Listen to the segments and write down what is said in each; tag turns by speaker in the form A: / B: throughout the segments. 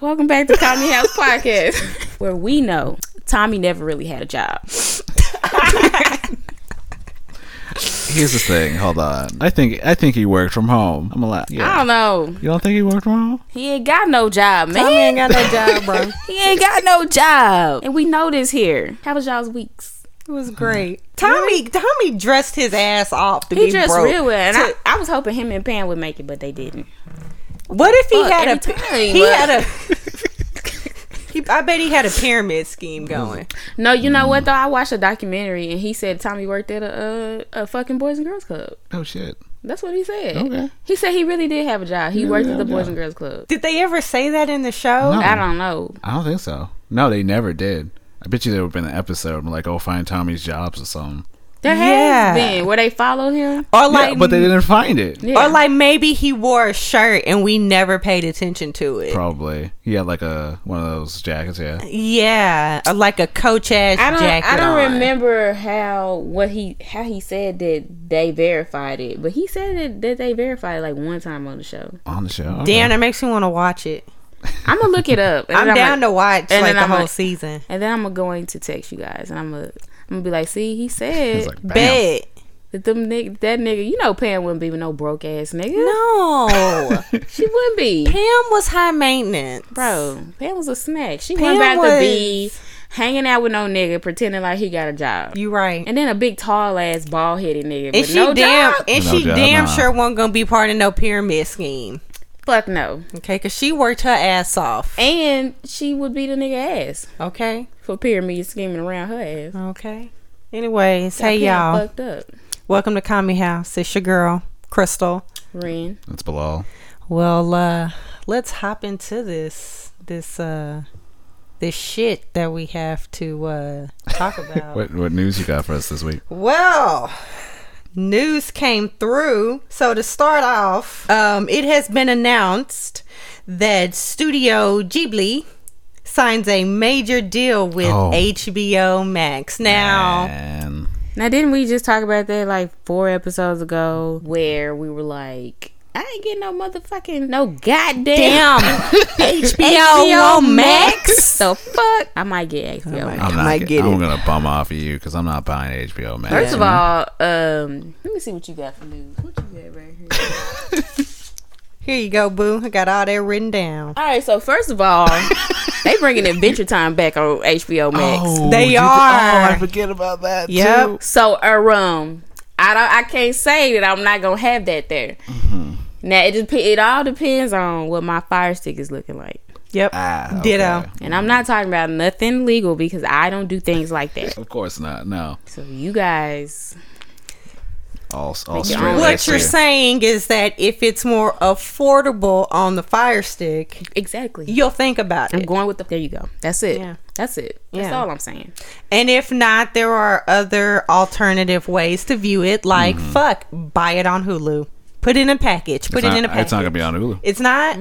A: Welcome back to Tommy House Podcast, where we know Tommy never really had a job.
B: Here's the thing. Hold on. I think I think he worked from home. I'm allowed.
A: I
B: Yeah.
A: don't know.
B: You don't think he worked from home?
A: He ain't got no job, man.
C: Tommy ain't got no job, bro. It
A: He ain't got no job. And we know this here. How was y'all's weeks?
C: was great. Tommy Tommy dressed his ass off to
A: He
C: be
A: dressed
C: broke.
A: real well. And
C: To-
A: I, I was hoping him and Pam would make it, but they didn't.
C: what if he
A: Fuck,
C: had a
A: every time,
C: he
A: but-
C: had a he, I bet he had a pyramid scheme going.
A: No, you know what though? I watched a documentary and he said Tommy worked at a a, a fucking Boys and Girls Club.
B: Oh shit.
A: That's what he said.
B: Okay.
A: He said he really did have a job. He
B: really
A: worked at
B: had
A: the
B: a
A: Boys
B: job.
A: and Girls Club.
C: Did they ever say that in the show?
B: No.
A: I don't know.
B: I don't think so. No, they never did. I bet you there would have been an episode like, oh, find Tommy's jobs or something.
A: There
C: Yeah.
A: has been where they followed him.
C: Or
B: Yeah,
C: like mm.
B: but they didn't find it.
A: Yeah.
C: Or like maybe he wore a shirt and we never paid attention to it.
B: Probably. He had like a one of those jackets. Yeah.
C: Yeah, or like a coach ass
A: I don't.
C: jacket.
A: I don't
C: on.
A: remember how what he how he said that they verified it, but he said that, that they verified it like one time on the show.
B: On the show. Okay.
C: Damn, that makes me want to watch it.
A: I'm gonna look it up. And
C: I'm,
A: then
C: down
A: gonna-
C: to watch
A: and
C: like
A: then
C: the
A: I'm
C: whole
A: like-
C: season.
A: And then I'm going to text you guys, and I'm gonna I'm gonna be like, see, he said
B: It's like, bam.
C: Bet
A: that them nigga, that nigga, you know, Pam wouldn't be with no broke ass nigga.
C: no,
A: She wouldn't be,
C: Pam was high maintenance,
A: bro. Pam was a snack. She
C: Pam
A: wasn't about to
C: was-
A: be hanging out with no nigga pretending like he got a job.
C: You right. And,
A: and then a big tall ass bald headed nigga. with
C: she
A: no
C: damn,
A: job?
C: and
B: No
C: she
B: job,
C: damn
B: nah.
C: sure wasn't gonna be part of no pyramid scheme.
A: Fuck no.
C: Okay, because she worked her ass off.
A: And she would beat a nigga ass
C: Okay,
A: for pyramid scheming around her ass.
C: okay. Anyways, hey
A: Pam
C: y'all,
A: Fucked up.
C: welcome to Commie House. It's your girl Crystal.
A: Ren.
B: That's Bilal.
C: Well, uh, let's hop into this this uh this shit that we have to uh talk about.
B: What what news you got for us this week?
C: Well, news came through. So to start off, um, it has been announced that Studio Ghibli signs a major deal with
B: Oh.
C: HBO Max. Now,
B: And
A: Now didn't we just talk about that like four episodes ago where we were like I ain't getting no motherfucking no goddamn
C: damn, HBO Max.
A: the fuck I might get HBO. Max.
B: I'm
C: I
B: not.
C: might
B: get-
C: get
B: I'm
C: it.
B: gonna bum off of you because I'm not buying HBO Max.
A: First of all, um, let me see what you got for news. What you got right here?
C: Here you go, boo. I got all that written down.
A: All right, so first of all, they bringing Adventure Time back on HBO Max.
C: They
B: you-
C: are.
B: Oh, I forget about that.
C: Yep.
B: too.
A: So, uh, um, I don't, I can't say that I'm not gonna have that there. Now it just it all depends on what my fire stick is looking like,
C: Yep.
B: Ah,
C: Ditto.
B: okay.
A: and I'm not talking about nothing legal because I don't do things like that.
B: Of course not. No.
A: So you guys,
B: All all
A: your
B: straight.
A: own.
B: laced
C: What you're
B: here.
C: saying is that if it's more affordable on the Fire Stick,
A: exactly.
C: you'll think about
A: I'm
C: it.
A: going with the. There you go. That's it.
C: Yeah.
A: That's it. That's
C: Yeah.
A: all I'm saying.
C: And if not, there are other alternative ways to view it. Like, fuck, buy it on Hulu. Put it in a package. Put
B: Mm-hmm. It's
C: it
B: not-
C: in a package.
B: It's not gonna be on Hulu.
C: It's not?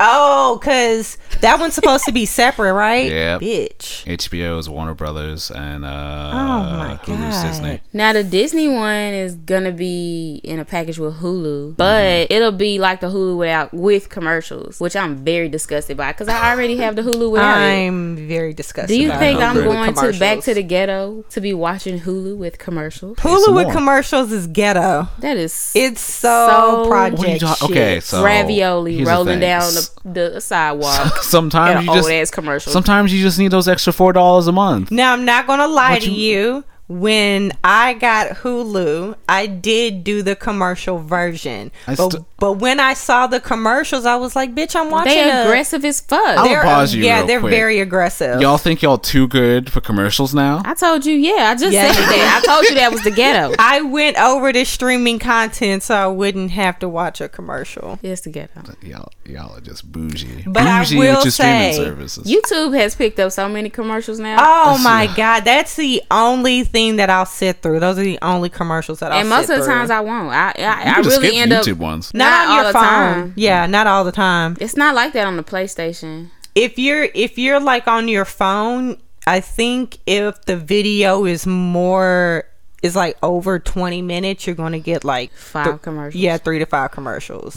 C: Oh, because that one's supposed to be separate, right?
B: Yep.
C: Bitch.
B: HBO is Warner Brothers and uh,
C: Oh my
B: Hulu's
C: God.
B: Disney.
A: Now the Disney one is gonna be in a package with Hulu, but it'll be like the Hulu without with commercials, which I'm very disgusted by because I already have the Hulu without it.
C: I'm very disgusted.
A: Do you
C: by
A: think
C: Hulu
A: I'm
C: with
A: going to back
C: commercials.
A: to the ghetto to be watching Hulu with commercials?
C: Hulu
B: some
C: with
B: more.
C: commercials is ghetto.
A: That is
C: It's so,
A: So-
C: project.
B: What are you talking?
C: shit.
B: Okay, so
A: ravioli
B: here's
A: rolling
B: thing.
A: down
B: S-
A: the, the sidewalk.
B: Sometimes
A: An
B: you just
A: old-ass commercial.
B: Sometimes you just need those extra four dollars a month.
C: Now I'm not gonna lie
B: What
C: to
B: you-
C: you. When I got Hulu, I did do the commercial version.
B: I
C: but,
B: st-
C: but when I saw the commercials, I was like, "Bitch, I'm watching."
A: they
C: a-
A: aggressive as fuck.
B: I'll-
C: they're-
B: pause you
C: Yeah,
B: real
C: they're
B: quick.
C: very aggressive.
B: Y'all think y'all too good for commercials now?
A: I told you, yeah. I just
C: Yeah.
A: said that. I told you that was the ghetto.
C: I went over to streaming content so I wouldn't have to watch a commercial.
A: It's the ghetto.
B: Y'all, y'all are just bougie.
C: But I
B: bougie
C: will
B: with your
C: say-
B: streaming services.
A: YouTube has picked up so many commercials now,
C: Oh my god, that's the only thing that I'll sit through. Those are the only commercials that I'll
A: and most
C: sit
A: of the
C: through.
A: times I won't. I I,
B: you
A: I
B: can just
A: really
B: skip
A: end
B: YouTube
A: up.
B: ones.
C: not,
A: Not
C: on your
A: all the
C: phone.
A: time.
C: Yeah, not all the time.
A: It's not like that on the PlayStation.
C: if you're if you're like on your phone i think if the video is more is like over 20 minutes you're gonna get like
A: Five commercials.
B: Mm-hmm.
C: yeah three to five commercials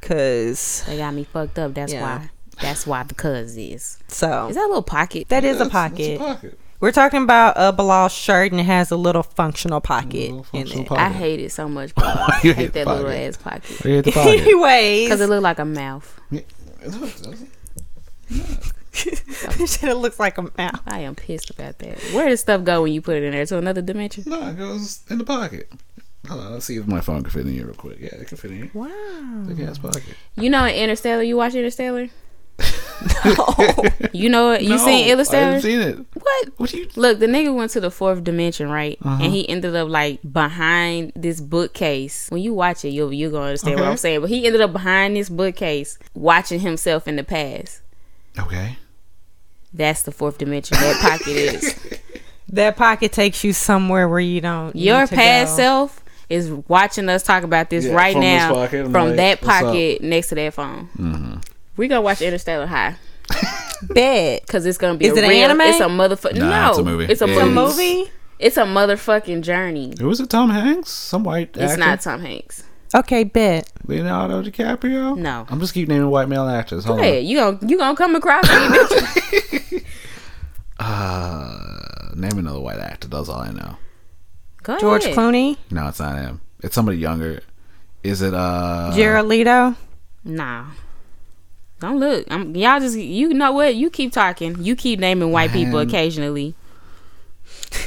C: because
A: They got me fucked up. That's
C: Yeah.
A: why. That's why the cuz is.
C: So
A: Is that a little pocket?
C: that is a pocket. We're talking about a blouse shirt and it has a little functional pocket
B: little
C: in
B: functional
C: it.
B: pocket.
A: I hate it so much. bro. I
B: You
A: hate
B: hate
A: that
B: the
A: little
B: pocket.
A: ass pocket.
B: Read the pocket.
A: Because it
C: Anyways,
A: looked like a mouth.
C: it looks like a mouth.
A: I am pissed about that. Where does stuff go when you put it in there? To another dimension?
B: no, it goes in the pocket. Hold on, let's see if my phone can fit in here real quick. Yeah, it can fit in here.
C: Wow.
B: Big ass pocket.
A: You know in Interstellar, you watch Interstellar? You know it? You seen
B: I
A: Interstellar?
B: haven't seen it.
A: what?
B: What do you?
A: Look, the nigga went to the fourth dimension, right?
B: Uh-huh.
A: And he ended up like behind this bookcase. When you watch it, you'll you're gonna understand what
B: Okay.
A: I'm saying. But he ended up behind this bookcase, watching himself in the past.
B: Okay.
A: That's the fourth dimension. That pocket is
C: That pocket takes you somewhere where you don't. need
A: your
C: to
A: past
C: go.
A: self is watching us talk about this
B: Yeah,
A: right
B: from this
A: now
B: pocket, I'm
A: from
B: like,
A: that
B: what's up? Mm-hmm.
A: pocket next to that phone. We gonna watch Interstellar High
C: Bed.
A: because it's gonna be
C: Is
A: a
C: it an
A: real-
C: anime?
A: It's a motherfucker.
B: Nah,
A: no,
B: it's a movie.
A: It's a
B: It's a
A: motherfucking-
C: Movie.
A: It's a motherfucking journey.
B: Who was it? Tom Hanks? Some white
A: It's
B: actor?
A: not Tom Hanks.
C: Okay, bet.
B: Leonardo DiCaprio?
A: No.
B: I'm just keep naming white male actors. Hold
A: Hey, you gonna you gonna come across me, bitch.
B: on. Uh, name another white actor. That's all I know.
A: Go
C: George
A: ahead.
C: Clooney,
B: No, it's not him. It's somebody younger. Is it uh?
C: Jared Leto.
A: Nah. Don't look. I'm y'all just you know what? You keep talking. You keep naming white people
B: Man.
A: occasionally.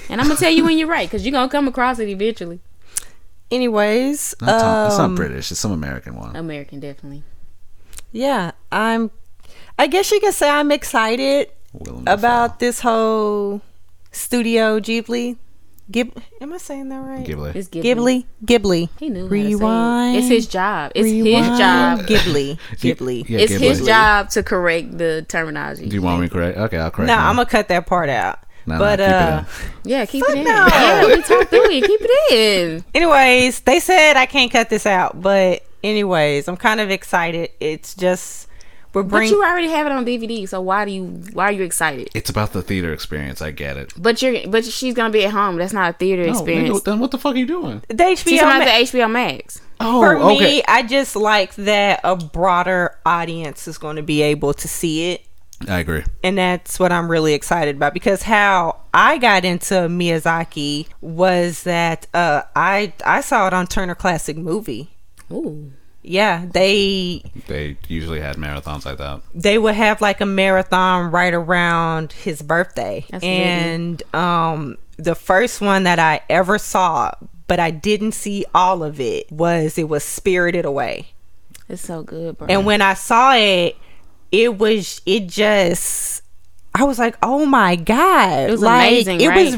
A: And I'm gonna tell you when you're right, cause you're gonna come across it eventually.
C: Anyways,
B: Not Tom, it's
C: um,
B: not British. It's some American one.
A: American, definitely.
C: Yeah, I'm. I guess you can say I'm excited
B: Willem
C: about this whole Studio Ghibli. Ghib- am I saying that
B: Dafoe.
C: right?
B: Ghibli.
A: It's Ghibli.
C: Ghibli. Ghibli.
A: He knew. How to
C: Rewind.
A: say it. It's his job. It's his
C: Rewind.
A: job.
C: Ghibli.
B: Do you-
C: Ghibli.
B: yeah,
A: it's
B: Ghibli.
A: his job to correct the terminology.
B: Do you want me correct? Okay, I'll correct.
C: No,
B: mine.
C: I'm gonna cut that part out.
B: No, no,
C: but
B: keep it
C: uh,
A: yeah, keep it in.
C: no.
A: Yeah, we talked through it. Keep it in.
C: anyways, they said I can't cut this out. But anyways, I'm kind of excited. It's just we're
A: But
C: bringing.
A: you already have it on DVD, so why do you why are you excited?
B: It's about the theater experience. I get it.
A: But you're but she's gonna be at home. That's not a theater
B: No,
A: experience.
B: nigga, then what the fuck are you doing?
C: the HBO
A: She's
C: ma-
A: talking about the HBO Max.
B: Oh,
C: for
B: okay.
C: me, I just like that a broader audience is going to be able to see it.
B: I agree.
C: And that's what I'm really excited about because how I got into Miyazaki was that uh, I I saw it on Turner Classic Movie.
A: Ooh.
C: Yeah, they
B: They usually had marathons like that.
C: they would have like a marathon right around his birthday.
A: That's lit.
C: and um the first one that I ever saw, but I didn't see all of it, was it was Spirited Away.
A: It's so good, bro.
C: And when I saw it, it was it just I was like, "Oh my god." It
A: was
C: like
A: amazing,
C: it
A: right?
C: was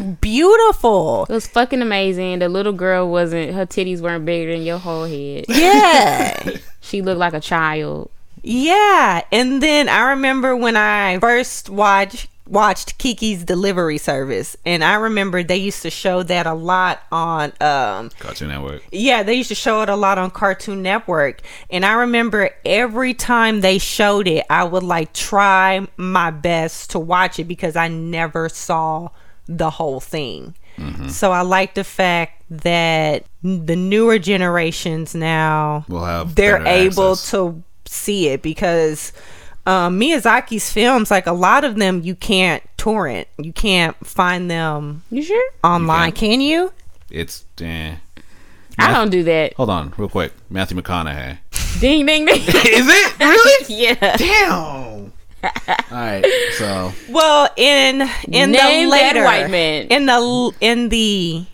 C: beautiful.
A: it was fucking amazing. The little girl wasn't her titties weren't bigger than your whole head.
C: Yeah.
A: She looked like a child.
C: yeah. And then I remember when I first watched watched Kiki's Delivery Service and I remember they used to show that a lot on um
B: Cartoon Network.
C: Yeah, they used to show it a lot on Cartoon Network. And I remember every time they showed it, I would like try my best to watch it because I never saw the whole thing.
B: Mm-hmm.
C: So I like the fact that the newer generations now
B: Will have
C: they're
B: better
C: able
B: access.
C: to see it because um, Miyazaki's films, like a lot of them, you can't torrent, you can't find them
A: You sure?
C: online, can you?
B: It's eh.
A: I don't do that.
B: Hold on, real quick. Matthew McConaughey.
A: Ding ding ding.
B: Is it really?
A: yeah.
B: Damn. All right, so
C: Well, in
A: Name
C: in the
A: that
C: later
A: white man.
C: in the in the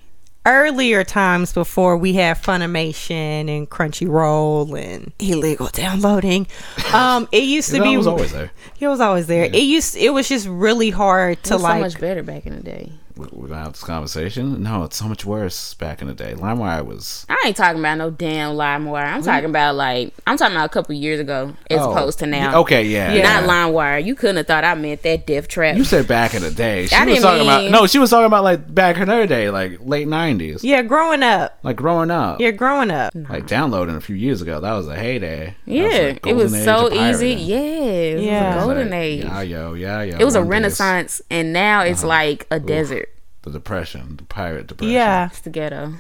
C: earlier times before we had Funimation and Crunchyroll and illegal downloading, um, it used to
B: that
C: be
B: was always there.
C: It was always there. It used it was just really hard to
A: It was so
C: like.
A: much better back in the day.
B: We- We're gonna have this conversation. No, it's so much worse back in the day. LimeWire was
A: I ain't talking about no damn lime wire. I'm talking about like I'm talking about a couple years ago as
B: Mm-hmm. oh.
A: opposed to now.
B: Yeah, Okay, yeah,
A: Not
B: yeah.
A: lime wire. You couldn't have thought I meant that death trap.
B: You said back in the day. She
A: I
B: was
A: didn't
B: talking
A: mean-
B: about no. She was talking about like back in her day, like late nineties,
C: yeah, growing up.
B: like growing up,
C: Yeah, growing up.
B: like downloading a few years ago. That was a heyday. That was
A: yeah.
B: the
A: It
B: golden
A: was
B: age
A: so
B: of pirating.
A: easy. Yeah. It was
C: Yeah.
A: a
B: It was
A: golden
B: like,
A: age.
B: Yeah, yo, yeah, yo.
A: It was a
B: One Piece,
A: renaissance, and now it's
B: Uh-huh.
A: like a desert.
B: The depression, the pirate depression.
C: Yeah,
A: It's the ghetto.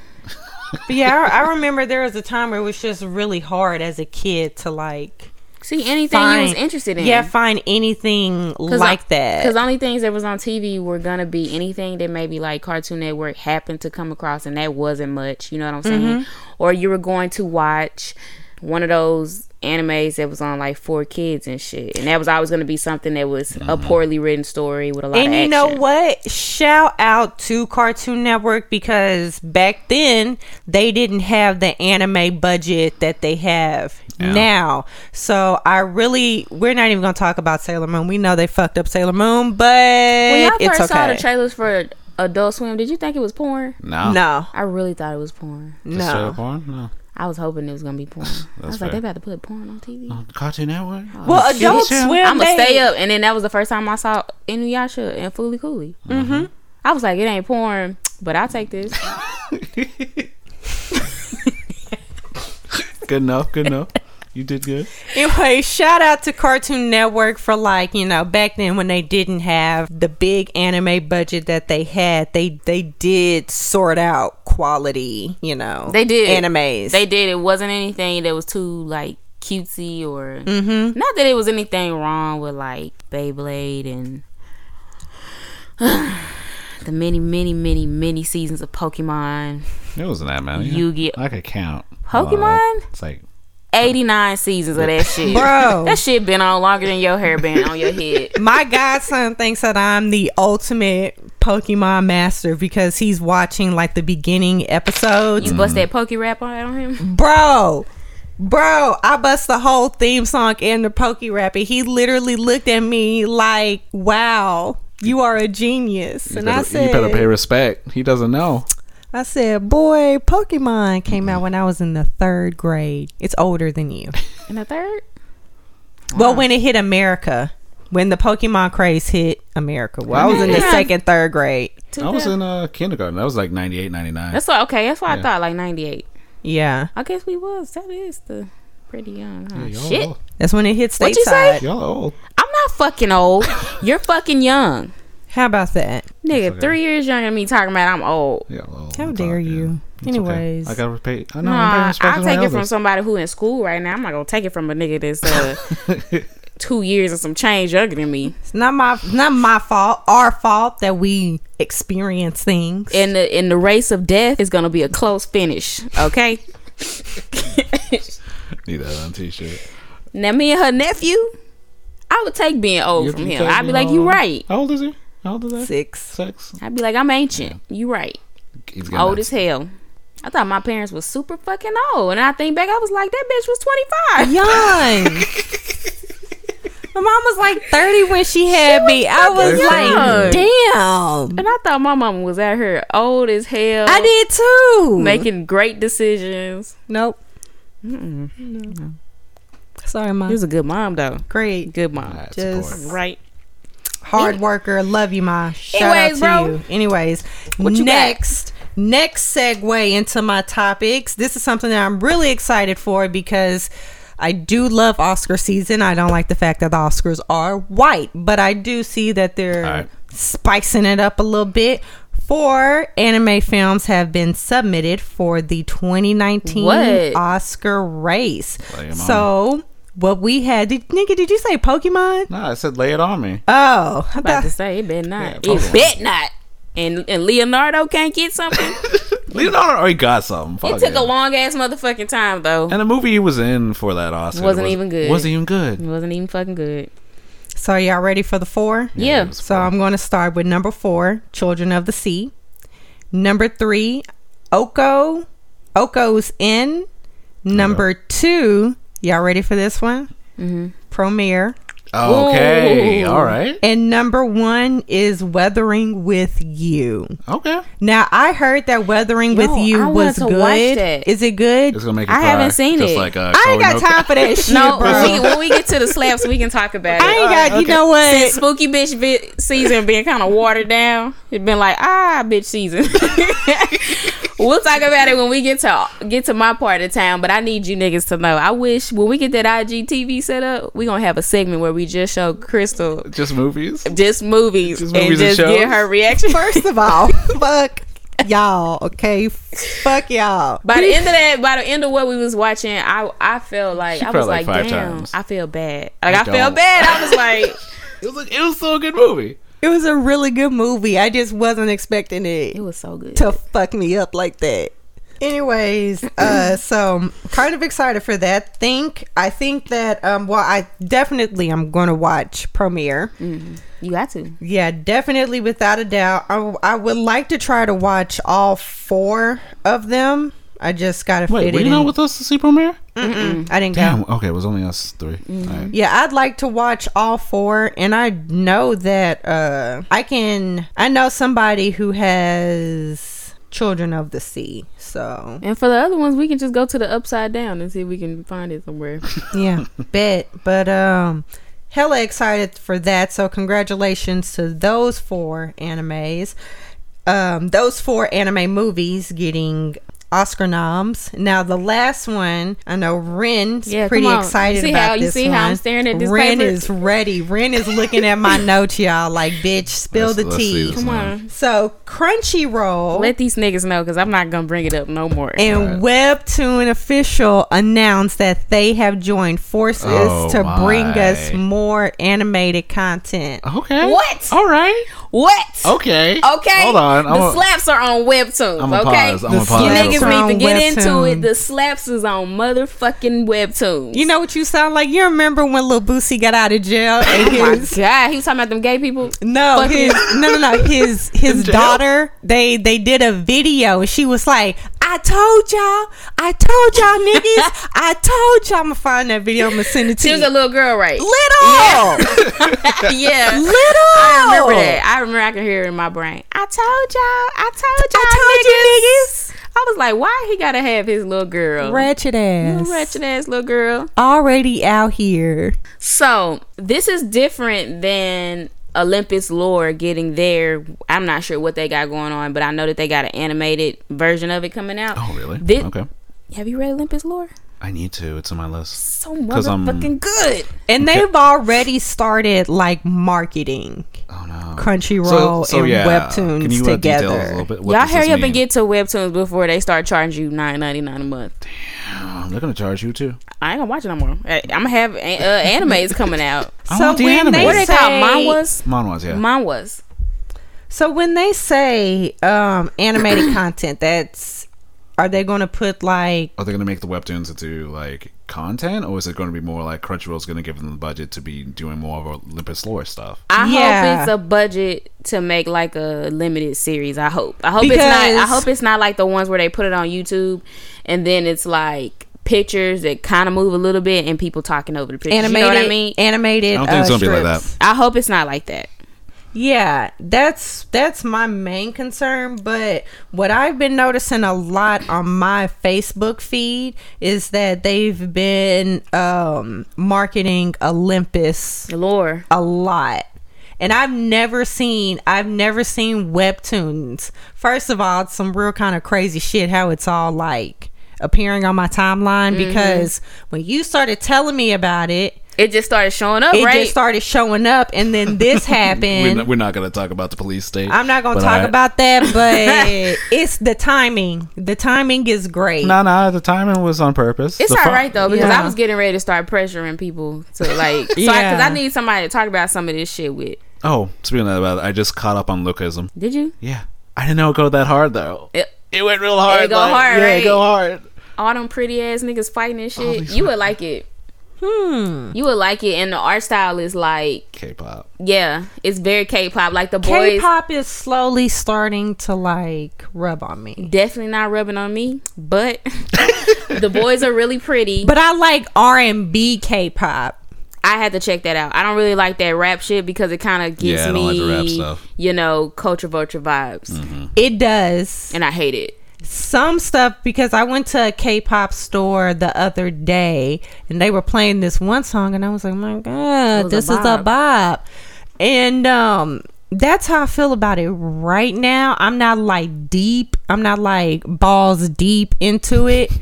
C: but yeah. I, I remember there was a time where it was just really hard as a kid to like
A: See anything you was interested in.
C: Yeah, find anything like that.
A: Because the only things that was on TV were gonna be anything that maybe like Cartoon Network happened to come across, and that wasn't much. You know what I'm saying?
C: Mm-hmm.
A: Or you were going to watch one of those animes that was on like four kids and shit, and that was always gonna be something that was a poorly written story with a lot.
C: Mm-hmm. and
A: of
C: you know
A: action.
C: what? Shout out to Cartoon Network because back then they didn't have the anime budget that they have
B: Yeah.
C: now. So I really, we're not even going to talk about Sailor Moon. We know they fucked up Sailor Moon, but
A: When y'all
C: it's
A: first saw the
C: okay.
A: trailers for Adult Swim, did you think it was porn?
B: No.
C: no,
A: I really thought it was porn.
B: Just straight up
C: no.
B: porn? No.
A: I was hoping it was gonna be porn. I was
B: fair.
A: like, they about to put porn on TV.
B: On Cartoon Network?
C: Well, Adult
B: Swim?
C: Swim.
A: I'm gonna
C: they-
A: stay up, and then that was the first time I saw Inuyasha and Foolie Cooley. Mm-hmm. I was like, it ain't porn, but I'll take this.
B: Good enough. Good enough. You did good.
C: Anyway, shout out to Cartoon Network for like, you know, back then when they didn't have the big anime budget that they had, they they did sort out quality, you know.
A: They did.
C: animes.
A: they did. It wasn't anything that was too like cutesy or
C: Mm-hmm.
A: not that it was anything wrong with like Beyblade and the many, many, many, many seasons of Pokemon.
B: It wasn't that many.
A: Yu-Gi-
B: I could count.
A: Pokemon?
B: It's like
A: 89 seasons of that shit.
C: Bro.
A: That shit been on longer than your hairband on your head.
C: My godson thinks that I'm the ultimate Pokemon master because he's watching like the beginning episodes.
A: You bust that pokey rap on, on him?
C: Bro. Bro, I bust the whole theme song and the pokey rapper. He literally looked at me like, "Wow, you are a genius."
B: you
C: and
B: better,
C: I said,
B: you better pay respect. He doesn't know.
C: I said, boy, Pokemon came out when I was in the third grade. It's older than you.
A: And the third?
C: But when it hit America, when the Pokemon craze hit America, well, I was in the
A: Yeah.
C: second, third grade.
B: I was in uh, kindergarten. That was like 98, 99.
A: That's why okay, that's why I
B: Yeah.
A: thought like ninety eight.
C: Yeah.
A: I guess we was. That is the pretty young, huh?
B: Yeah, y'all
A: Shit.
B: old.
C: That's when it hit
A: What you say?
C: stateside.
B: Y'all old.
A: I'm not fucking old. You're fucking young.
C: How about that?
A: Nigga, three years younger than me talking about I'm old.
B: Y'all old.
C: How
B: It's
C: dare
B: all good.
C: you.
B: It's okay.
C: Anyways.
B: I gotta pay. I know. I'm paying
A: Nah,
B: respect
A: I'll
B: to
A: take
B: my
A: it from
B: elders.
A: somebody who in school right now. I'm not gonna take it from a nigga that's uh two years and some change younger than me.
C: It's not my not my fault, our fault that we experience things.
A: In the in the race of death is gonna be a close finish. Okay.
B: Need that on t-shirt.
A: now me and her nephew, I would take being old
B: You-
A: from
B: you
A: him.
B: take
A: I'd be
B: me
A: like,
B: home.
A: you right.
B: How old is he? How old is that?
C: Six.
B: Six.
A: I'd be like, I'm ancient. You right.
B: He's
A: old as hell. I thought my parents was super fucking old, and I think back, I was like, that bitch was twenty five.
C: Young. my mom was like 30 when she had me. I was like, damn.
A: And I thought my mama was at her old as hell.
C: I did too.
A: making great decisions.
C: Nope. No. Sorry,
A: He
C: mom.
A: was a good mom though.
C: Great.
A: Good mom.
C: Just-
A: Right.
C: Hard worker. Love you, ma. Shout
A: Anyways, bro.
C: out to you. Anyways,
A: you got?
C: next. Next segue into my topics. This is something that I'm really excited for because I do love Oscar season. I don't like the fact that the Oscars are white, but I do see that they're
B: All right.
C: spicing it up a little bit. Four anime films have been submitted for the 2019
A: What?
C: Oscar race.
B: Lay 'em
C: So, what we had, did, nigga, did you say Pokemon?
B: Nah, I said lay it on me.
C: Oh, I
A: About
C: thought-
A: to say it bet not.
B: Yeah,
A: it
B: Pokemon.
A: bet not. And and Leonardo can't get something.
B: Leonardo already got something. Fuck
A: it took
B: it.
A: a long ass motherfucking time though.
B: And the movie he was in for that Oscar
A: Wasn't
B: was-
A: even good.
B: Wasn't even good.
A: It wasn't even fucking good.
C: so y'all ready for the four?
A: Yeah.
B: it was
C: So
B: fun.
C: I'm going to start with number four, Children of the Sea. Number three, Oko, Oko's In. Number two, y'all ready for this one? Mm-hmm. Promere.
B: okay,
A: Ooh.
B: all right,
C: And number one is Weathering with You.
B: okay.
C: Now I heard that Weathering with
A: Yo,
C: You
A: I wanted
C: was
A: to watch
C: good.
A: that.
C: Is it good?
B: It's gonna make. You
A: I
B: cry,
A: haven't seen
B: just
A: it.
B: Like, uh,
C: I ain't got
B: Roanoke.
C: time for that shit,
A: No,
C: bro.
A: when we, when we get to the slaps, we can talk about
C: I
A: it.
C: ain't got. You know what?
A: Since spooky bitch vi- season being kind of watered down, it's been like ah bitch season. we'll talk about it when we get to get to my part of town. But I need you niggas to know. I wish when we get that IGTV set up, we gonna have a segment where we just show Crystal
B: Just movies.
A: just movies,
B: Just
A: and
B: movies and
A: just get
B: shows?
A: her reaction.
C: First of all, fuck. y'all. Okay, fuck y'all.
A: By the end of that, by the end of what we was watching, I I felt like
B: She
A: I was
B: cried
A: like,
B: like five
A: damn,
B: times.
A: I feel bad. Like I,
B: don't.
A: felt bad. I was like,
B: It was like, it was still a good movie.
C: It was a really good movie. I just wasn't expecting it
A: it was so good.
C: to fuck me up like that. Anyways, uh, so I'm kind of excited for that. Think I think that um, well, I definitely am going to watch Premiere.
A: You got to.
C: Yeah, definitely, without a doubt. I, w- I would like to try to watch all four of them. I just gotta
B: Wait,
C: fit
B: were
C: it
B: you
C: in.
B: not with us to see Premiere?
C: Mm-mm, I didn't
B: Damn.
C: go.
B: Okay, it was only us 3
C: Mm-hmm.
B: All right.
C: Yeah, I'd like to watch all four, and I know that uh, I can. I know somebody who has Children of the Sea, so
A: And for the other ones, we can just go to the upside down and see if we can find it somewhere.
C: yeah, bet. But um, hella excited for that. So congratulations to those four animes, um, those four anime movies getting Oscar noms. Now the last one, I know Ren's
A: Yeah,
C: pretty
A: come on. You
C: excited
A: see
C: about
A: how- you
C: this
A: see
C: one.
A: how I'm staring at this
C: Ren
A: paper?
C: is ready. Ren is looking at my notes, y'all. Like, bitch, spill
B: Let's-
C: the
B: let's see
C: tea.
B: this
A: Come
B: one.
A: on,
C: So Crunchyroll
A: let these niggas know because I'm not gonna bring it up no more.
C: and Webtoon Official announced that they have joined forces
B: Oh,
C: to bring
B: my. Oh,
C: us more animated content.
B: Okay.
A: What?
B: All right.
A: what?
B: Okay.
A: Oh, Okay.
B: Hold on.
A: The
B: I'm a-
A: slaps are on Webtoon.
B: I'ma
A: okay.
B: pause. I'ma
C: The
B: pause.
A: you
C: slaps
B: real quick.
A: niggas
C: are
A: need
C: on
A: to get into
C: Webtoon.
A: it. The slaps is on motherfucking Webtoon.
C: You know what you sound like? You remember when Lil Boosie got out of jail and
A: Oh my
C: his
A: God, he was talking about them gay people.
C: no,
A: Fuck
C: his no, no, no, his his
B: jail?
C: daughter. They they did a video. and She was like, "I told y'all, I told y'all niggas, I told y'all." I'm gonna find that video. I'm gonna send it to
A: She
C: you.
A: was a little girl, right?
C: little,
A: yeah.
C: little.
A: I remember that. I remember I can hear it in my brain. I told y'all. I told y'all.
C: I
A: niggas. I was like, why he gotta have his little girl?
C: Ratchet
A: You
C: ass.
A: Wretched ass little girl.
C: Already out here.
A: So this is different than Olympus lore getting there. I'm not sure what they got going on, but I know that they got an animated version of it coming out.
B: Oh, really?
A: Thi-
B: okay.
A: Have you read Olympus lore?
B: I need to. It's on my list.
A: So
B: 'Cause I'm-
A: motherfucking good.
C: And they've already started like marketing
B: Oh no.
C: Crunchyroll and Webtoons
B: Can you, uh, detail
C: together.
B: us a little bit what
A: Y'all
B: does this
A: hurry up
B: mean?
A: and get to webtoons before they start charging you nine ninety nine a month.
B: Oh, they're gonna charge you too.
A: I ain't gonna watch it no more. I'm gonna have a- uh, animes coming out.
B: I
C: So
B: want the
C: when
B: anime.
C: they
A: What are they called? Manwas.
C: Say-
B: Manwas, yeah.
A: Manwas.
C: So when they say um animated content, that's are they going to put like
B: are they gonna make the webtoons into like content, or is it gonna be more like Crunchyroll's gonna give them the budget to be doing more of Olympus lore stuff?
A: I
C: Yeah.
A: hope it's a budget to make like a limited series. I hope. I hope it's not. I
C: Because-
A: hope it's not like the ones where they put it on YouTube, and then it's like pictures that kind of move a little bit and people talking over the pictures.
C: animated
A: you know what I mean?
C: animated?
B: I don't think
C: uh,
B: it's gonna be like that.
C: strips?
A: I hope it's not like that.
C: Yeah, that's that's my main concern, but what I've been noticing a lot on my Facebook feed is that they've been um marketing Olympus
A: Lore.
C: a lot. And I've never seen I've never seen webtoons. First of all, it's some real kind of crazy shit how it's all like appearing on my timeline because when you started telling me about it,
A: It just started showing up,
C: it
A: right?
C: just started showing up and then this happened.
B: We're not, we're not gonna talk about the police state.
C: I'm not gonna
B: but
C: talk
B: I-
C: about that, but it's the timing. The timing is great.
B: No, no, the timing was on purpose.
A: It's
B: The
A: all
B: fu-
A: right though because
C: Yeah.
A: I was getting ready to start pressuring people to like, so I, cause
C: Yeah.
A: I need somebody to talk about some of this shit with.
B: Oh, speaking of that, I just caught up on Lucasm.
A: Did you?
B: Yeah, I didn't know it go that hard though.
A: It-
B: It went real hard.
A: go
B: like,
A: hard,
B: Yeah, it
A: right?
B: go hard.
A: all them pretty ass niggas fighting and shit.
B: these
A: You would like it. Hmm. You would like it, and the art style is like,
B: K-pop.
A: yeah, it's very K-pop. Like the boys
C: K-pop is slowly starting to like rub on me,
A: definitely not rubbing on me, but the boys are really pretty.
C: but I like R and B K-pop.
A: I had to check that out. I don't really like that rap shit because it kind of gives
B: Yeah, I don't like
A: me,
B: the rap stuff. Mm-hmm.
A: you know, culture vulture vibes,
C: It does
A: and I hate it.
C: some stuff because I went to a K-pop store the other day and they were playing this one song and I was like, my God,
A: was a
C: this is a bop, and um. That's how I feel about it right now. I'm not like deep. I'm not like balls deep into it,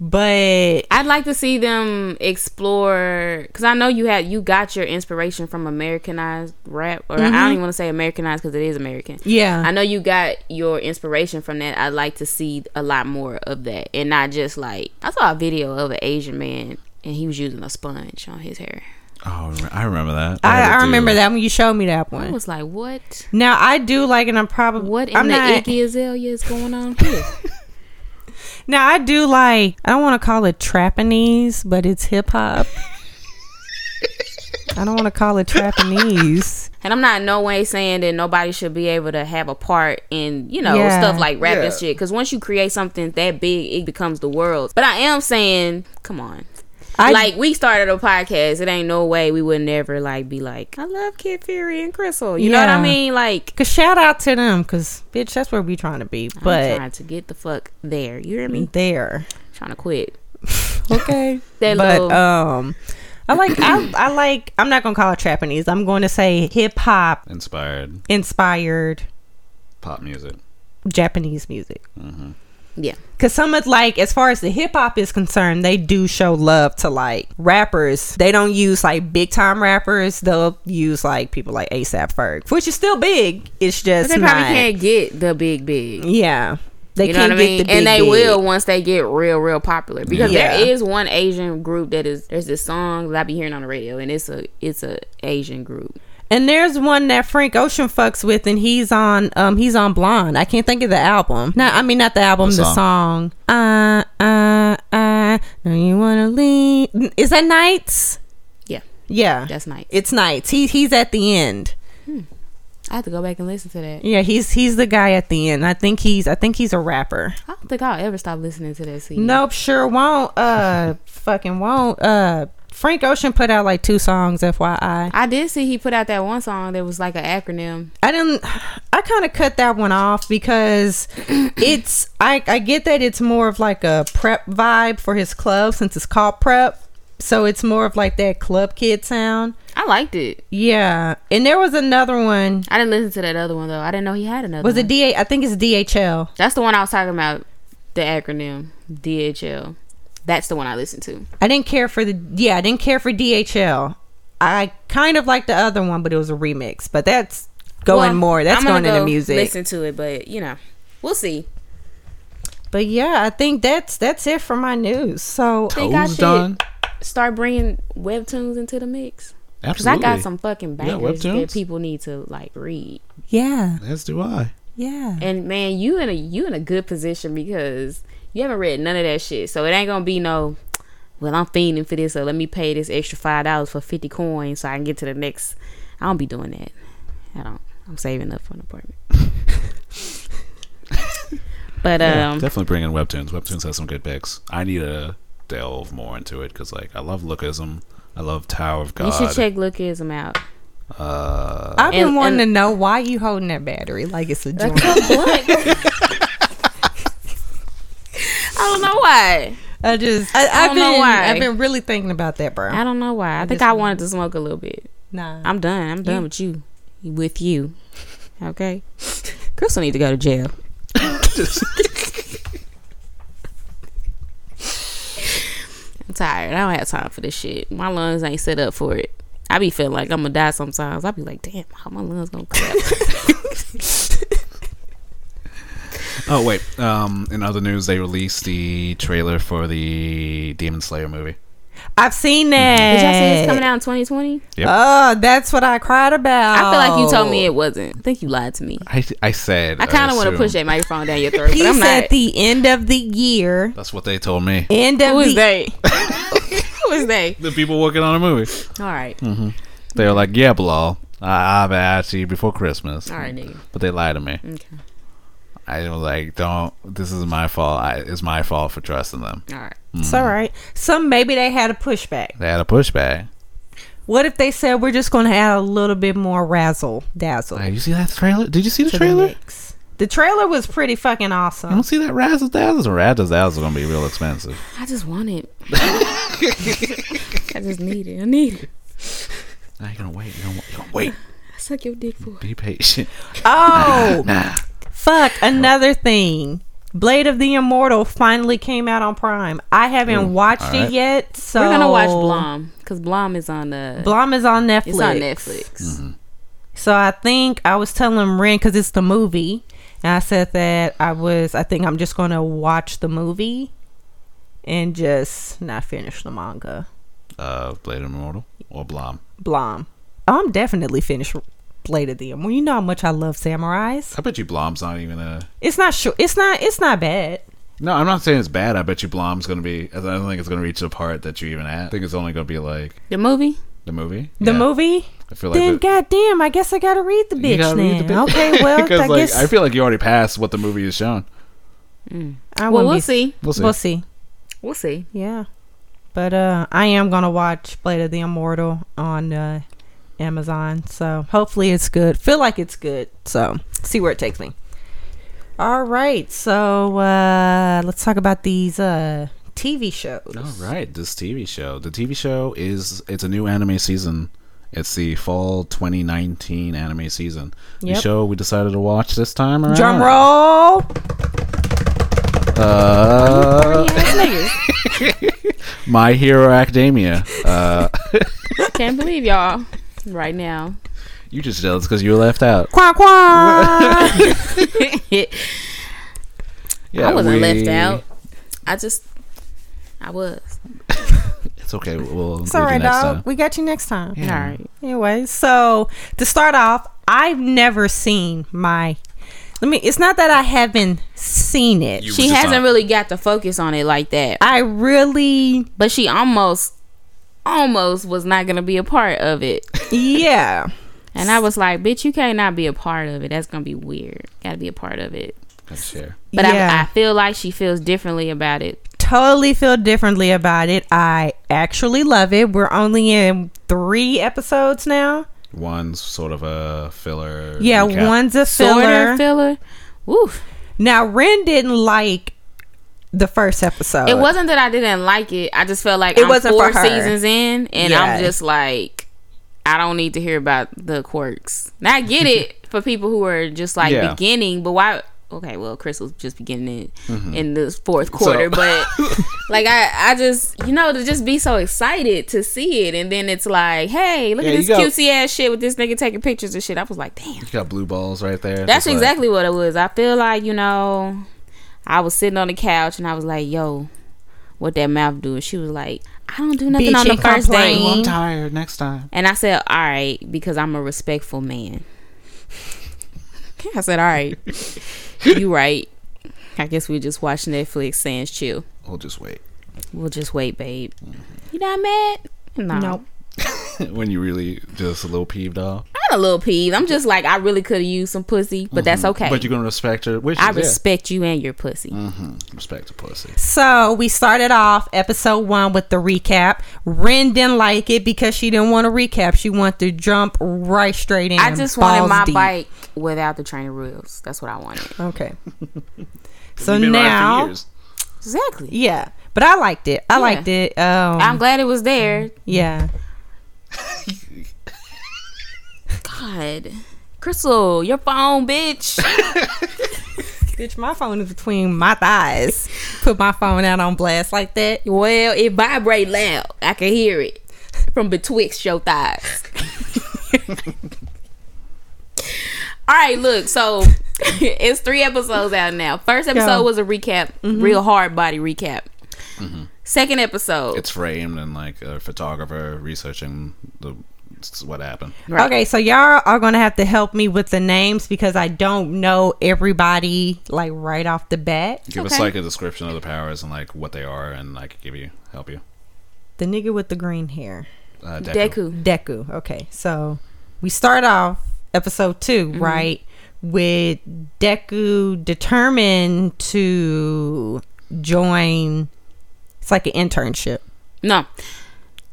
C: But
A: I'd like to see them explore because I know you had you got your inspiration from Americanized rap, or
C: Mm-hmm.
A: I don't even want to say Americanized because it is American.
C: Yeah.
A: I know you got your inspiration from that. I'd like to see a lot more of that, and not just like I saw a video of an Asian man and he was using a sponge on his hair.
B: Oh, I remember that.
C: I,
B: had
C: I
B: to
C: remember
B: do-
C: that when you showed me that
A: I
C: one.
A: was like, what?
C: Now I do like, and I'm probably
A: What in
C: I'm
A: the
C: not,
A: Iggy Azalea is going on here?
C: Now I do like. I don't want to call it Trapanese, but it's hip hop. I don't want to call it Trapanese.
A: And I'm not in no way saying that nobody should be able to have a part in, you know,
C: Yeah.
A: stuff like rap
B: Yeah.
A: and shit. Because once you create something that big, it becomes the world. But I am saying, come on.
C: I
A: like we started a podcast, it ain't no way we would never like be like, I love Kid Fury and Crystal. You know what
C: Yeah.
A: I mean? Like,
C: Cause shout out to them, cause bitch, that's where we trying to be.
A: I'm
C: But
A: trying to get the fuck there. You hear me?
C: there,
A: Trying to quit.
C: okay.
A: That
C: but
A: little-
C: um, I like I, I like. I'm not gonna call it Trapanese. I'm going to say hip hop
B: Inspired
C: inspired
B: pop music.
C: Japanese music.
A: Yeah.
C: Cause some of like as far as the hip hop is concerned, they do show love to like rappers. They don't use like big time rappers. They'll use like people like ASAP Ferg, which is still big. It's just
A: But they probably
C: not-
A: can't get the big, big.
C: Yeah, they
A: you know
C: can't
A: what I mean?
C: get the
A: and
C: big,
A: they
C: big.
A: will once they get real, real popular. Because
C: Yeah.
A: there is one Asian group that is there's this song that I be hearing on the radio and it's a it's a Asian group.
C: And there's one that Frank Ocean fucks with, and he's on um he's on Blonde. I can't think of the album. No, I mean not the album,
B: What
C: the song. Uh uh uh. No, you wanna leave? Is that Nights?
A: Yeah.
C: Yeah,
A: That's nice.
C: it's Nights. He he's at the end.
A: I have to go back and listen to that.
C: Yeah, he's he's the guy at the end. I think he's I think he's a rapper.
A: I don't think I'll ever stop listening to that CD.
C: Nope, sure won't. Uh, fucking won't. Uh, Frank Ocean put out like two songs. FYI,
A: I did see he put out that one song that was like an acronym.
C: I didn't. I kind of cut that one off because it's. I I get that it's more of like a prep vibe for his club since it's called prep. So it's more of like that club kid sound.
A: I liked it.
C: Yeah, and there was another one.
A: I didn't listen to that other one though. I didn't know he had another
C: Was
A: one.
C: it D? I think it's DHL.
A: That's the one I was talking about. The acronym. DHL. That's the one I listened to.
C: I didn't care for the yeah, I didn't care for DHL. I kind of liked the other one, but it was a remix. But that's going
A: Well,
C: more. That's
A: I'm
C: going
A: gonna
C: into
A: go
C: music.
A: Listen to it, but you know. We'll see.
C: But yeah, I think that's that's it for my news. So
A: think I
B: Toes
A: should
B: done.
A: start bringing webtoons into the mix. Cause
B: Absolutely.
A: I got some fucking bangers that
B: webtoons.
A: people need to like read.
C: yeah,
B: As do I.
C: yeah.
A: And man, you in a you in a good position because you haven't read none of that shit. So it ain't gonna be no. Well, I'm fiending for this, so let me pay this extra five dollars for fifty coins so I can get to the next. I don't be doing that. I don't. I'm saving up for an apartment. but
B: Yeah,
A: um,
B: definitely bring in webtoons. Webtoons has some good picks. I need to delve more into it because, like, I love Lookism. I love Tower of God.
A: you should check Lookism out.
B: Uh,
C: I've been
A: and-
C: wanting to know why you holding that battery like it's a joint.
A: I don't know why.
C: I just I,
A: I
C: have
A: don't know
C: been
A: why.
C: I've been really thinking about that, bro.
A: I don't know why. I think
C: just-
A: I wanted to smoke a little bit.
C: Nah,
A: I'm done. I'm done with you. With you. Okay. Crystal need to go to jail. I'm tired. I don't have time for this shit. My lungs ain't set up for it. I be feeling like I'm gonna die sometimes. I be like, damn, how my lungs gonna collapse?
B: oh wait. Um, in other news, they released the trailer for the Demon Slayer movie.
C: I've seen that.
A: Did y'all say it's coming out in 2020?
B: Yep.
C: Oh, that's what I cried about.
A: I feel like you told
C: Oh.
A: me it wasn't. I think you lied to me.
B: I, I said.
A: I kind of want to
B: assume-
A: push that microphone down your throat,
C: He
A: but I'm
C: said
A: not.
C: the end of the year.
B: That's what they told me.
C: End of
A: Who
C: the
A: is they? Who is they?
B: The people working on a movie.
A: All right.
B: They were like, "Yeah, Bilal, Ah, I- I'll be at you before Christmas."
A: All right, nigga.
B: But they lied to me.
A: Okay.
B: I was like, "Don't. This is my fault. I, it's my fault for trusting them."
A: All right.
C: It's all right. Some maybe they had a pushback.
B: They had a pushback.
C: What if they said we're just going to add a little bit more razzle dazzle?
B: Like, you see that trailer? Did you see the
C: to the
B: trailer?
C: mix? The trailer was pretty fucking
B: I
C: awesome.
B: don't see that razzle dazzle. Razzle dazzle gonna be real expensive.
A: I just want it. I just need it. I need it.
B: Now you're gonna wait. You're gonna, wa- you're gonna wait.
A: I suck your dick for it.
B: Be patient.
C: Oh,
B: Nah.
C: fuck. Another thing. Blade of the Immortal finally came out on Prime. I haven't watched
B: all
C: it
B: right.
C: yet, so
A: We're gonna watch Blom because Blom is on the
C: Blom is on Netflix.
A: it's on Netflix.
B: Mm-hmm.
C: So I think I was telling Ren because it's the movie, and I said that I was. I think I'm just gonna watch the movie, and just not finish the manga.
B: Uh, Blade Immortal or Blom.
C: Blom. I'm definitely finished Blade of the Immortal. You know how much I love samurais.
B: I bet you Blom's not even a.
C: It's not sure. It's not. It's not bad.
B: No, I'm not saying it's bad. I bet you Blom's gonna be. I don't think it's gonna reach the part that you even at. I think it's only gonna be like
A: The movie.
B: the movie.
C: The
B: Yeah.
C: movie.
B: I feel like
C: Then
B: the-
C: goddamn, I guess I gotta read the
B: You
C: bitch
B: gotta read
C: then.
B: the bit-
C: Okay, well, I
B: because like
C: guess
B: I feel like you already passed what the movie is shown.
C: I
A: Well,
C: wouldn't
A: we'll
C: be-
A: see.
B: We'll see.
C: We'll see.
A: We'll see.
C: Yeah. But uh I am gonna watch Blade of the Immortal on uh Amazon. So hopefully it's good. Feel like it's good. So see where it takes me. All right. So uh let's talk about these uh TV shows.
B: All right, this TV show. The TV show is it's a new anime season. It's the fall 2019 anime season. The
C: Yep.
B: show we decided to watch this time around.
C: Drum roll.
B: Uh, My Hero Academia. Uh,
A: Can't believe y'all right now.
B: you just jealous because you were left out.
C: Quack quack.
B: Yeah,
A: I wasn't
B: we-
A: left out. I just I was.
B: It's okay. We'll we'll include
C: it's all right,
B: you next
C: dog.
B: time.
C: We got you next time.
B: Yeah.
A: All right.
C: Anyway, so to start off, I've never seen my. Let me. It's not that I haven't seen it.
B: You-
A: She
B: just
A: hasn't
B: on-
A: really got to focus on it like that.
C: I really,
A: But she almost almost was not gonna be a part of it.
C: yeah.
A: And I was like, bitch, you can't not be a part of it. That's gonna be weird. Gotta be a part of it.
B: Gotta share.
A: But
C: Yeah.
A: I, I feel like she feels differently about it.
C: totally feel differently about it. I actually love it. We're only in three episodes now.
B: One's sort of a filler.
C: Yeah,
B: recap.
C: one's a
A: Filler,
C: filler.
A: filler. Woof.
C: now, Ren didn't like the first episode.
A: It wasn't that I didn't like it. I just felt like
C: It
A: I'm
C: wasn't
A: four
C: for her.
A: seasons in, and
C: Yeah.
A: I'm just like, I don't need to hear about the quirks. Now I get it for people who are just like
B: Yeah.
A: beginning, but why? Okay, well, Chris was just beginning in, in the fourth quarter, but like I, I just you know to just be so excited to see it, and then it's like, hey, look
B: Yeah,
A: at
B: you
A: this
B: got-
A: cutesy ass shit with this nigga taking pictures and shit. I was like, damn.
B: You got blue balls right there.
A: That's
B: Just like-
A: exactly what it was. I feel like, you know, I was sitting on the couch and I was like, yo, what that mouth do? And she was like, I don't do nothing
C: Bitch,
A: on the
C: you
A: first
C: complain.
A: day.
B: Oh, I'm tired. Next time.
A: And I said, all right, because I'm a respectful man. I said, all right, you right. I guess we just watch Netflix, sans chill.
B: We'll just wait.
A: We'll just wait, babe. You not mad? No.
C: Nope.
B: when you really just a little peeved off.
A: I'm a little peeved. I'm just like, I really could have used some pussy, but that's okay.
B: Mm-hmm. But you're gonna respect her. Wishes,
A: I
B: yeah. Mm-hmm.
A: respect you and your pussy.
B: Respect the pussy.
C: So we started off episode one with the recap. Ren didn't like it because she didn't want to recap. She wanted to jump right straight in.
A: I just wanted
C: balls
A: my
C: deep.
A: bike without the training wheels. That's what I wanted.
C: Okay. so now,
A: Exactly.
C: yeah, but I liked it. I liked it. Um,
A: I'm glad it was there.
C: yeah.
A: God. Crystal, your phone, bitch.
C: Bitch, my phone is between my thighs. Put my phone out on blast like that.
A: well, it vibrate loud. I can hear it from betwixt your thighs. All right, look. So it's three episodes out now. First episode
C: Yeah.
A: was a recap, real hard body recap. Second episode,
B: It's framed and like a photographer researching the s- what happened.
A: Right.
C: Okay, so y'all are gonna have to help me with the names because I don't know everybody like right off the bat.
B: Give us
A: Okay.
B: like a description of the powers and like what they are, and I could give you help you.
C: The nigga with the green hair.
B: Uh, Deku.
A: Deku.
C: Deku. Okay, so we start off episode 2
A: Mm-hmm.
C: right, with Deku determined to join. It's like an internship.
A: No.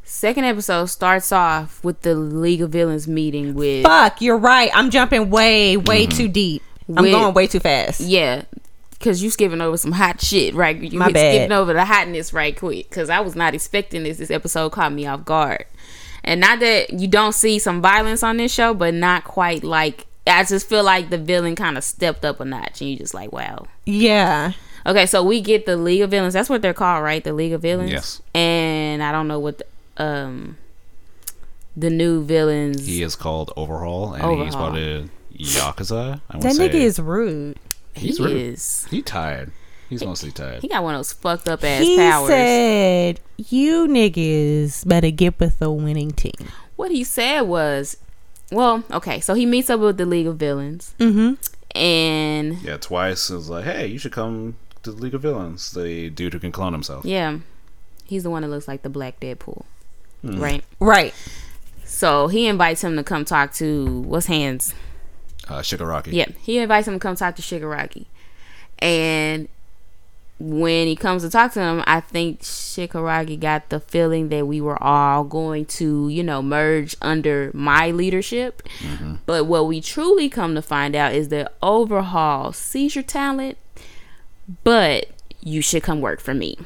A: Second episode starts off with the League of Villains meeting with
C: Fuck, you're right. I'm jumping way, way too deep. I'm
A: Mm-hmm. With-
C: going way too fast.
A: yeah, because you skipping over some hot shit, right? You
C: My
A: hit-
C: bad.
A: skipping over the hotness right quick because I was not expecting this. This episode caught me off guard, and not that you don't see some violence on this show, but not quite like I just feel like the villain kind of stepped up a notch, and you just like wow.
C: Yeah.
A: Okay, so we get the League of Villains. That's what they're called, right? The League of Villains.
B: Yes.
A: And I don't know what the, um the new villains.
B: He is called Overhaul, and he's
A: Overhaul.
B: part of Yakuza. I
C: That
B: wanna
C: nigga
B: say.
C: is rude.
A: he
B: rude.
A: is.
B: He tired. He's mostly tired.
A: He got one of those fucked up ass
C: He
A: powers.
C: said, "You niggas better get with the winning team."
A: what he said was, well, okay, so he meets up with the League of Villains,
C: Mm-hmm.
A: and
B: yeah, twice is like, hey, you should come to the League of Villains. The dude who can clone himself.
A: yeah, he's the one that looks like the Black Deadpool, right?
C: Right.
A: So he invites him to come talk to what's hands.
B: Uh, Shigaraki.
A: Yeah, he invites him to come talk to Shigaraki, and when he comes to talk to him, I think Shigaraki got the feeling that we were all going to, you know, merge under my leadership.
B: Mm-hmm.
A: But what we truly come to find out is that Overhaul sees your talent, but you should come work for me.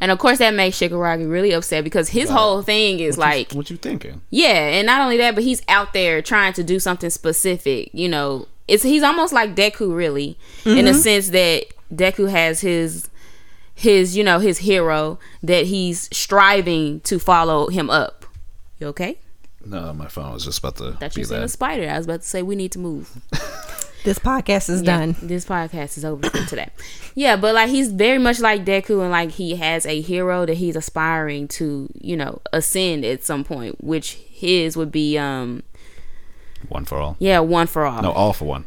A: and of course, that makes Shigaraki really upset because his whole thing is
B: What you-
A: like,
B: what you thinking?
A: yeah, and not only that, but he's out there trying to do something specific. You know, it's he's almost like Deku, really, in
B: Mm-hmm.
A: the sense that Deku has his his you know his hero that he's striving to follow him up. You okay?
B: No, my phone was just about to
A: That
B: be
A: you seen a
B: that.
A: spider. I was about to say we need to move.
C: This podcast is done.
A: This podcast is over for today. Yeah, but like he's very much like Deku, and like he has a hero that he's aspiring to, you know, ascend at some point, which his would be um
B: One for all.
A: yeah one for all.
B: No, all for one.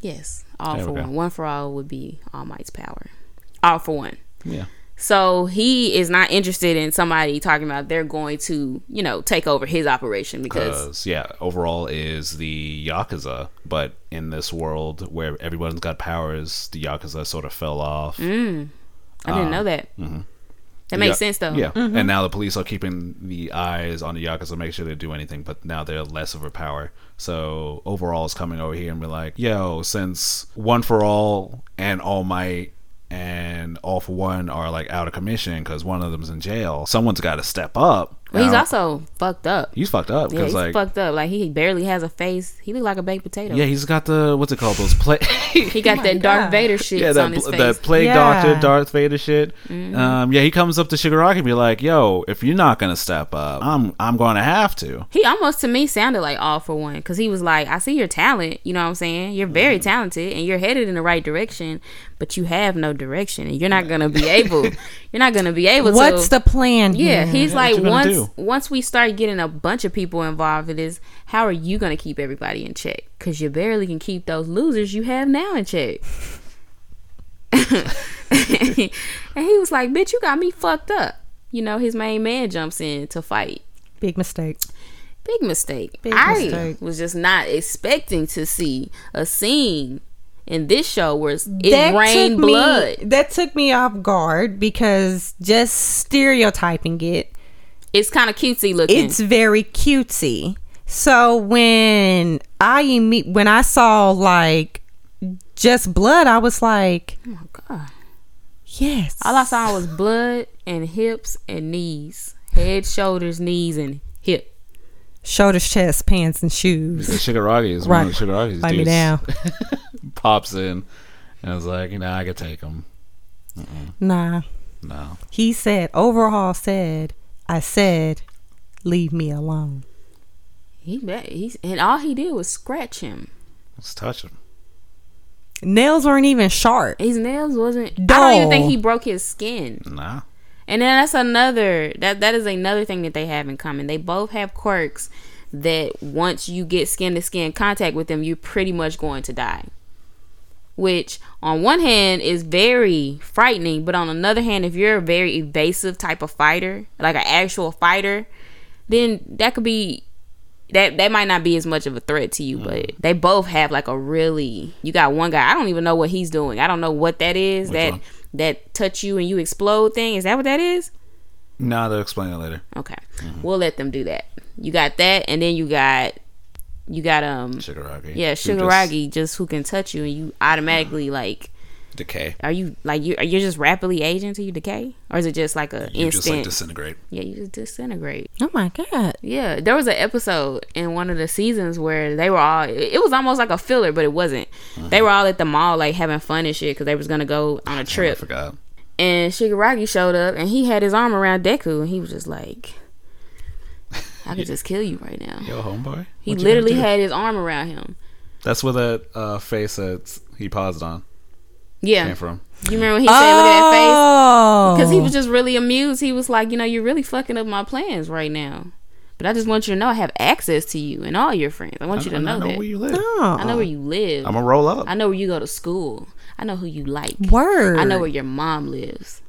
A: Yes, all
B: There
A: for
B: we go.
A: one. One for all would be All Might's power. All for one.
B: Yeah.
A: So he is not interested in somebody talking about they're going to, you know, take over his operation because
B: Because Uh, yeah, overall is the yakuza, but in this world where everyone's got powers, the yakuza sort of fell off.
A: I didn't know that. That makes
B: uh, mm-hmm. Yeah.
A: sense though. Mm-hmm.
B: Yeah, and now the police are keeping the eyes on the yakuza, make sure they do anything. But now they're less of a power. So overall is coming over here and be like, yo, since one for all and all might and all for one are like out of commission because one of them's in jail, someone's got to step up.
A: But he's
B: Now-
A: also fucked up.
B: he's fucked up
A: Yeah,
B: because
A: he's
B: like
A: fucked up. Like he barely has a face. He look like a baked potato.
B: yeah, he's got the what's it called those play.
A: He got that
C: God.
A: Darth Vader shit
B: Yeah,
A: on
B: that,
A: his
B: pl-
A: face. Mm-hmm.
B: that plague
C: Yeah.
B: doctor, Darth Vader shit. Um, yeah, he comes up to Shigaraki and be like, "Yo, if you're not gonna step up, I'm I'm gonna have to."
A: he almost to me sounded like all for one because he was like i see your talent you know what i'm saying you're very
B: Mm-hmm.
A: talented and you're headed in the right direction but you have no direction and you're not gonna be able you're not gonna be able
C: What's
A: to
C: the plan?
A: yeah
C: here?
A: he's
B: Yeah,
A: like
B: what you gonna
A: once
B: do?
A: once we start getting a bunch of people involved in this how are you gonna keep everybody in check because you barely can keep those losers you have now in check and he was like bitch you got me fucked up you know his main man jumps in to fight
C: big mistake.
A: Big mistake.
C: Big
A: I
C: mistake.
A: was just not expecting to see a scene in this show where it's- it
C: that
A: rained
C: took
A: blood.
C: Me, that took me off guard because just stereotyping it,
A: It's kind of cutesy looking.
C: it's very cutesy. So when I imme- when I saw like just blood, I was like,
A: oh my god!
C: yes.
A: All I saw was blood and hips and knees, head, shoulders, knees, and hip.
C: Shoulders, chest, pants, and shoes.
B: Because Shigaraki is
C: Right.
B: one of Shigaraki's
C: Lay me
B: dudes.
C: down.
B: Pops in and I was like, "You know, I could take him."
C: Nah.
B: No,
C: He said, overhaul said, I said, leave me alone.
A: He bet he's and all he did was scratch him.
B: let's touch him.
C: Nails weren't even sharp.
A: His nails wasn't. I don't even
C: Dull.
A: think he broke his skin.
B: Nah,
A: And then that's another that that is another thing that they have in common. They both have quirks that once you get skin to skin contact with them, you're pretty much going to die. Which on one hand is very frightening, but on another hand, if you're a very evasive type of fighter, like an actual fighter, then that could be that that might not be as much of a threat to you, but they both have like a really you got one guy, I don't even know what he's doing. I don't know what that is. that
B: one?
A: that touch you and you explode thing. Is that what that is?
B: nah, they'll explain it later.
A: Okay. We'll let them do that. You got that and then you got you got um
B: Shigaraki.
A: yeah,
B: Who just- Mm-hmm.
A: Shigaraki just who can touch you and you automatically like
B: decay.
A: Are you like you? Are you just rapidly aging till you decay, or is it just like a
B: You just
A: instant?
B: like disintegrate.
A: yeah, you just disintegrate.
C: Oh my god.
A: Yeah, there was an episode in one of the seasons where they were all. It was almost like a filler, but it wasn't. They
B: Uh-huh.
A: were all at the mall like having fun and shit because they was gonna go on a
B: I
A: trip.
B: forgot.
A: And Shigaraki showed up and he had his arm around Deku and he was just like, "I could just kill you right now."
B: Yo, homeboy.
A: He
B: what you
A: literally
B: gonna do?
A: had his arm around him.
B: That's where that uh, face that he paused on
A: Yeah,
B: came from.
A: you remember when he said, "Look at that face."
C: Oh.
A: Because he was just really amused. He was like, you know, you're really fucking up my plans right now. But I just want you to know I have access to you and all your friends. I want you to
B: And
A: know,
B: I know
A: that.
B: where you live.
C: Oh.
A: I know where you live.
B: I'm gonna roll up.
A: I know where you go to school. I know who you like.
C: Word.
A: I know where your mom lives.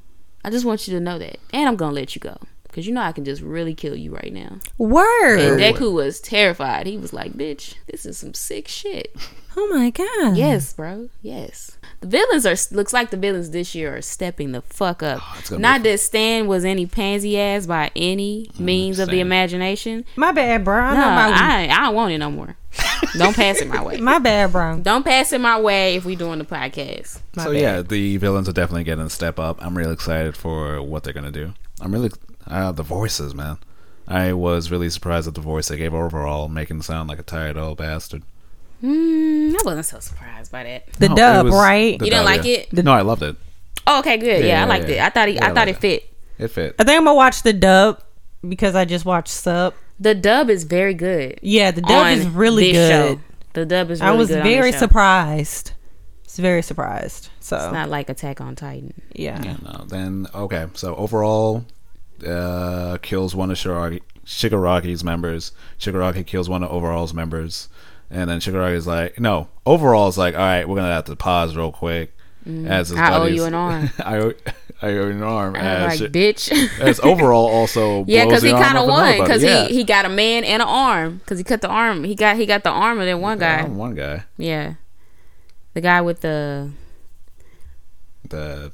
A: I just want you to know that. And I'm going to let you go. Because you know I can just really kill you right now. And
C: Word.
A: Deku was terrified. He was like, bitch, this is some sick shit.
C: Oh my god.
A: Yes, bro. Yes. The villains are looks like the villains this year are stepping the fuck up.
B: Oh, it's gonna be Mm,
A: Not that Stan was any pansy ass by any means of the
B: Stan.
A: imagination.
C: My bad, bro. I
A: No,
C: know my
A: I I don't want it no more. Don't pass it my way.
C: my bad, bro.
A: Don't pass it my way if we doing the podcast.
B: so
C: bad.
B: yeah, the villains are definitely getting a step up. I'm really excited for what they're gonna do. I'm really uh, the voices, man. I was really surprised at the voice they gave overall, making it sound like a tired old bastard.
A: Mm, I wasn't so surprised by that.
C: The
B: No, it
C: dub,
B: was-
C: right?
B: the
A: You didn't
B: dub,
A: like
B: yeah.
A: it?
B: No, I loved it.
A: Oh, okay, good. Yeah,
B: Yeah,
A: I liked
B: yeah, yeah.
A: it. I thought it,
B: Yeah,
A: I
B: I
A: thought
B: like
A: it fit.
B: It fit.
C: I think I'm gonna watch the dub because I just watched sub.
A: The dub is very good.
C: Yeah, the dub
A: on
C: is really
A: this
C: good.
A: show. The dub is.
C: I
A: Really
C: was
A: good on
C: very
A: this show.
C: surprised. It's very surprised. So
A: It's
B: Oh.
A: Not like Attack on Titan.
C: yeah.
B: Yeah, no. Then okay, so overall, uh, kills one of Shiragi, Shigaraki's members. Shigaraki kills one of Overall's members, and then Shigaraki's like, no, Overall's like, all right, we're gonna have to pause real quick. As his
A: Mm. I owe
B: buddies-
A: you an arm.
B: I owe, I owe you an arm.
A: I'm
B: as,
A: like,
B: Shi-
A: bitch.
B: as Overall also,
A: Yeah,
B: because
A: because he
B: kind of
A: won. Because
B: yeah.
A: he, he got a man and an arm. Because he cut the arm. He got he got the arm of that one
B: Yeah,
A: guy.
B: Oh, one guy,
A: Yeah, the guy with the
B: the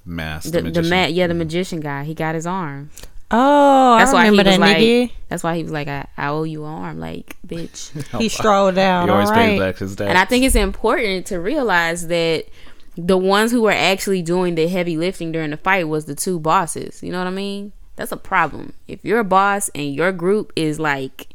A: the
B: mask, the,
A: the,
B: magician. Mm-hmm.
A: ma- yeah the magician guy. He got his arm.
C: Oh,
A: That's
C: I
A: why he
C: remember
A: was
C: that
A: like.
C: nigga.
A: That's why he was like, I, I owe you an arm, like bitch.
C: He strolled out.
B: He always
C: All
B: pays
C: right.
B: back his dad.
A: and I think it's important to realize that the ones who were actually doing the heavy lifting during the fight was the two bosses. You know what I mean? That's a problem. If your boss and your group is like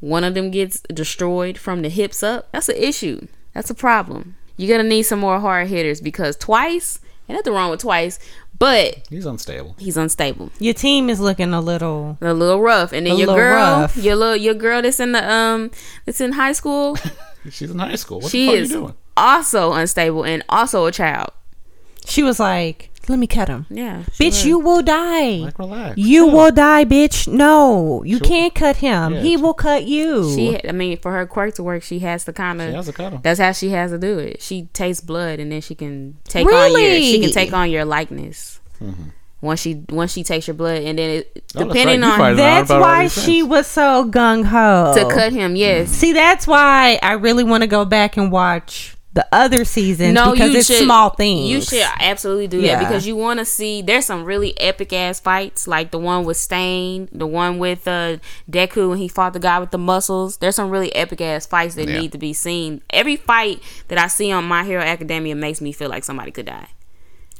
A: one of them gets destroyed from the hips up, that's an issue. That's a problem. You're gonna need some more hard hitters because twice, and nothing wrong with twice, but
B: he's unstable.
A: he's unstable.
C: Your team is looking a little.
A: A little rough. And then
C: A
A: your
C: little
A: girl
C: rough.
A: your little your girl that's in the um that's in high school,
B: She's in high school. What
A: she
B: the fuck
A: is
B: are you doing?
A: also unstable and also a child.
C: She was like, "Let me cut him,
A: Yeah.
C: bitch. You will die.
B: Like, relax.
C: you
B: chill.
C: will die, bitch. No, you can't cut him.
B: Yeah.
C: He will cut you.
A: She, I mean, for her quirk to work, she has to kind
B: She has
A: of.
B: to cut him.
A: That's how she has to do it. She takes blood, and then she can take on your.
C: Really?
A: She can take on your likeness. Once she once she takes your blood, and then it,
B: Oh, that's
A: depending
B: right. You
A: on
B: fighting around
C: that's
B: about all
C: why
B: these things.
C: she was so gung ho
A: to cut him, yes.
C: See, that's why I really want to go back and watch the other seasons
A: No,
C: because
A: you
C: it's
A: should,
C: small things.
A: You should absolutely do
C: Yeah.
A: that because you want to see. There's some really epic ass fights, like the one with Stain, the one with uh, Deku when he fought the guy with the muscles. There's some really epic ass fights that
B: Yeah.
A: need to be seen. Every fight that I see on My Hero Academia makes me feel like somebody could die.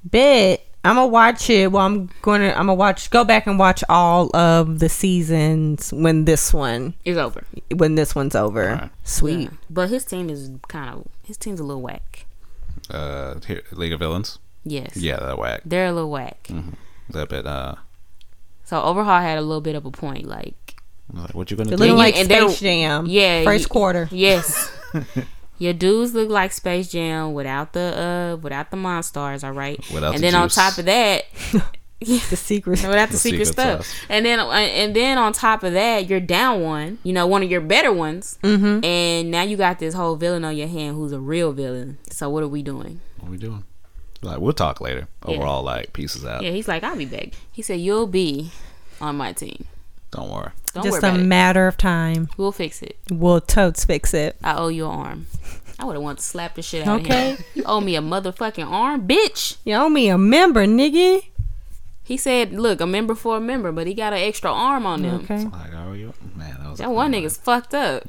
C: Bet I'm gonna watch it. Well, I'm gonna I'm gonna watch go back and watch all of the seasons when this one
A: It's over.
C: when this one's over.
B: right.
C: Sweet.
A: Yeah. But his team is kind of his team's a little whack.
B: uh here, League of Villains.
A: Yes.
B: Yeah, Mm-hmm. that whack.
A: They're a little whack.
B: That bit. Uh,
A: So overhaul had a little bit of a point. Like
B: like, what you gonna
C: It
B: do?
C: looked like
A: and they're-
C: Space Jam.
A: yeah,
C: Um, first
A: you-
C: quarter.
A: yes, your dudes look like Space Jam without the uh without the monstars. All right.
B: Without
A: and
B: the
A: then on
B: juice.
A: top of that,
C: The secret.
A: without the,
B: The
A: secret,
B: secret
A: stuff.
B: sauce.
A: And then uh, and then on top of that, you're down one. You know, one of your better ones. Mm-hmm. And now you got this whole villain on your hand who's a real villain. So what are we doing?
B: What we doing? Like, we'll talk later. Overall, like, pieces out.
A: Yeah, he's like, I'll be back. He said, You'll be on my team.
B: Don't worry.
A: Don't worry
C: Just a
A: about it.
C: matter of time.
A: We'll fix it.
C: Will totes fix it?
A: I owe you an arm. I would have wanted to slap the shit out
C: Okay.
A: of him. You owe me a motherfucking arm, bitch.
C: You owe me a member, nigga.
A: He said, look, a member for a member, but he got an extra arm on him.
C: Okay.
B: Like, how are you? Man, that was Mm-hmm.
A: That one nigga's fucked up.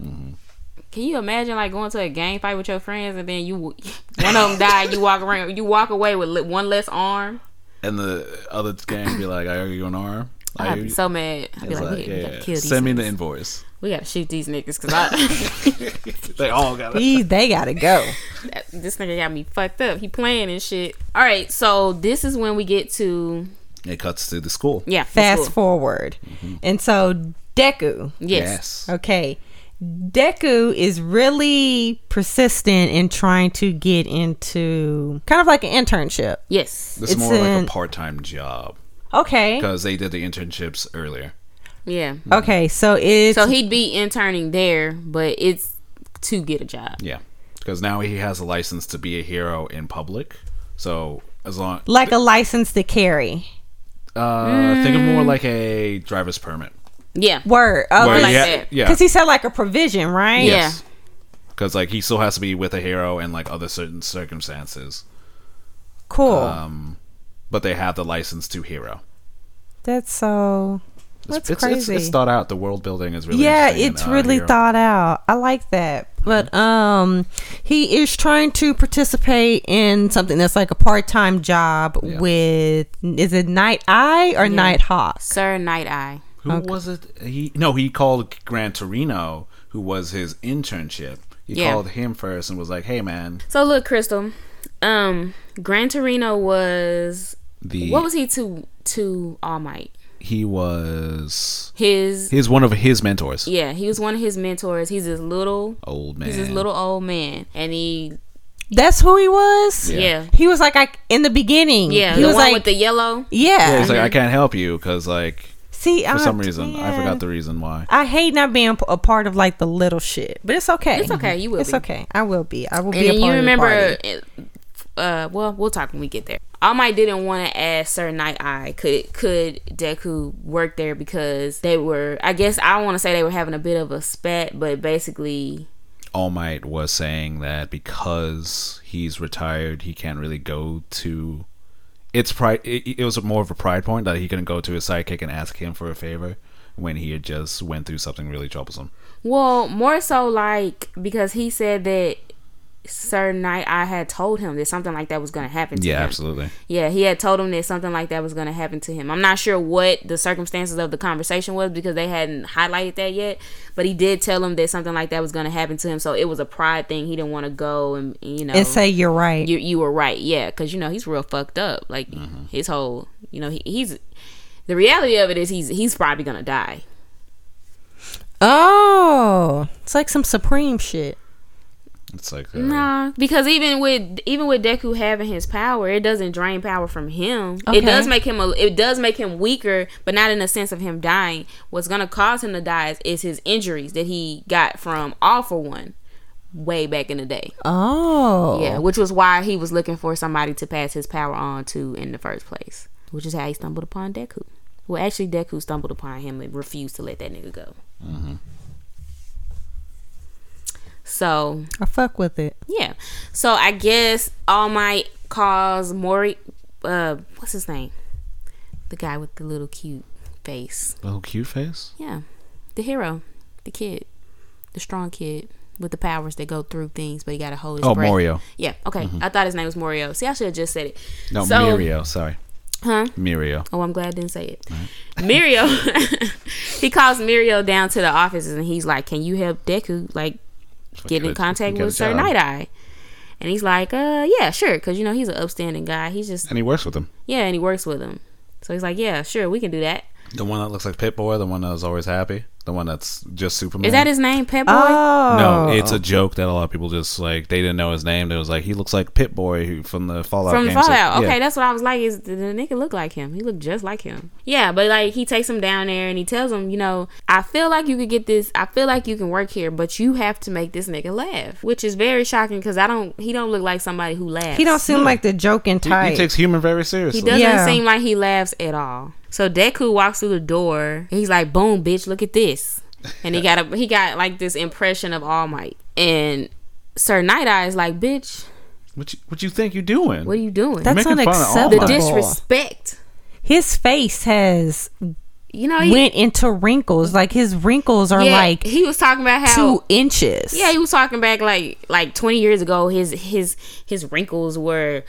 A: Can you imagine like going to a gang fight with your friends and then you one of them die, you walk around, you walk away with li- one less arm?
B: And the other gang be like, I owe you an arm. I owe
A: I'd be
B: you-
A: so mad. I'd be
B: It's
A: like,
B: like,
A: we, we
B: yeah,
A: gotta kill these.
B: send me the
A: niggas.
B: invoice.
A: we gotta shoot these niggas because I
B: They all got it.
C: These they gotta go.
A: that- this nigga got me fucked up. He playing and shit. All right, so this is when we get to
B: It cuts to the school.
A: yeah.
C: Fast
A: forward.
C: forward,
A: Mm-hmm.
C: and so Deku.
A: Yes.
C: Okay, Deku is really persistent in trying to get into kind of like an internship.
A: Yes.
B: This
C: It's
B: is more like
A: uh,
C: an-
B: a part time job
C: Okay.
B: because they did the internships earlier.
A: Yeah.
C: Okay, so it's
A: So he'd be interning there, but it's to get a job.
B: Yeah. Because now he has a license to be a hero in public. So as long
C: like a license to carry.
B: uh, think of more like a driver's permit.
A: Yeah.
C: Word.
B: Where
A: Or
C: Okay.
A: like
B: he ha-
A: that.
B: yeah.
C: Because he said like a provision, right?
A: Yeah.
B: Because like he still has to be with a hero and like other certain circumstances.
C: Cool.
B: Um, but they have the license to hero.
C: That's so. That's
B: it's,
C: crazy.
B: It's, it's thought out. The world building is really
C: yeah,
B: interesting in,
C: it's
B: uh,
C: really
B: Hero.
C: thought out. I like that. But um, he is trying to participate in something that's like a part-time job with is it Night Eye or Night Hawk?
A: Sir Night Eye.
B: Who was it? He no, he called Gran Torino, who was his internship. He
A: Yeah.
B: called him first and was like, "Hey, man,
A: So look, Crystal. Um, Gran Torino was
B: the
A: what was he to to All Might?
B: he was
A: His
B: he's one of his mentors,
A: yeah, he was one of his mentors. He's this little
B: old man.
A: he's this little old man. And he
C: That's who he was.
A: Yeah.
B: Yeah.
A: Yeah.
C: He was like I, in the beginning. he
A: the
C: was
A: one
C: like
A: with the yellow.
B: Yeah,
C: yeah.
B: he's like, "I can't help you because like
C: See,
B: for some reason I forgot the reason why."
C: I hate not being p- a part of like the little shit, but it's okay.
A: It's okay, you will
C: It's
A: be.
C: okay. I will be. I will
A: And
C: be. a
A: then you
C: part of the
A: remember,
C: party.
A: uh, well, we'll talk when we get there. All Might didn't want to ask Sir Night Eye could could Deku work there because they were, I guess, I want to say they were having a bit of a spat, but basically,
B: All Might was saying that because he's retired, he can't really go to. It's pride. It, it was more of a pride point that he couldn't go to his sidekick and ask him for a favor when he had just went through something really troublesome.
A: well, more so like because he said that Sir Night Eye had told him that something like that was going to happen. To
B: Yeah,
A: him.
B: absolutely.
A: Yeah, he had told him that something like that was going to happen to him. I'm not sure what the circumstances of the conversation was because they hadn't highlighted that yet, but he did tell him that something like that was going to happen to him. So it was a pride thing. He didn't want to go and, you know,
C: and say you're right.
A: um, you you were right. Yeah, cuz you know, he's real fucked up. Like his whole, you know, he, he's the reality of it is he's he's probably going to die.
C: oh, it's like some supreme shit.
B: It's like uh,
A: Nah, because even with even with Deku having his power, it doesn't drain power from him.
C: Okay.
A: It does make him a, it does make him weaker, but not in the sense of him dying. What's gonna cause him to die is, is his injuries that he got from All for One way back in the day.
C: Oh,
A: Yeah, which was why he was looking for somebody to pass his power on to in the first place, which is how he stumbled upon Deku. Well, actually, Deku stumbled upon him and refused to let that nigga go.
C: Mm-hmm.
A: So
C: I fuck with it.
A: yeah. So I guess All Might calls Mori. Uh, what's his name? The guy with the little cute face.
B: little cute face.
A: Yeah, the hero, the kid, the strong kid with the powers that go through things, but he got to hold his
B: Oh,
A: breath.
B: Mario. Mm-hmm.
A: Yeah. Okay. I thought his name was Mario. See, I should have just said it.
B: No,
A: So-
B: Mirio. Sorry,
A: Huh.
B: Mirio.
A: Oh, I'm glad I didn't say it. Mirio, he calls Mirio down to the offices and he's like, "Can you help Deku like get in
B: Good.
A: contact
B: Get a
A: with Sir
B: job.
A: Night Eye?" And he's like, "Uh, yeah, sure, because you know he's an upstanding guy. He's just
B: And he works with him.
A: yeah, and he works with him. So he's like, yeah, sure, we can do that.
B: The one that looks like Pit Boy. The one that's always happy. The one that's just Superman.
A: Is that his name, Pep Boy?
C: Oh,
B: No, it's a joke that a lot of people just like they didn't know his name. They was like he looks like Pit Boy who from the Fallout.
A: From
B: games.
A: Fallout.
B: Yeah.
A: Okay, that's what I was like. Is the, the nigga look like him? He looked just like him. Yeah, but like he takes him down there and he tells him, you know, I feel like you could get this. I feel like you can work here, but you have to make this nigga laugh, which is very shocking because I don't. He don't look like somebody who laughs.
C: he don't seem like the joking
B: He- He,
C: type.
B: takes humor very seriously.
A: He doesn't
C: Yeah.
A: seem like he laughs at all. So Deku walks through the door. And he's like, "Boom, bitch! Look at this!" And he got a he got like this impression of All Might. And Sir Night Eye is like, "Bitch,
B: What you, what you think you're doing?
A: what are you doing?"
C: That's
B: making fun of All
C: unacceptable.
A: the disrespect.
C: His face has
A: you know, he,
C: went into wrinkles. Like his wrinkles are
A: Oh, yeah,
C: like
A: he was talking about how
C: two inches.
A: Yeah, he was talking back like like twenty years ago. His his his wrinkles were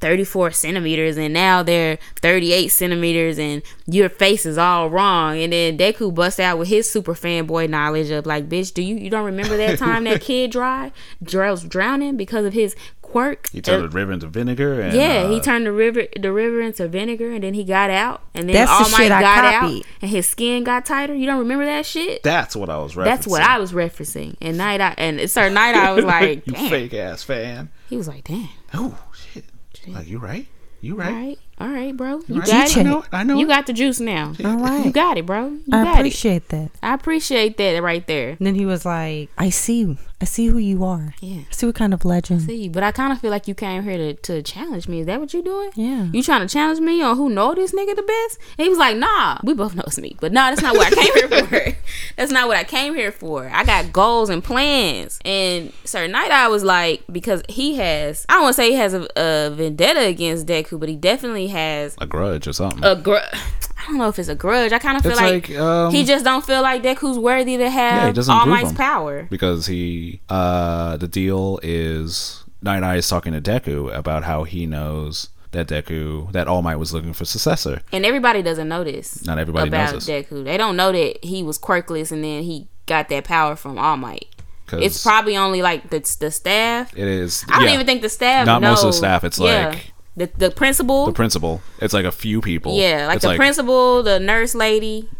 A: thirty four centimeters, and now they're thirty eight centimeters, and your face is all wrong. And then Deku bust out with his super fanboy knowledge of like, bitch, do you you don't remember that time that kid dry was drowning because of his quirk?
B: He turned
A: Uh,
B: the river into vinegar. And,
A: yeah,
B: uh,
A: he turned the river the river into vinegar, and then he got out, and then
C: That's the
A: All Might
C: shit I
A: got out,
C: copied.
A: and his skin got tighter. You don't remember that shit?
B: That's what I was referencing.
A: That's what I was referencing. And night, I and it's her night. I was like,
B: you
A: damn.
B: fake ass fan.
A: He was like, damn.
B: Oh shit! Like you right? You
A: All
B: right?
A: right, all right, bro. You
B: You right?
A: got
B: I
A: it.
B: know it. I know
A: You
B: it.
A: got the juice now.
C: All
A: You
C: right.
A: got it, bro. You
C: I
A: got
C: appreciate that.
A: it. I appreciate that right there.
C: And then he was like, I see. I see who you are.
A: Yeah.
C: I see what kind of legend.
A: See, but I kind of feel like you came here to, to challenge me. Is that what you doing?
C: Yeah.
A: You trying to challenge me on who know this nigga the best? And he was like, Nah, we both know it's me, but nah, that's not what I came here for. That's not what I came here for. I got goals and plans. And Sir Night Eye was like, because he has, I don't want to say he has a, a vendetta against Deku, but he definitely has
B: A grudge or something.
A: a grudge. I don't know if it's a grudge. I kind of feel
B: It's
A: like,
B: like, um,
A: he just don't feel like Deku's worthy to
B: yeah, he
A: have
B: doesn't
A: All
B: prove
A: Might's
B: him.
A: power.
B: because he uh the deal is Night Eye is talking to Deku about how he knows that Deku that All Might was looking for successor.
A: And everybody doesn't know this.
B: Not everybody
A: about
B: knows this
A: Deku. They don't know that he was quirkless and then he got that power from All Might.
B: because
A: It's probably only like the the staff.
B: it is.
A: I don't
B: yeah,
A: even think the staff.
B: Not most of the
A: knows.
B: staff, it's
A: Yeah.
B: like-
A: the the principal.
B: the principal. It's like a few people.
A: yeah, like
B: It's
A: the principal, the nurse lady,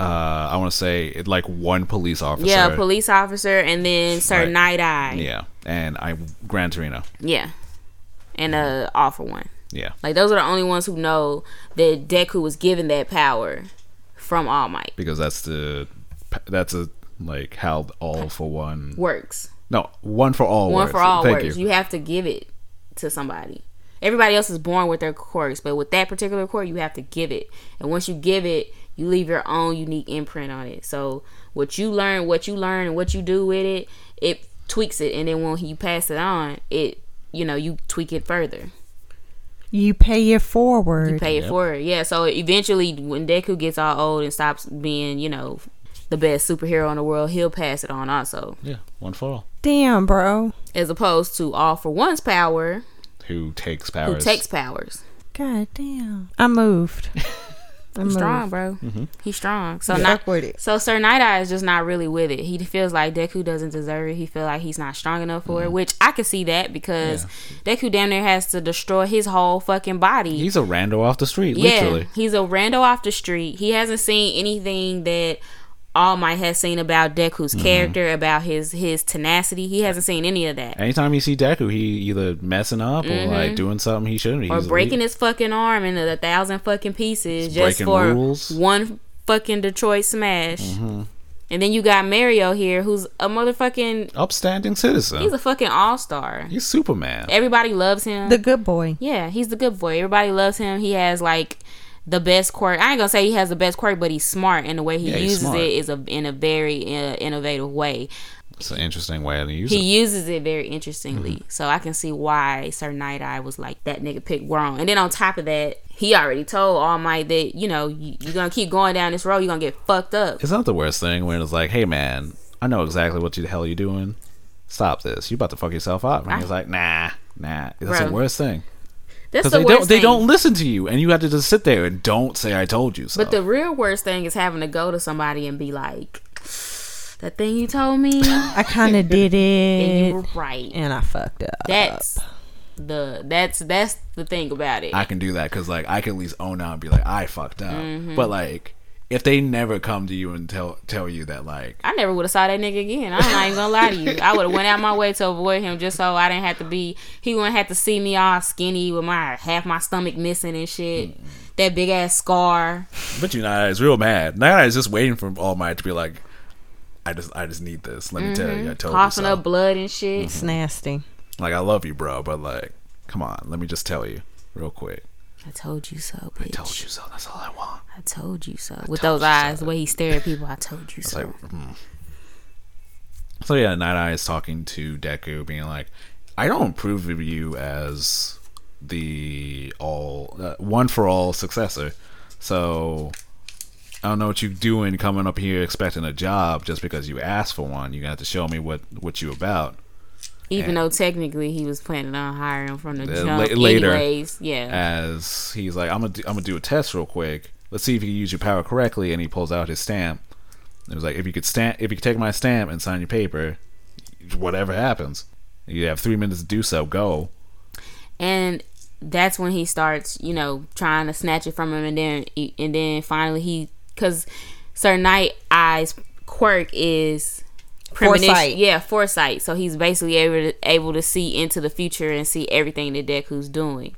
B: Uh, I want to say it like one police officer.
A: yeah, police officer, and then Sir
B: Right.
A: Night Eye. Yeah.
B: Yeah, and I Gran Torino.
A: and uh, awful one.
B: Yeah,
A: Like those are the only ones who know that Deku was given that power from All Might.
B: because that's the that's a like how all for one.
A: Works.
B: No, one for all.
A: One
B: works.
A: for all
B: Thank
A: works.
B: You.
A: You. have to give it to somebody. Everybody else is born with their quirks, but with that particular quirk, you have to give it. And once you give it, you leave your own unique imprint on it. So what you learn, what you learn, and what you do with it, it tweaks it. And then when you pass it on, it you know you tweak it further.
C: You pay it forward.
A: You pay it forward. Yeah. So eventually, when Deku gets all old and stops being you know the best superhero in the world, he'll pass it on also.
B: Yeah, one for all.
C: Damn, bro.
A: As opposed to all for one's power,
B: Who takes
A: who
B: powers?
A: takes powers.
C: God damn. I moved. I'm
A: He's strong, bro. He's strong. So
C: Yeah.
A: not
C: Fuck with it.
A: so Sir Night Eye is just not really with it. He feels like Deku doesn't deserve it. He feel like he's not strong enough for it, which I can see that because Deku damn near has to destroy his whole fucking body.
B: He's a rando off the street,
A: yeah,
B: literally.
A: he's a rando off the street. He hasn't seen anything that All Might has seen about Deku's character, about his his tenacity. He hasn't seen any of that.
B: Anytime you see Deku, he either messing up or like doing something he shouldn't.
A: Mm-hmm. or
B: He's-
A: breaking his fucking arm into a thousand fucking pieces just
B: breaking
A: for
B: rules. Mm-hmm.
A: one fucking Detroit smash. And then you got Mario here, who's a motherfucking
B: upstanding citizen.
A: he's
B: He's,
A: a Eh. fucking all star.
B: Superman.
A: Everybody loves him.
C: The good boy.
A: yeah, he's the good boy. Everybody loves him. He has like the best quirk. I ain't gonna say he has the best quirk, but he's smart, and the way he
B: Yeah, he's
A: uses
B: smart.
A: it is a, in a very uh, innovative way.
B: It's an interesting way to use it.
A: He uses it very interestingly.
B: Mm-hmm.
A: So I can see why Sir Night Eye was like, that nigga picked wrong. And then on top of that, he already told All Might that, you know, you, you're going to keep going down this road, you're going to get fucked up.
B: It's not the worst thing when it's like, hey man, I know exactly what you, the hell you're doing. Stop this. You about to fuck yourself up. And he's
A: Ah.
B: like, nah, nah. That's
A: Bro.
B: the worst thing.
A: That's
B: Because
A: the
B: they
A: worst
B: don't they
A: thing.
B: don't listen to you and you have to just sit there and don't say I told you so.
A: But the real worst thing is having to go to somebody and be like, that thing you told me,
C: I kind of did
A: and you
C: it.
A: were right.
C: And I fucked up.
A: That's the that's that's the thing about it.
B: I can do that because like I can at least own up and be like, I fucked up.
A: Mm-hmm.
B: But like if they never come to you and tell tell you that like
A: I never would have saw that nigga again. I'm not even gonna lie to you. I would have went out my way to avoid him just so I didn't have to be. He wouldn't have to see me all skinny with my half my stomach missing and shit.
B: Mm-hmm.
A: That big ass scar.
B: But you Nine is real mad. Nine Eye is just waiting for All Might to be like, I just I just need this. Let me tell you, I
A: Mm-hmm.
B: told
A: coughing
B: you so. Mm.
A: up blood and shit.
C: It's nasty.
B: Like I love you, bro, but like, come on, let me just tell you real quick.
A: I told you so, bitch. I
B: Told you so. That's all I want.
A: so. With those eyes, the way he stared at people, I told you
B: It's
A: so.
B: like, mm. so yeah, Night Eye is talking to Deku, being like, I don't approve of you as the all uh, one for all successor. So I don't know what you doing coming up here expecting a job just because you asked for one. You're gonna have to show me what what you about.
A: Even though technically he was planning on hiring from the
B: Uh,
A: jump.
B: la- later.
A: Anyways, yeah.
B: As he's like, I'm gonna do, I'm gonna do a test real quick. Let's see if you can use your power correctly. And he pulls out his stamp. It was like, if you could stamp, if you could take my stamp and sign your paper, whatever happens, you have three minutes to do so. Go.
A: and that's when he starts, you know, trying to snatch it from him, and then and then finally he, because Sir Night Eye's quirk is premonition-
C: Foresight.
A: yeah, foresight. So he's basically able to, able to see into the future and see everything that Deku's doing,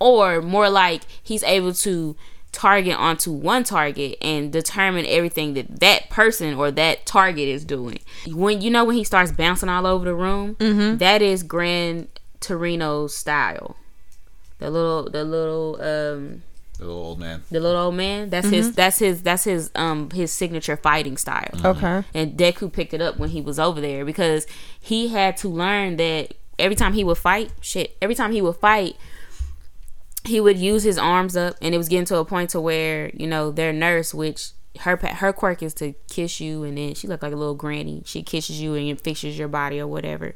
A: or more like he's able to target onto one target and determine everything that that person or that target is doing. When you know when he starts bouncing all over the room,
C: Mm-hmm.
A: that is Grand Torino's style. The little, the little, um,
B: The little old man.
A: the little old man. That's his. That's his. That's his. Um, his signature fighting style.
C: Mm-hmm. Okay.
A: And Deku picked it up when he was over there because he had to learn that every time he would fight, shit, every time he would fight, he would use his arms up, and it was getting to a point to where you know their nurse, which her pa- her quirk is to kiss you, and then she looked like a little granny. She kisses you and it fixes your body or whatever.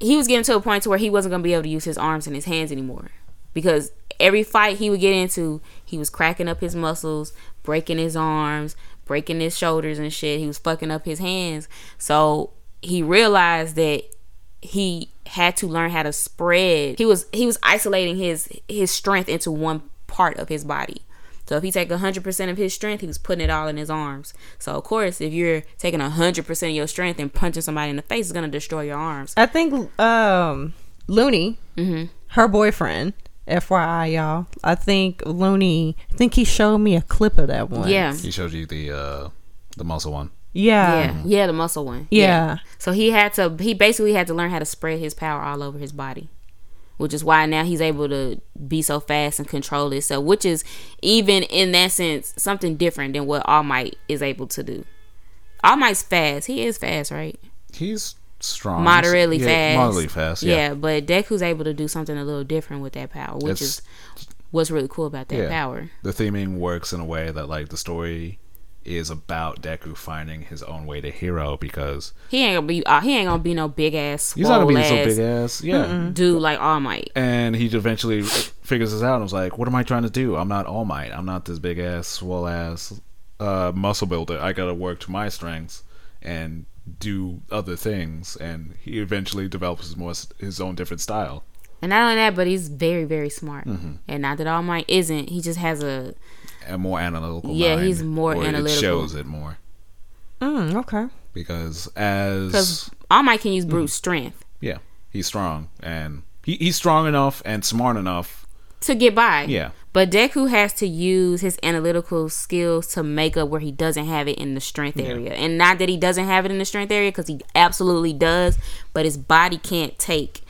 A: He was getting to a point to where he wasn't gonna be able to use his arms and his hands anymore because every fight he would get into, he was cracking up his muscles, breaking his arms, breaking his shoulders and shit. He was fucking up his hands. So he realized that he had to learn how to spread. He was he was isolating his his strength into one part of his body. So if he take 100% of his strength, he was putting it all in his arms. So of course, if you're taking 100% of your strength and punching somebody in the face, it's going to destroy your arms.
C: I think um Looney,
A: Mm-hmm.
C: her boyfriend, FYI y'all. I think Looney I think he showed me a clip of that one.
A: Yeah.
B: He showed you the uh, the muscle one.
C: Yeah.
A: Yeah.
B: Um,
A: Yeah, the muscle one.
C: Yeah.
A: So he had to he basically had to learn how to spread his power all over his body. Which is why now he's able to be so fast and control himself, which is even in that sense something different than what All Might is able to do. All Might's fast. He is fast, right?
B: Um, He's strong.
A: Moderately
B: Yeah,
A: fast.
B: Moderately fast.
A: Yeah.
B: Yeah.
A: but Deku's able to do something a little different with that power, which
B: It's-
A: is what's really cool about that
B: Yeah.
A: power.
B: The theming works in a way that like the story is about Deku finding his own way to hero because
A: He ain't gonna be uh, he ain't gonna be no big ass
B: he's not gonna
A: swole
B: be
A: ass
B: so big ass. Yeah.
A: dude like All Might.
B: And he eventually figures this out and was like, What am I trying to do? I'm not all might. I'm not this big ass, swell ass uh, muscle builder. I gotta work to my strengths and do other things and he eventually develops more s- his own different style.
A: And not only that, but he's very, very smart. And not that All Might isn't, he just has a
B: and more analytical.
A: Yeah,
B: mind,
A: he's more
B: or It
A: analytical.
B: shows it more
C: Mm, okay.
B: because
A: because
B: as
A: All Might can use brute strength
B: yeah, he's strong and he, he's strong enough and smart enough.
A: to get by.
B: Yeah,
A: But Deku has to use his analytical skills to make up where he doesn't have it in the strength area. And not that he doesn't have it in the strength area, because he absolutely does, but his body can't take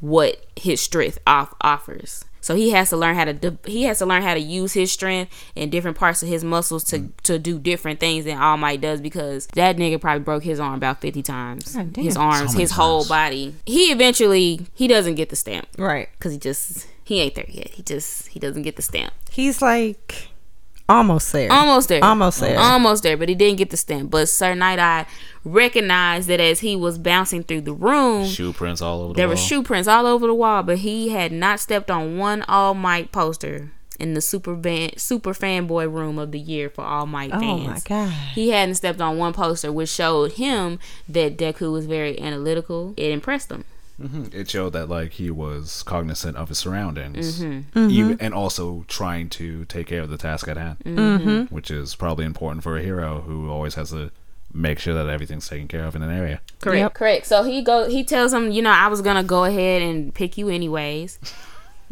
A: what his strength off offers. So he has to learn how to de- he has to learn how to use his strength and different parts of his muscles to
B: Mm.
A: to do different things than All Might does because that nigga probably broke his arm about fifty times.
C: God damn.
A: His arms,
B: many
A: his whole
B: times.
A: body. He eventually he doesn't get the stamp
C: Right.
A: because he just he ain't there yet. He just he doesn't get the stamp.
C: He's like almost there.
A: Almost there.
C: Almost there.
A: Almost there, but he didn't get the stamp. But Sir Night Eye recognized that as he was bouncing through the room,
B: shoe prints all over the
A: there
B: wall.
A: were shoe prints all over the wall, but he had not stepped on one All Might poster in the super van, super fanboy room of the year for All Might fans.
C: oh my god.
A: He hadn't stepped on one poster, which showed him that Deku was very analytical. It impressed him.
B: Mhm. It showed that like he was cognizant of his surroundings,
A: Mm-hmm.
B: Even, and also trying to take care of the task at hand, mm-hmm. which is probably important for a hero who always has to make sure that everything's taken care of in an area.
A: Correct.
C: Yep.
A: Correct. So he go. He tells him, you know, I was gonna go ahead and pick you anyways,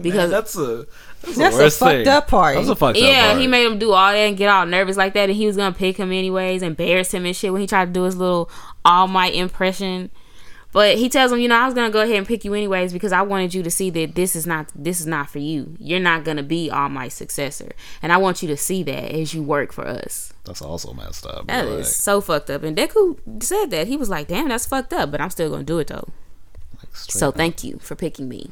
A: because
B: that's a that's,
C: That's a worst fucked thing. up part.
B: That's a fucked up
A: yeah,
B: part.
A: he made him do all that and get all nervous like that, and he was gonna pick him anyways, embarrass him and shit when he tried to do his little all my impression. But he tells him, you know, I was gonna go ahead and pick you anyways because I wanted you to see that this is not this is not for you. You're not gonna be all my successor, and I want you to see that as you work for us.
B: that's also messed up.
A: That is
B: Like,
A: so fucked up. And Deku said that he was like, damn, that's fucked up, but I'm still gonna do it though.
B: like, straight
A: So thank you for picking me,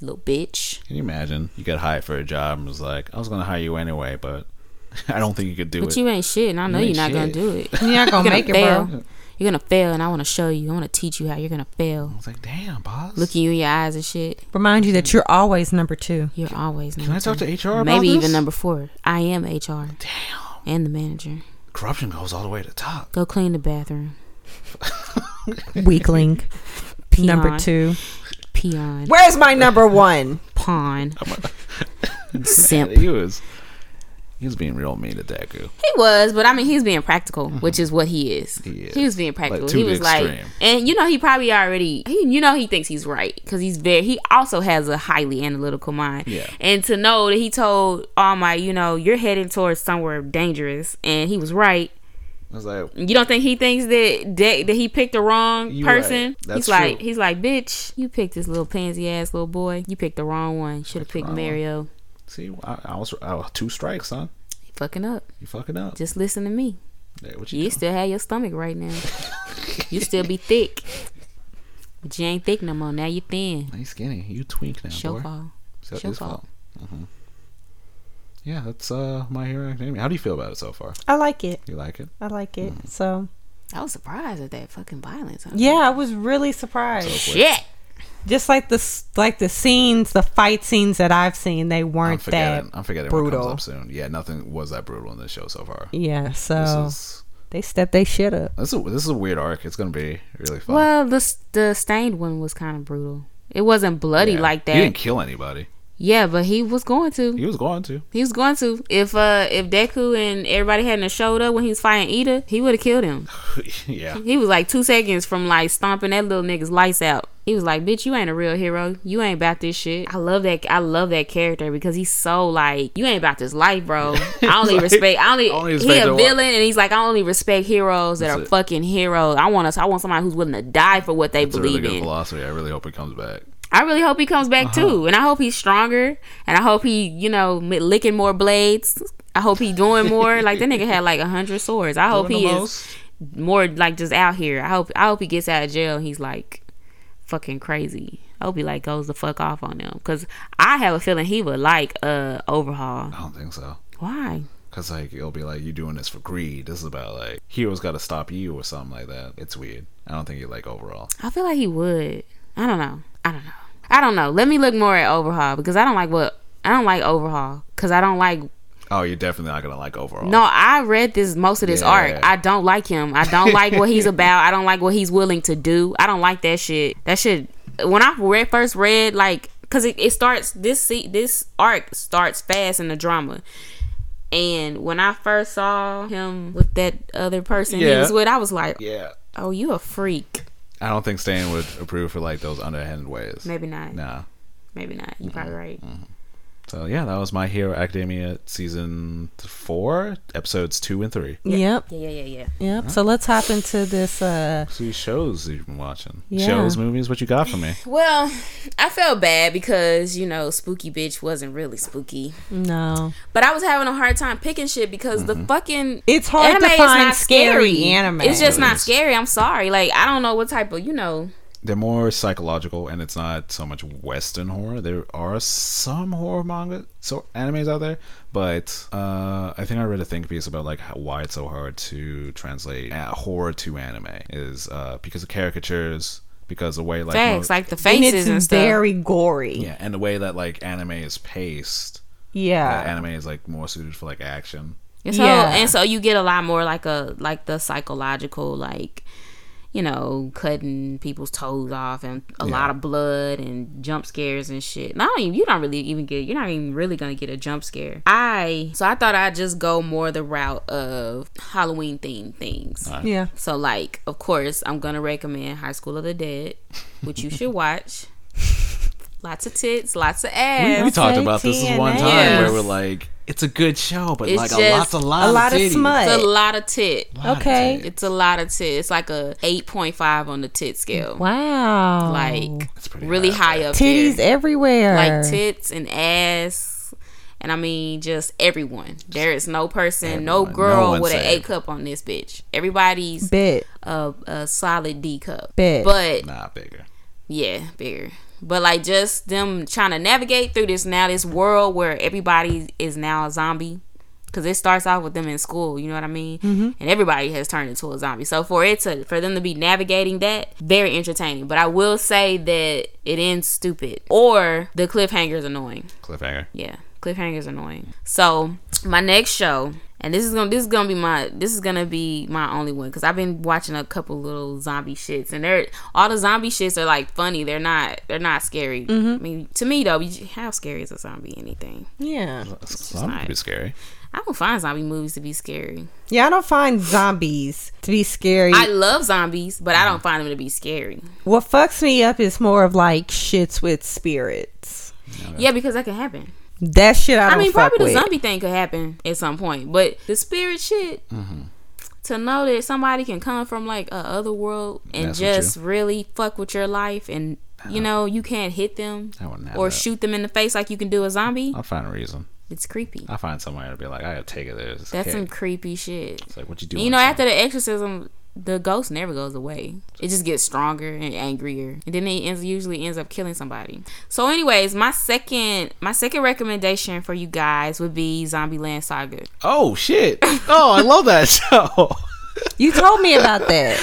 A: little bitch.
B: Can you imagine? You got hired for a job and was like, I was going to hire you anyway, but I don't think you could do
A: But
B: it.
A: you ain't shit, and I know
B: You
A: you're not
B: ain't
A: gonna
B: shit.
A: do it.
C: You're not gonna make it,
A: fail.
C: bro.
A: You're gonna fail, and I want to show you. I want to teach you how you're gonna fail.
B: I was like, damn, boss.
A: Looking you in your eyes and shit.
C: Remind you that you're always number two.
A: You're always number
B: Can I talk
A: two.
B: to HR about
A: Maybe even
B: this?
A: number four. I am HR
B: Damn.
A: and the manager.
B: Corruption goes all the way to the top.
A: Go clean the bathroom.
C: Weakling.
A: Peon.
C: number two.
A: Peon.
C: Where's my number one?
A: Pawn. Simp.
B: He was, he was being real mean to Deku.
A: He was, but I mean, he's being practical, which is what he is.
B: Mm-hmm. He is.
A: was being practical.
B: to
A: he
B: the
A: was like,
B: extreme.
A: and you know, he probably already, he, you know, he thinks he's right because he's very. He also has a highly analytical mind.
B: Yeah.
A: And to know that he told All Might, you know, you're heading towards somewhere dangerous, and he was right.
B: I was like,
A: You don't think he thinks that that, that he picked the wrong
B: You
A: person?
B: right. That's
A: he's like,
B: true.
A: he's like, bitch, you picked this little pansy ass little boy. You picked the wrong one. Should have picked
B: wrong one.
A: Mario.
B: see, I, I was I was two strikes, son.
A: You fucking up.
B: You fucking up.
A: Just listen to me.
B: Yeah, what you
A: You still have your stomach right now. you still be thick. But you ain't thick no more. Now you thin.
B: doing? He's skinny. You twink now,
A: Show
B: boy.
A: fall.
B: It's his
A: Show fault.
B: Mhm. Yeah, that's uh, My Hero Academia. How do you feel about it so far?
C: I like it.
B: You like it?
C: I like it. So
A: I was surprised at that fucking violence. huh?
C: yeah, I was really surprised.
A: Shit.
C: Just like the s- like the scenes, the fight scenes that I've seen, they
B: I'm
C: weren't that.
B: forgetting. I'm forgetting
C: brutal.
B: what comes up soon. Yeah, nothing was that brutal in this show so far.
C: Yeah,
B: This
C: so
B: is
C: they stepped they shit up.
B: this is this is a weird arc. It's gonna be really fun.
A: Well, the s- the stained one was kind of brutal. It wasn't bloody
B: Yeah.
A: like
B: He
A: that.
B: didn't kill anybody.
A: Yeah, but he was going to.
B: He was going to.
A: He was going to. If uh if Deku and everybody hadn't have showed up when he was fighting Ida, he would have killed him.
B: yeah.
A: He was like two seconds from like stomping that little nigga's lights out. He was like, "Bitch, you ain't a real hero. You ain't about this shit." I love that. I love that character because he's so like, "You ain't about this life, bro." I only
B: Like,
A: respect. I only,
B: I only
A: he
B: respect
A: a
B: the-
A: villain, and he's like, "I only respect heroes that
B: That's
A: are
B: it.
A: fucking heroes. I want us. I want somebody who's willing to die for what they
B: It's a really
A: believe
B: good Uh-huh.
A: in."
B: philosophy. I really hope it comes back.
A: I really hope he comes back too, and I hope he's stronger, and I hope he, you know, m- licking more blades. I hope he doing more. like that nigga had like a hundred swords. I hope
B: Doing
A: he
B: the
A: is
B: most.
A: more like just out here. I hope I hope he gets out of jail. And he's like fucking crazy. I hope he like goes the fuck off on them because I have a feeling he would like uh overhaul.
B: I don't think so.
A: Why?
B: Cause like it'll be like you doing this for greed. This is about like heroes got to stop you or something like that. It's weird. I don't think you like overall.
A: I feel like he would. I don't know. I don't know. I don't know. Let me look more at overhaul because I don't like what I don't like overhaul because I don't like.
B: Oh, you're definitely not gonna like overall.
A: No, I read this most of this
B: Yeah.
A: art. I don't like him. I don't like what he's about. I don't like what he's willing to do. I don't like that shit. That shit. When I read first read like because it, it starts this se- this arc starts fast in the drama. And when I first saw him with that other person he
B: Yeah.
A: was with, I was like,
B: Yeah.
A: "Oh, you a freak."
B: I don't think Stan would approve for like those underhanded ways.
A: Maybe not.
B: Nah.
A: Maybe not. You're probably right.
B: So yeah, that was My Hero Academia season four, episodes two and three.
C: Yep,
A: Yeah, yeah, yeah, yeah.
C: yep. So let's hop into this. uh
B: Three shows you've been watching.
C: Yeah.
B: Shows, movies. What you got for me?
A: Well, I felt bad because you know, spooky bitch wasn't really spooky,
C: No,
A: but I was having a hard time picking shit because
B: Mm-hmm.
A: the fucking
C: it's hard to
A: is
C: find scary, anime.
A: It's just not
B: Yes.
A: scary. I'm sorry. Like I don't know what type of you know.
B: They're more psychological, and it's not so much Western horror. There are some horror manga, so animes out there, but uh, I think I read a think piece about like how, why it's so hard to translate a- horror to anime is uh, because of caricatures, because the way like
A: Facts
B: most-
A: like the
C: and
A: faces
C: it's
A: and, stuff.
C: very gory.
B: yeah, and the way that like anime is paced.
C: Yeah.
B: that anime is like more suited for like action.
A: and so
C: Yeah.
A: and so you get a lot more like a like the psychological like you know cutting people's toes off and a lot of blood and jump scares and shit. No, you don't really even get. You're not even really gonna get a jump scare. I so I thought I'd just go more the route of Halloween themed things.
C: yeah.
A: So, like, of course, I'm gonna recommend High School of the Dead, which you should watch. lots of tits, lots of ass.
B: We, we talked about this this one time
A: Yes.
B: where we're like, it's a good show, but
A: It's
B: like
A: just
B: a lot's a lot,
C: A lot of
B: titty.
C: smut.
A: it's a lot of tit.
B: Lot of
C: Okay.
B: titty.
A: It's a lot of tit. It's like a 8.5 on the tit scale.
C: Wow.
A: Like,
B: It's pretty
A: really high, up
C: titties
A: there.
C: everywhere.
A: Like tits and ass. And I mean, just everyone. There is no person, no
B: everyone. No
A: girl
B: one
A: with an A
B: saved.
A: cup on this bitch. Everybody's
C: Bit.
A: a, a solid D cup.
C: Bet.
A: But
B: Nah, bigger.
A: yeah, bigger. But like just them trying to navigate through this now this world where everybody is now a zombie. because it starts off with them in school you know what i mean and everybody has turned into a zombie so for it to for them to be navigating that very entertaining but i will say that it ends stupid or the cliffhanger is annoying
B: Cliffhanger.
A: yeah cliffhanger's annoying so my next show and this is gonna this is gonna be my this is gonna be my only one because i've been watching a couple little zombie shits and they're all the zombie shits are like funny they're not they're not scary i mean to me though you- how scary is a zombie anything
C: Yeah.
B: Zombie could be scary.
A: i don't find zombie movies to be scary
C: Yeah, I don't find zombies to be scary.
A: i love zombies but i don't find them to be scary
C: what fucks me up is more of like shits with spirits.
A: yeah because that can happen
C: That shit I
A: I
C: don't
A: mean,
C: fuck
A: probably the
C: with.
A: zombie thing could happen at some point, but the spirit shit.
C: Mm-hmm.
A: To know that somebody can come from like a other world and
B: Mess with
A: just really fuck with your life, and
C: Uh-huh.
A: you know you can't hit them
B: I wouldn't have
A: or
B: that.
A: shoot them in the face like you can do a
C: Oh.
A: zombie.
B: I'll find a reason.
A: It's creepy.
B: I'll find somewhere to be like, I gotta take it there. It's
A: That's
B: okay.
A: some creepy shit.
B: It's like, what you do?
A: You know, after the exorcism, the ghost never goes away. It just gets stronger and angrier, and then it ends, usually ends up killing somebody. So, anyways, my second my second recommendation for you guys would be Zombieland Saga.
B: Oh shit! Oh, I love that show.
C: you told me about that.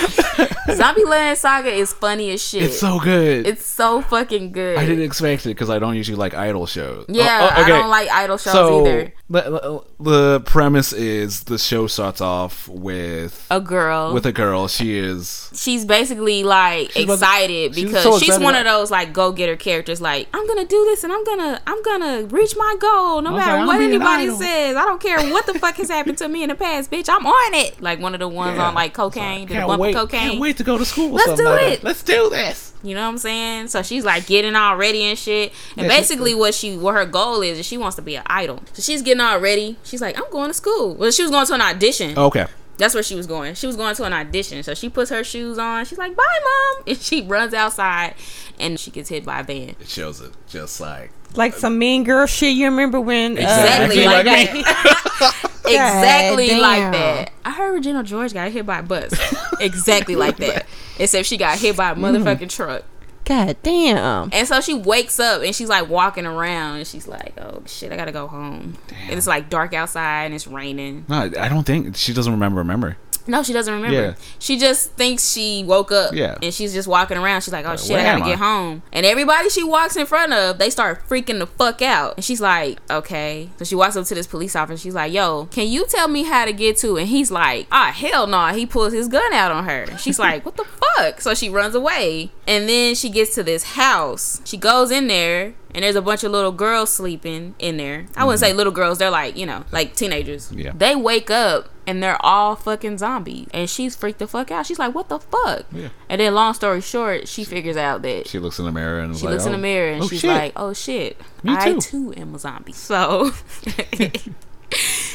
A: Zombieland Saga is funny as shit.
B: It's so good.
A: It's so fucking good.
B: I didn't expect it because I don't usually like idol shows.
A: yeah,
B: Oh, oh,
A: I don't like idol shows
B: so
A: either.
B: The, the premise is the show starts off with
A: A girl.
B: with a girl. She is
A: she's basically like
B: She's about to-
A: excited
B: she's
A: because
B: so
A: she's
B: excited,
A: one
B: like-
A: of those like go getter characters. Like I'm gonna do this and I'm gonna I'm gonna reach my goal no
B: was
A: matter
B: like, I'm
A: what
B: being
A: anybody
B: idol.
A: says. I don't care what the fuck has happened to me in the past, bitch. I'm on it. Like one of the ones
B: Yeah.
A: on like cocaine, did a
B: can't
A: bump
B: wait.
A: of cocaine.
B: Can't wait to go to school.
A: Let's do
B: sometime.
A: it.
B: Let's do this.
A: You know what I'm saying? So she's like getting all ready and shit. And
B: Yeah, she-
A: basically, what she what her goal is is she wants to be an idol. So she's getting all ready. She's like, I'm going to school. Well, she was going to an audition.
B: Okay.
A: That's where she was going. She was going to an audition. So she puts her shoes on. She's like, Bye, mom. And she runs outside, and she gets hit by a van.
B: It shows it just like
C: Like some mean girl shit. You remember when? uh,
A: Exactly like that. exactly
C: God
A: like
C: damn.
A: that. I heard Regina George got hit by a bus. exactly like that. Except she got hit by a motherfucking truck.
C: God damn.
A: And so she wakes up and she's like walking around and she's like, "Oh shit, I gotta go home." And it's like dark outside and it's raining.
B: no. I don't think she doesn't remember. Remember.
A: No, she doesn't remember.
B: Yeah.
A: She just thinks she woke up.
B: Yeah.
A: And she's just walking around. She's like, "Oh shit,
B: where
A: I gotta
B: am I?"
A: get home." And everybody she walks in front of, they start freaking the fuck out. And she's like, "Okay." So she walks up to this police officer. She's like, "Yo, can you tell me how to get to?" And he's like, "Ah, hell no!" He pulls his gun out on her. She's like, "What the fuck?" So she runs away. And then she gets to this house. She goes in there. And there's a bunch of little girls sleeping in there. I wouldn't say little girls, they're like, you know, like teenagers.
B: Mm-hmm. Yeah.
A: They wake up and they're all fucking zombies. And she's freaked the fuck out. She's like, what the fuck?
B: Yeah.
A: And then, long story short, she figures out that she,
B: She looks in the mirror and was like,
A: looks in
B: oh,
A: the mirror and
B: oh,
A: she's
B: shit.
A: like, oh shit,
B: Me
A: I
B: too.
A: too am a zombie. So.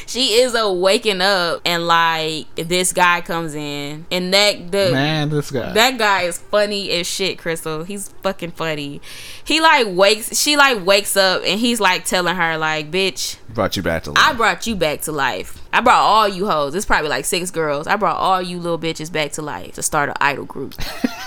A: She is a waking up and like this guy comes in and that the
B: man, this guy.
A: oh. that guy is funny as shit, Crystal. He's fucking funny. He like wakes she like wakes up and he's like telling her like, bitch,
B: brought you back to
A: I
B: life.
A: brought you back to life. I brought all you hoes. It's probably like six girls. I brought all you little bitches back to life to start an idol group.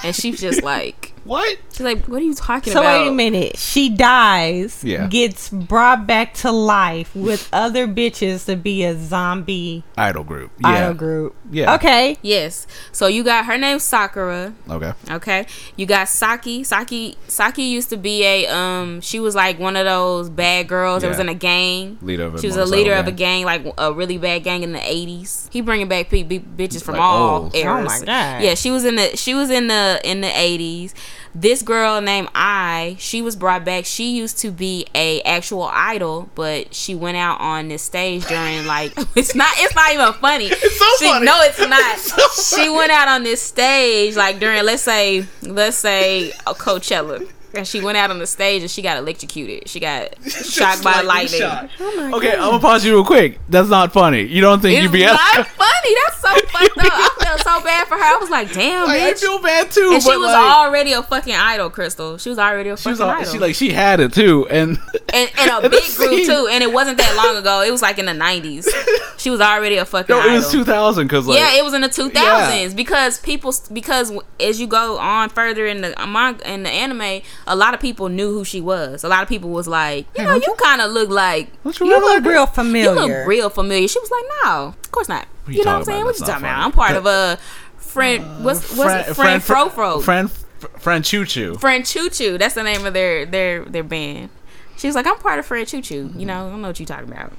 A: and she's just like
B: what?
A: she's like, What are you talking
C: So
A: about?
C: wait a minute. She dies.
B: Yeah.
C: Gets brought back to life with other bitches to be a zombie
B: Idol group. Yeah.
C: idol group.
B: Yeah.
C: Okay.
A: Yes. So you got her name's Sakura.
B: Okay.
A: Okay. You got Saki. Saki Saki used to be a um she was like one of those bad girls that was
B: Yeah.
A: in a gang.
B: Leader of a
A: She was a
B: motorcycle
A: leader of a
B: gang.
A: gang, like a really bad gang in the eighties. He bringing back pe- be- bitches from
B: Like,
A: all
B: oh.
A: eras.
C: Oh my God.
A: Yeah, she was in the she was in the in the eighties. This girl named I, she was brought back. She used to be a actual idol, but she went out on this stage during like it's not it's not even funny. It's
B: so funny.
A: No, it's not. she went out on this stage like during let's say let's say a Coachella. And she went out on the stage and she got electrocuted. She got shocked by lightning. Oh
B: okay, I'm gonna pause you real quick. That's not funny. You don't think
A: It's
B: you'd be
A: not funny. That's so fucked up. I felt so bad for her. I was like, damn,
B: Like, I
A: bitch.
B: feel bad too.
A: And she
B: but
A: was
B: like,
A: already a fucking idol, Crystal. She was already a
B: she
A: fucking
B: was all-
A: idol.
B: she like she had it too, and
A: and, and a
B: and
A: big
B: the
A: group
B: scene-
A: too. And it wasn't that long ago. It was like in the nineties. She was already a fucking
B: no,
A: idol.
B: it was 2000 because like
A: yeah, it was in the two thousands because people because as you go on further in the among in the anime, a lot of people knew who she was. A lot of people was like, you know, you kind of look like
B: What
C: You look real
A: you
C: familiar.
A: look real familiar. She was like, no, of course not.
B: What
A: You,
B: you
A: know what I'm
B: talking
A: saying?
B: about?
A: What you
B: That's
A: talking
B: not
A: about?
B: funny.
A: I'm part of a friend. What's what's it? friend Frofro?
B: Friend, friend Choo Choo.
A: Friend Choo Choo. That's the name of their their their band. She was like, I'm part of Friend Choo Choo. You know, I don't know what you talking about.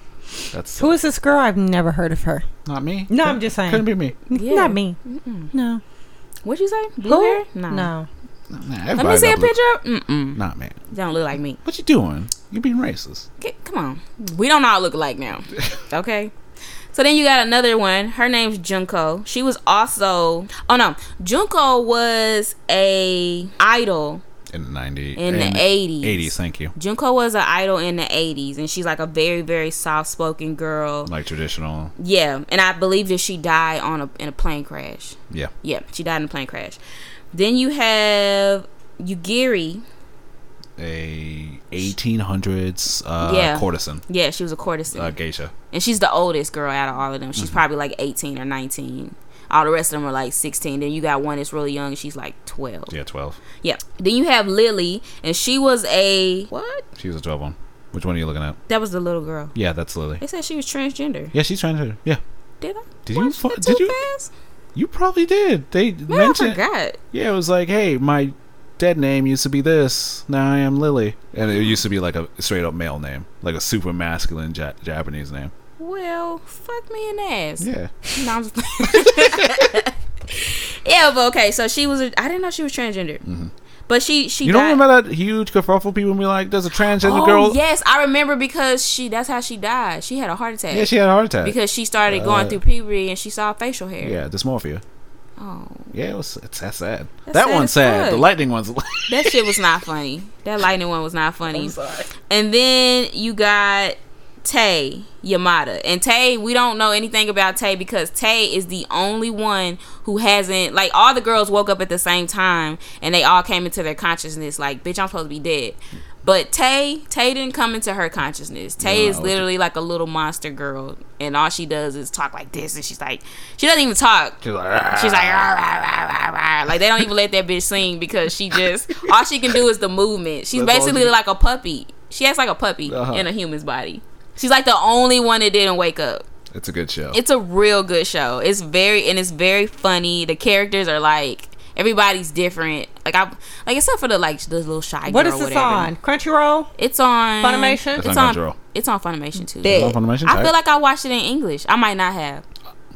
B: That's
C: Who is this girl? I've never heard of her.
B: not me.
C: No, I'm just saying.
B: Couldn't be me.
A: Yeah.
C: Not me. No.
A: What'd you say? Blue hair?
C: No.
B: Nah,
A: Let
B: everybody
A: me see a
B: got blue-
A: picture. Mm-mm.
B: Nah, man.
A: Don't look like me.
B: What you doing? You being racist.
A: Get, come on. We don't all look alike now. Okay. So then you got another one. Her name's Junko. She was also oh no, Junko was a idol.
B: In the 90s.
A: In the 80s.
B: 80s, thank you.
A: Junko was an idol in the 80s and she's like a very very soft-spoken girl.
B: Like traditional.
A: Yeah, and I believe that she died on a in a plane crash.
B: Yeah.
A: Yeah, she died in a plane crash. Then you have Yugiri.
B: A 1800s uh,
A: Yeah.
B: courtesan.
A: Yeah, she was a courtesan.
B: Uh, geisha.
A: and she's the oldest girl out of all of them.
B: Mm-hmm.
A: She's probably like 18 or 19. All the rest of them are like 16. Then you got one that's really young. She's like 12. Yeah.
B: Yeah, 12.
A: Then you have Lily, and she was a what?
B: She was a 12 one. Which one are you looking at?
A: That was the little girl.
B: Yeah, that's Lily.
A: They said she was transgender.
B: Yeah, she's trying to. Yeah.
A: Did I?
B: Did
A: watch that
B: you fu-
A: too
B: did you-
A: Fast?
B: You probably did. They
A: Man, I
B: mentioned.
A: forgot.
B: Yeah, it was like, hey, my dead name used to be this. Now I am Lily. And it used to be like a straight up male name, like a super masculine ja- Japanese name.
A: Well, fuck me in the ass.
B: Yeah.
A: No, I'm just- yeah, but okay. So she was. A, I didn't know she was transgender. But she she.
B: Mm-hmm. You
A: died.
B: don't remember that huge kerfuffle people be like, there's a transgender
A: Oh,
B: girl?
A: yes, I remember because she. That's how she died. She had a heart attack.
B: Yeah, she had a heart attack.
A: because she started going
B: Uh,
A: through puberty and she saw facial hair.
B: yeah, dysmorphia.
A: Oh,
B: Yeah, it was, it's that's sad.
A: That's
B: that
A: sad
B: one's
A: as
B: sad. The
A: fuck.
B: lightning one's.
A: that shit was not funny. That lightning one was not funny.
B: sorry.
A: And then you got Tay Yamada. And Tay, we don't know anything about Tay because Tay is the only one who hasn't like all the girls woke up at the same time and they all came into their consciousness like, bitch, I'm supposed to be dead. But Tay, Tay didn't come into her consciousness. Tay
B: No,
A: is
B: I would-
A: literally like a little monster girl and all she does is talk like this and she's like she doesn't even talk.
B: She's like, "Ah."
A: She's like, rah, rah, rah, rah, rah." like they don't even let that bitch sing because she just all she can do is the movement. She's
B: That's all
A: basically
B: she-
A: like a puppy. She acts like a puppy
B: Uh-huh.
A: in a human's body. She's like the only one that didn't wake up.
B: it's a good show.
A: It's a real good show. It's very and it's very funny. The characters are like everybody's different. Like I like except for the like the little shy
C: What
A: girl.
C: is this
A: whatever.
C: on? Crunchyroll?
A: It's on
C: Funimation?
A: It's,
B: It's on
A: on.
B: Crunchyroll.
A: It's on Funimation too.
C: Bet.
B: on Funimation?
A: I feel
B: Tight.
A: like I watched it in English. I might not have.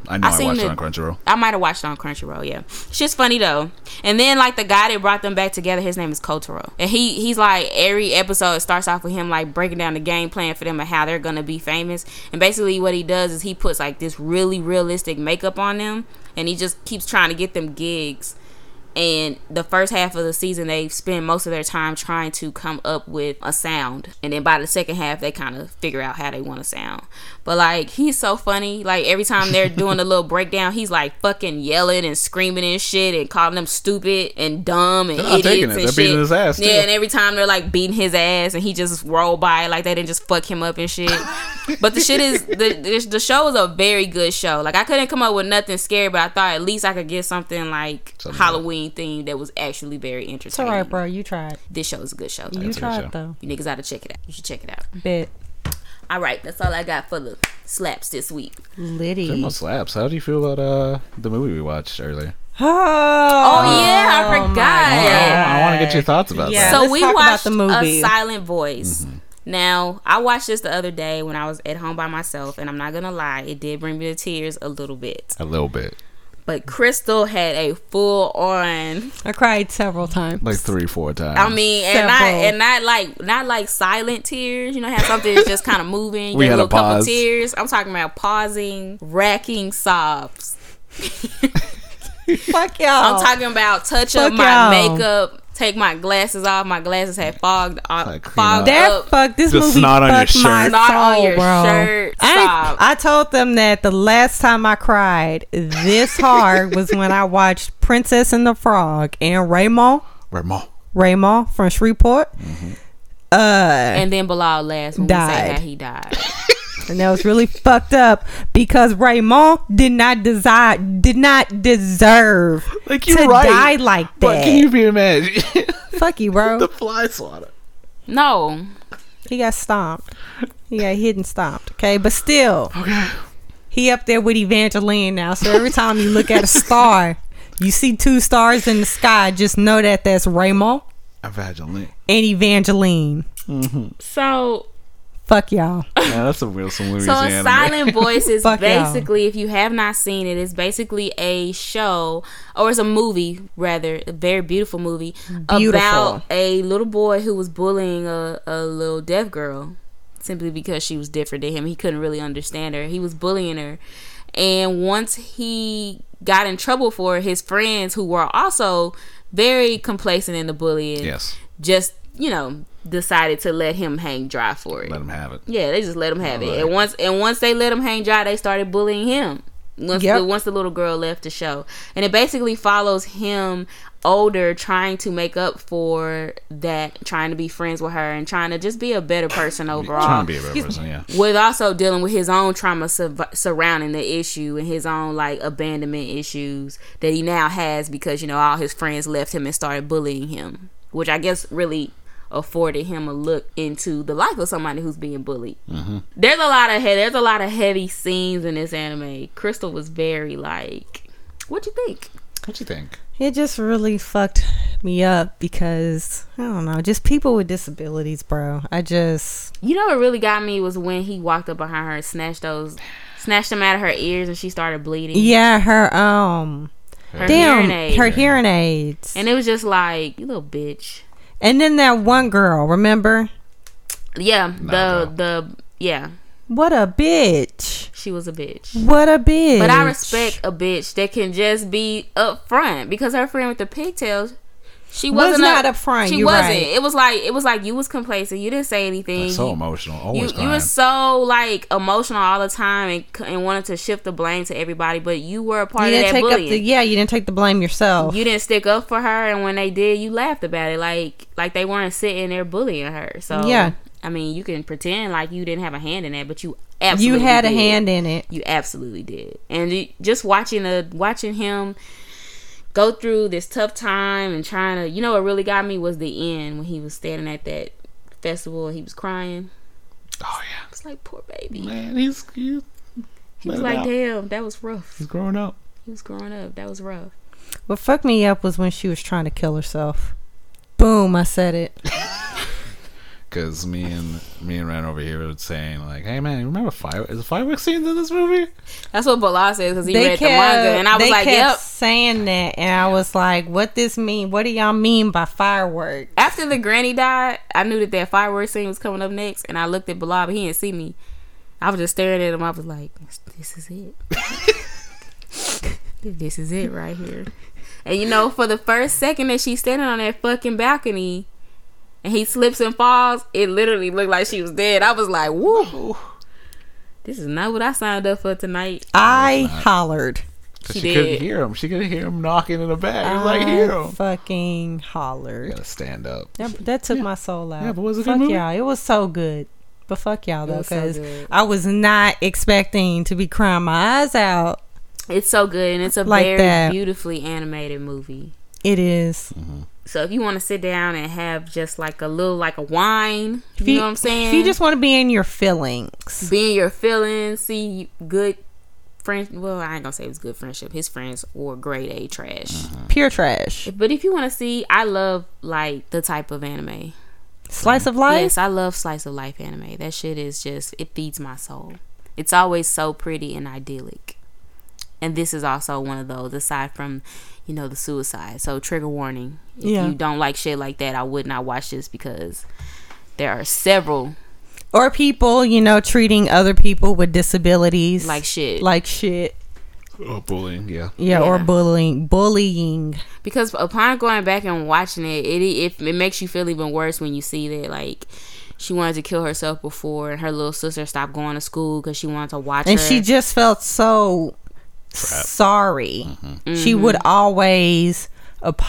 B: I know
A: I
B: I,
A: seen
B: watched
A: the-
B: it on Crunchyroll.
A: I might have watched it on Crunchyroll, yeah. Shit's funny though. And then like the guy that brought them back together, his name is Kotaro. And he he's like every episode starts off with him like breaking down the game plan for them and how they're gonna be famous. And basically what he does is he puts like this really realistic makeup on them and he just keeps trying to get them gigs. And the first half of the season, they spend most of their time trying to come up with a sound. And then by the second half, they kind of figure out how they want to sound. But like, he's so funny. Like, every time they're doing a little breakdown, he's like fucking yelling and screaming and shit and calling them stupid and dumb and
B: They're not
A: idiots.
B: taking it.
A: And
B: They're
A: shit.
B: beating his ass, too.
A: Yeah, and every time they're like beating his ass and he just roll by like they didn't just fuck him up and shit. but the shit is the the- the show is a very good show. Like I couldn't come up with nothing scary, but I thought at least I could get something like
B: Something
A: Halloween themed that was actually very
C: It's
A: entertaining.
C: all right, bro. You tried.
A: This show is a good show.
C: You
B: That's a good
C: tried
B: show.
C: though.
A: You niggas ought to check it out. You should check it out.
C: Bit
A: All right, that's all I got for the slaps this week.
C: Liddy.
B: Jimbo slaps. How do you feel about uh the movie we watched earlier?
A: Oh,
C: Oh,
A: yeah, I
C: my
A: forgot.
B: I, want to get your thoughts about
C: Yeah.
B: that.
A: so
C: let's
A: we
C: talk about
A: watched
C: the movie.
A: a silent voice.
B: Mm-hmm.
A: Now I watched this the other day when I was at home by myself, and I'm not gonna lie, it did bring me to tears a little bit.
B: A little bit,
A: But Crystal had a full on.
C: I cried several times.
B: like three, four times.
A: I mean, and not
C: Several.
A: and not like not like silent tears. You know, have something that's just kind of moving.
B: We
A: get
B: had a
A: little couple
B: pause.
A: tears. I'm talking about pausing, racking sobs.
C: Fuck y'all.
A: I'm talking about touch up
C: Oh. Fuck
A: my
C: y'all.
A: makeup, take my glasses off. My glasses had fogged, uh,
B: Like, clean
A: fogged
C: That
A: up.
C: fuck this
B: The
C: movie
B: snot on your
C: fucked my
B: shirt.
A: Snot on
C: soul,
A: your
C: bro.
A: shirt.
C: I,
A: Stop.
C: I told them that the last time I cried this hard was when I watched Princess and the Frog and Raymond,
B: Ramon.
C: Raymond from Shreveport.
B: Mm-hmm.
C: Uh,
A: and then Bilal last when we
C: Died.
A: say that he died.
C: and that was really fucked up because Raymond did not desire, did not deserve
B: Like you're
C: to
B: right.
C: die like that.
B: But can you be mad?
C: Fuck you, bro.
B: The fly swatter.
A: No.
C: He got stomped. He got hit and stomped. Okay, but still,
B: Okay.
C: he up there with Evangeline now. So every time you look at a star, you see two stars in the sky. Just know that that's Raymond
B: Evangeline.
C: and Evangeline.
A: So
C: Fuck y'all.
B: Yeah, that's a real some
A: So a
B: Louisiana.
A: silent voice is
C: Fuck y'all.
A: basically, if you have not seen it, it's basically a show or it's a movie rather, a very beautiful movie
C: Beautiful.
A: about a little boy who was bullying a, a little deaf girl simply because she was different than him. He couldn't really understand her. He was bullying her, and once he got in trouble for it, his friends who were also very complacent in the bullying,
B: yes.
A: just you know decided to let him hang dry for it.
B: Let him have it.
A: Yeah, they just let him have it.
B: Alright.
A: And once and once they let him hang dry, they started bullying him. Once
C: Yep.
A: the once the little girl left the show, and it basically follows him older trying to make up for that, trying to be friends with her, and trying to just be a better person overall.
B: Trying to be a better person, yeah.
A: with also dealing with his own trauma sur- surrounding the issue and his own like abandonment issues that he now has because you know all his friends left him and started bullying him, which I guess really afforded him a look into the life of somebody who's being bullied there's a lot of he- there's a lot of heavy scenes in this anime. Crystal was very like, what you think?
B: What you think?
C: It just really fucked me up because I don't know, just people with disabilities, bro. I just
A: You know what really got me was when he walked up behind her and snatched those, snatched them out of her ears and she started bleeding.
C: yeah, her um
A: her
C: damn
A: hearing aid.
C: her hearing aids.
A: and it was just like you little bitch.
C: And then that one girl, remember?
A: Yeah,
B: Nah,
A: the the yeah,
C: What a bitch.
A: she was a bitch.
C: What a bitch.
A: But I respect a bitch that can just be upfront because her friend with the pigtails, she
C: Was
A: wasn't
C: not
A: up-
C: upfront,
A: She
C: you're
A: wasn't.
C: right.
A: It was like it was like you was complacent. You didn't say anything.
B: so
A: You-
B: emotional.
A: you,
B: Always
A: you
B: crying.
A: were so like emotional all the time and, c- and wanted to shift the blame to everybody, but you were a part
C: You
A: of
C: didn't
A: that
C: take up
A: bullying.
C: the yeah, you didn't take the blame yourself.
A: you didn't stick up for her, and when they did, you laughed about it, like like they weren't sitting there bullying her. So
C: Yeah.
A: I mean, you can pretend like you didn't have a hand in that, but you
C: You,
A: absolutely
C: had a
A: did.
C: hand in it.
A: You absolutely did, and you, just watching the watching him go through this tough time and trying to, you know, what really got me was the end when he was standing at that festival and he was crying.
B: oh yeah.
A: It's like poor baby.
B: Man, he's he's,
A: He was
B: Let it
A: like,
B: out.
A: damn, that was rough.
B: he's growing up.
A: He was growing up. That was rough.
C: What fucked me up was when she was trying to kill herself. Boom, I said it.
B: Cause me and me and Ren over here were saying like, "Hey man, you remember fire? Is fireworks scenes in this movie?"
A: That's what Bala says because he
C: they
A: read
C: kept,
A: the manga, and I was
C: they
A: like,
C: kept
A: yep.
C: saying that, and I was like, "What this mean? What do y'all mean by firework?"
A: After the granny died, I knew that that fireworks scene was coming up next, and I looked at Bala, but he didn't see me. I was just staring at him. I was like, this is it. this is it right here. And you know, for the first second that she's standing on that fucking balcony, and he slips and falls, it literally looked like she was dead. I was like, woo. This is not what I signed up for tonight.
C: I hollered.
B: 'Cause
A: She
B: she, couldn't
A: did. Uh,
B: hear him. She could hear him knocking in the back. She was
C: I
B: like, "Hear him!"
C: fucking hollered.
B: Gotta stand up.
C: That, that took my soul out.
B: Yeah, but was it a good
C: fuck
B: movie?
C: y'all. It was so good. But fuck y'all though,
A: was so
C: because
A: good.
C: I was not expecting to be crying my eyes out.
A: It's so good, and it's a
C: Like
A: very
C: that.
A: beautifully animated movie.
C: It is.
A: Mm-hmm. So if you want to sit down and have just like a little like a wine, you,
C: If you-
A: know what I'm saying?
C: If you just want to be in your feelings,
A: be in your feelings, see good friends. Well, I ain't gonna say it was good friendship. His friends were grade A trash.
C: pure trash,
A: But if you want to see, I love like the type of anime.
C: slice of life.
A: Yes, I love slice of life anime. That shit is just it feeds my soul. It's always so pretty and idyllic. And this is also one of those aside from, you know, the suicide. So trigger warning. If
C: Yeah.
A: you don't like shit like that, I would not watch this because there are several
C: Or people, you know, treating other people with disabilities
A: like shit.
C: like shit.
B: Oh, bullying. Yeah.
C: Yeah, or
A: Yeah.
C: bullying. Bullying.
A: because upon going back and watching it, it it, it makes you feel even worse when you see that like she wanted to kill herself before, and her little sister stopped going to school because she wanted to watch
C: And
A: her.
C: she
A: Mm-hmm.
C: just felt so sorry. She would always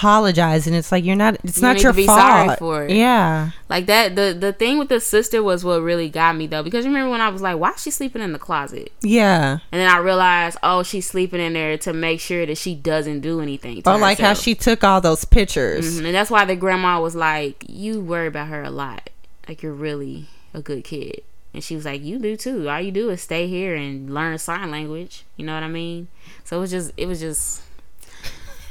C: apologize, and it's like you're not. It's
A: You
C: not
A: need
C: your
A: to be
C: fault.
A: sorry for it.
C: Yeah,
A: Like that the the thing with the sister was what really got me though because you remember when I was like why is she sleeping in the closet?
C: yeah.
A: And then I realized oh she's sleeping in there to make sure that she doesn't do anything. To
C: Or Oh, like how
A: herself.
C: she took all those pictures.
A: Mhm, And that's why the grandma was like, "You worry about her a lot. Like you're really a good kid." And she was like, "You do too. All you do is stay here and learn sign language. You know what I mean?" So it was just, it was just,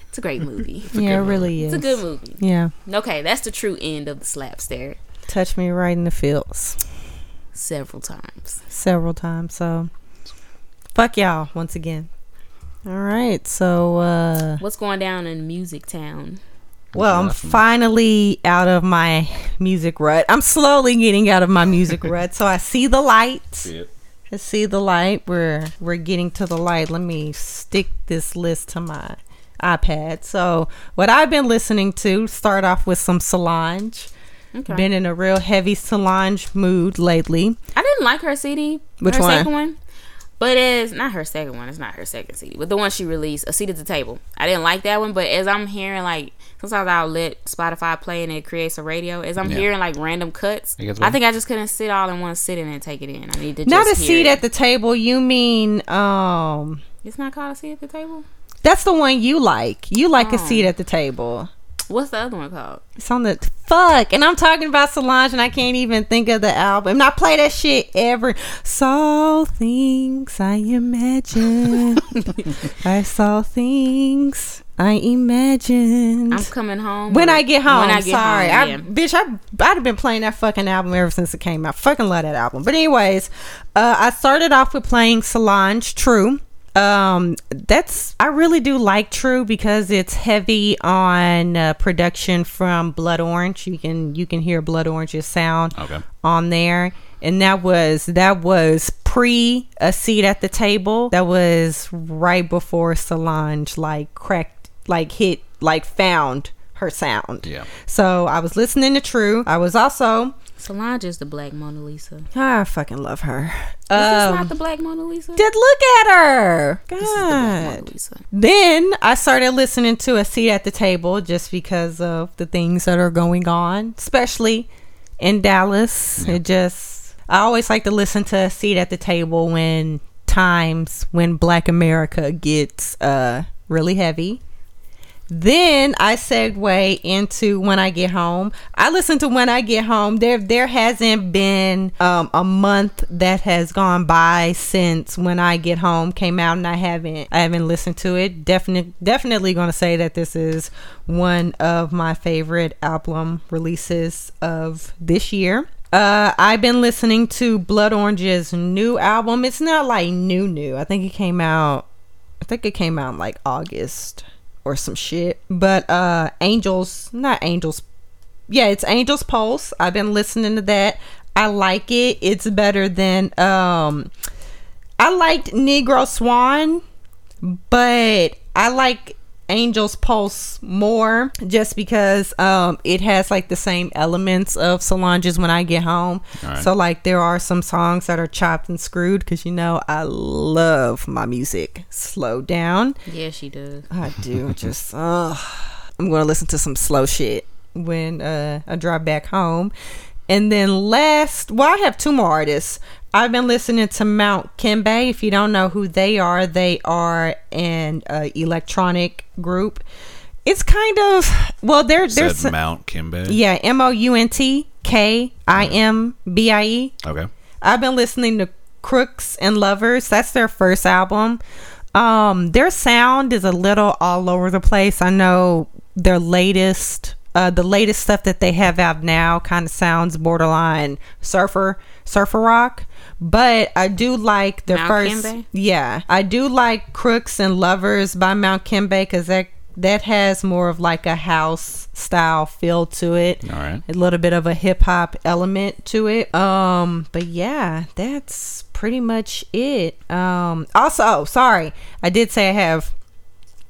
A: it's a great movie.
C: yeah, it really is.
A: It's a good movie.
C: Yeah,
A: Okay, that's the true end of the slap stare.
C: touched me right in the feels
A: Several times.
C: several times. So, fuck y'all once again. All right, so uh
A: What's going down in Music Town?
C: well, I'm
B: Definitely.
C: finally out of my music rut. I'm slowly getting out of my music rut. So I see the light.
B: See it.
C: I see the light. We're we're getting to the light. Let me stick this list to my iPad. So what I've been listening to start off with some Solange.
A: Okay.
C: Been in a real heavy Solange mood lately.
A: I didn't like her CD.
C: Which
A: her
C: one?
A: Second one. But it's not her second one. It's not her second CD. But the one she released, "A Seat at the Table." I didn't like that one. But as I'm hearing, like sometimes I'll let Spotify play and it creates a radio. As I'm
B: Yeah.
A: hearing like random cuts,
B: I guess
A: I
B: what-
A: think I just couldn't sit all in one sitting and take it in. I need to
C: Not a
A: just hear
C: seat
A: it.
C: at the table. You mean um
A: It's not called a seat at the table.
C: that's the one you like. You like a
A: Oh.
C: seat at the table.
A: What's the other one called?
C: It's on the fuck, and I'm talking about Solange, and I can't even think of the album. And I play that shit every. Saw things I imagined. I saw things I imagined.
A: I'm coming home
C: when I get home,
A: Mm-hmm. When I get
C: sorry,
A: home,
C: I,
A: yeah.
C: bitch, I I'd have been playing that fucking album ever since it came out. Fucking love that album. But anyways, uh, I started off with playing Solange True. Um, that's I really do like True because it's heavy on uh, production from Blood Orange. You can you can hear Blood Orange's sound
B: Okay.
C: on there, and that was that was pre a seat at the table. That was right before Solange like cracked like hit like found her sound.
B: Yeah.
C: So I was listening to True. I was also
A: Solange is the Black Mona Lisa. Is
C: I fucking love her.
A: this
C: Um,
A: not the Black Mona Lisa?
C: did look at her.
A: Mona
C: God.
A: Lisa.
C: Then I started listening to a seat at the table just because of the things that are going on, especially in Dallas. It just I always like to listen to a seat at the table when times when Black America gets uh really heavy. Then I segue into when I get home. I listen to when I get home. There, there hasn't been um, a month that has gone by since when I get home came out, and I haven't, I haven't listened to it. Definitely, definitely going to say that this is one of my favorite album releases of this year. Uh, I've been listening to Blood Orange's new album. It's not like new, new. I think it came out I think it came out in like August or some shit. But uh Angels, not Angels. Yeah, it's Angels Pulse. I've been listening to that. I like it. It's better than um I liked Negro Swan, but I like Angel's Pulse more just because um, it has like the same elements of Solange's When I Get Home.
B: Alright.
C: So, like, there are some songs that are chopped and screwed because you know I love my music. Slow down.
A: Yeah, she does.
C: I do. Just, uh, I'm going to listen to some slow shit when uh, I drive back home. And then last, well, I have two more artists. I've been listening to Mount Kimbe. If you don't know who they are, they are an uh, electronic group. It's kind of well, they're
B: Said
C: there's
B: Mount Kimbe.
C: yeah, M O U N T K I M B I E.
B: Okay.
C: I've been listening to Crooks and Lovers. That's their first album. Um, their sound is a little all over the place. I know their latest, uh, the latest stuff that they have out now kind of sounds borderline surfer, surfer rock. But I do like their
A: Mount
C: first,
A: Kimbe?
C: yeah, I do like Crooks and Lovers by Mount Kimbe because that that has more of like a house style feel to it
B: All right.
C: a little bit of a hip hop element to it. Um, but yeah, that's pretty much it. Um, also, oh, sorry, I did say I have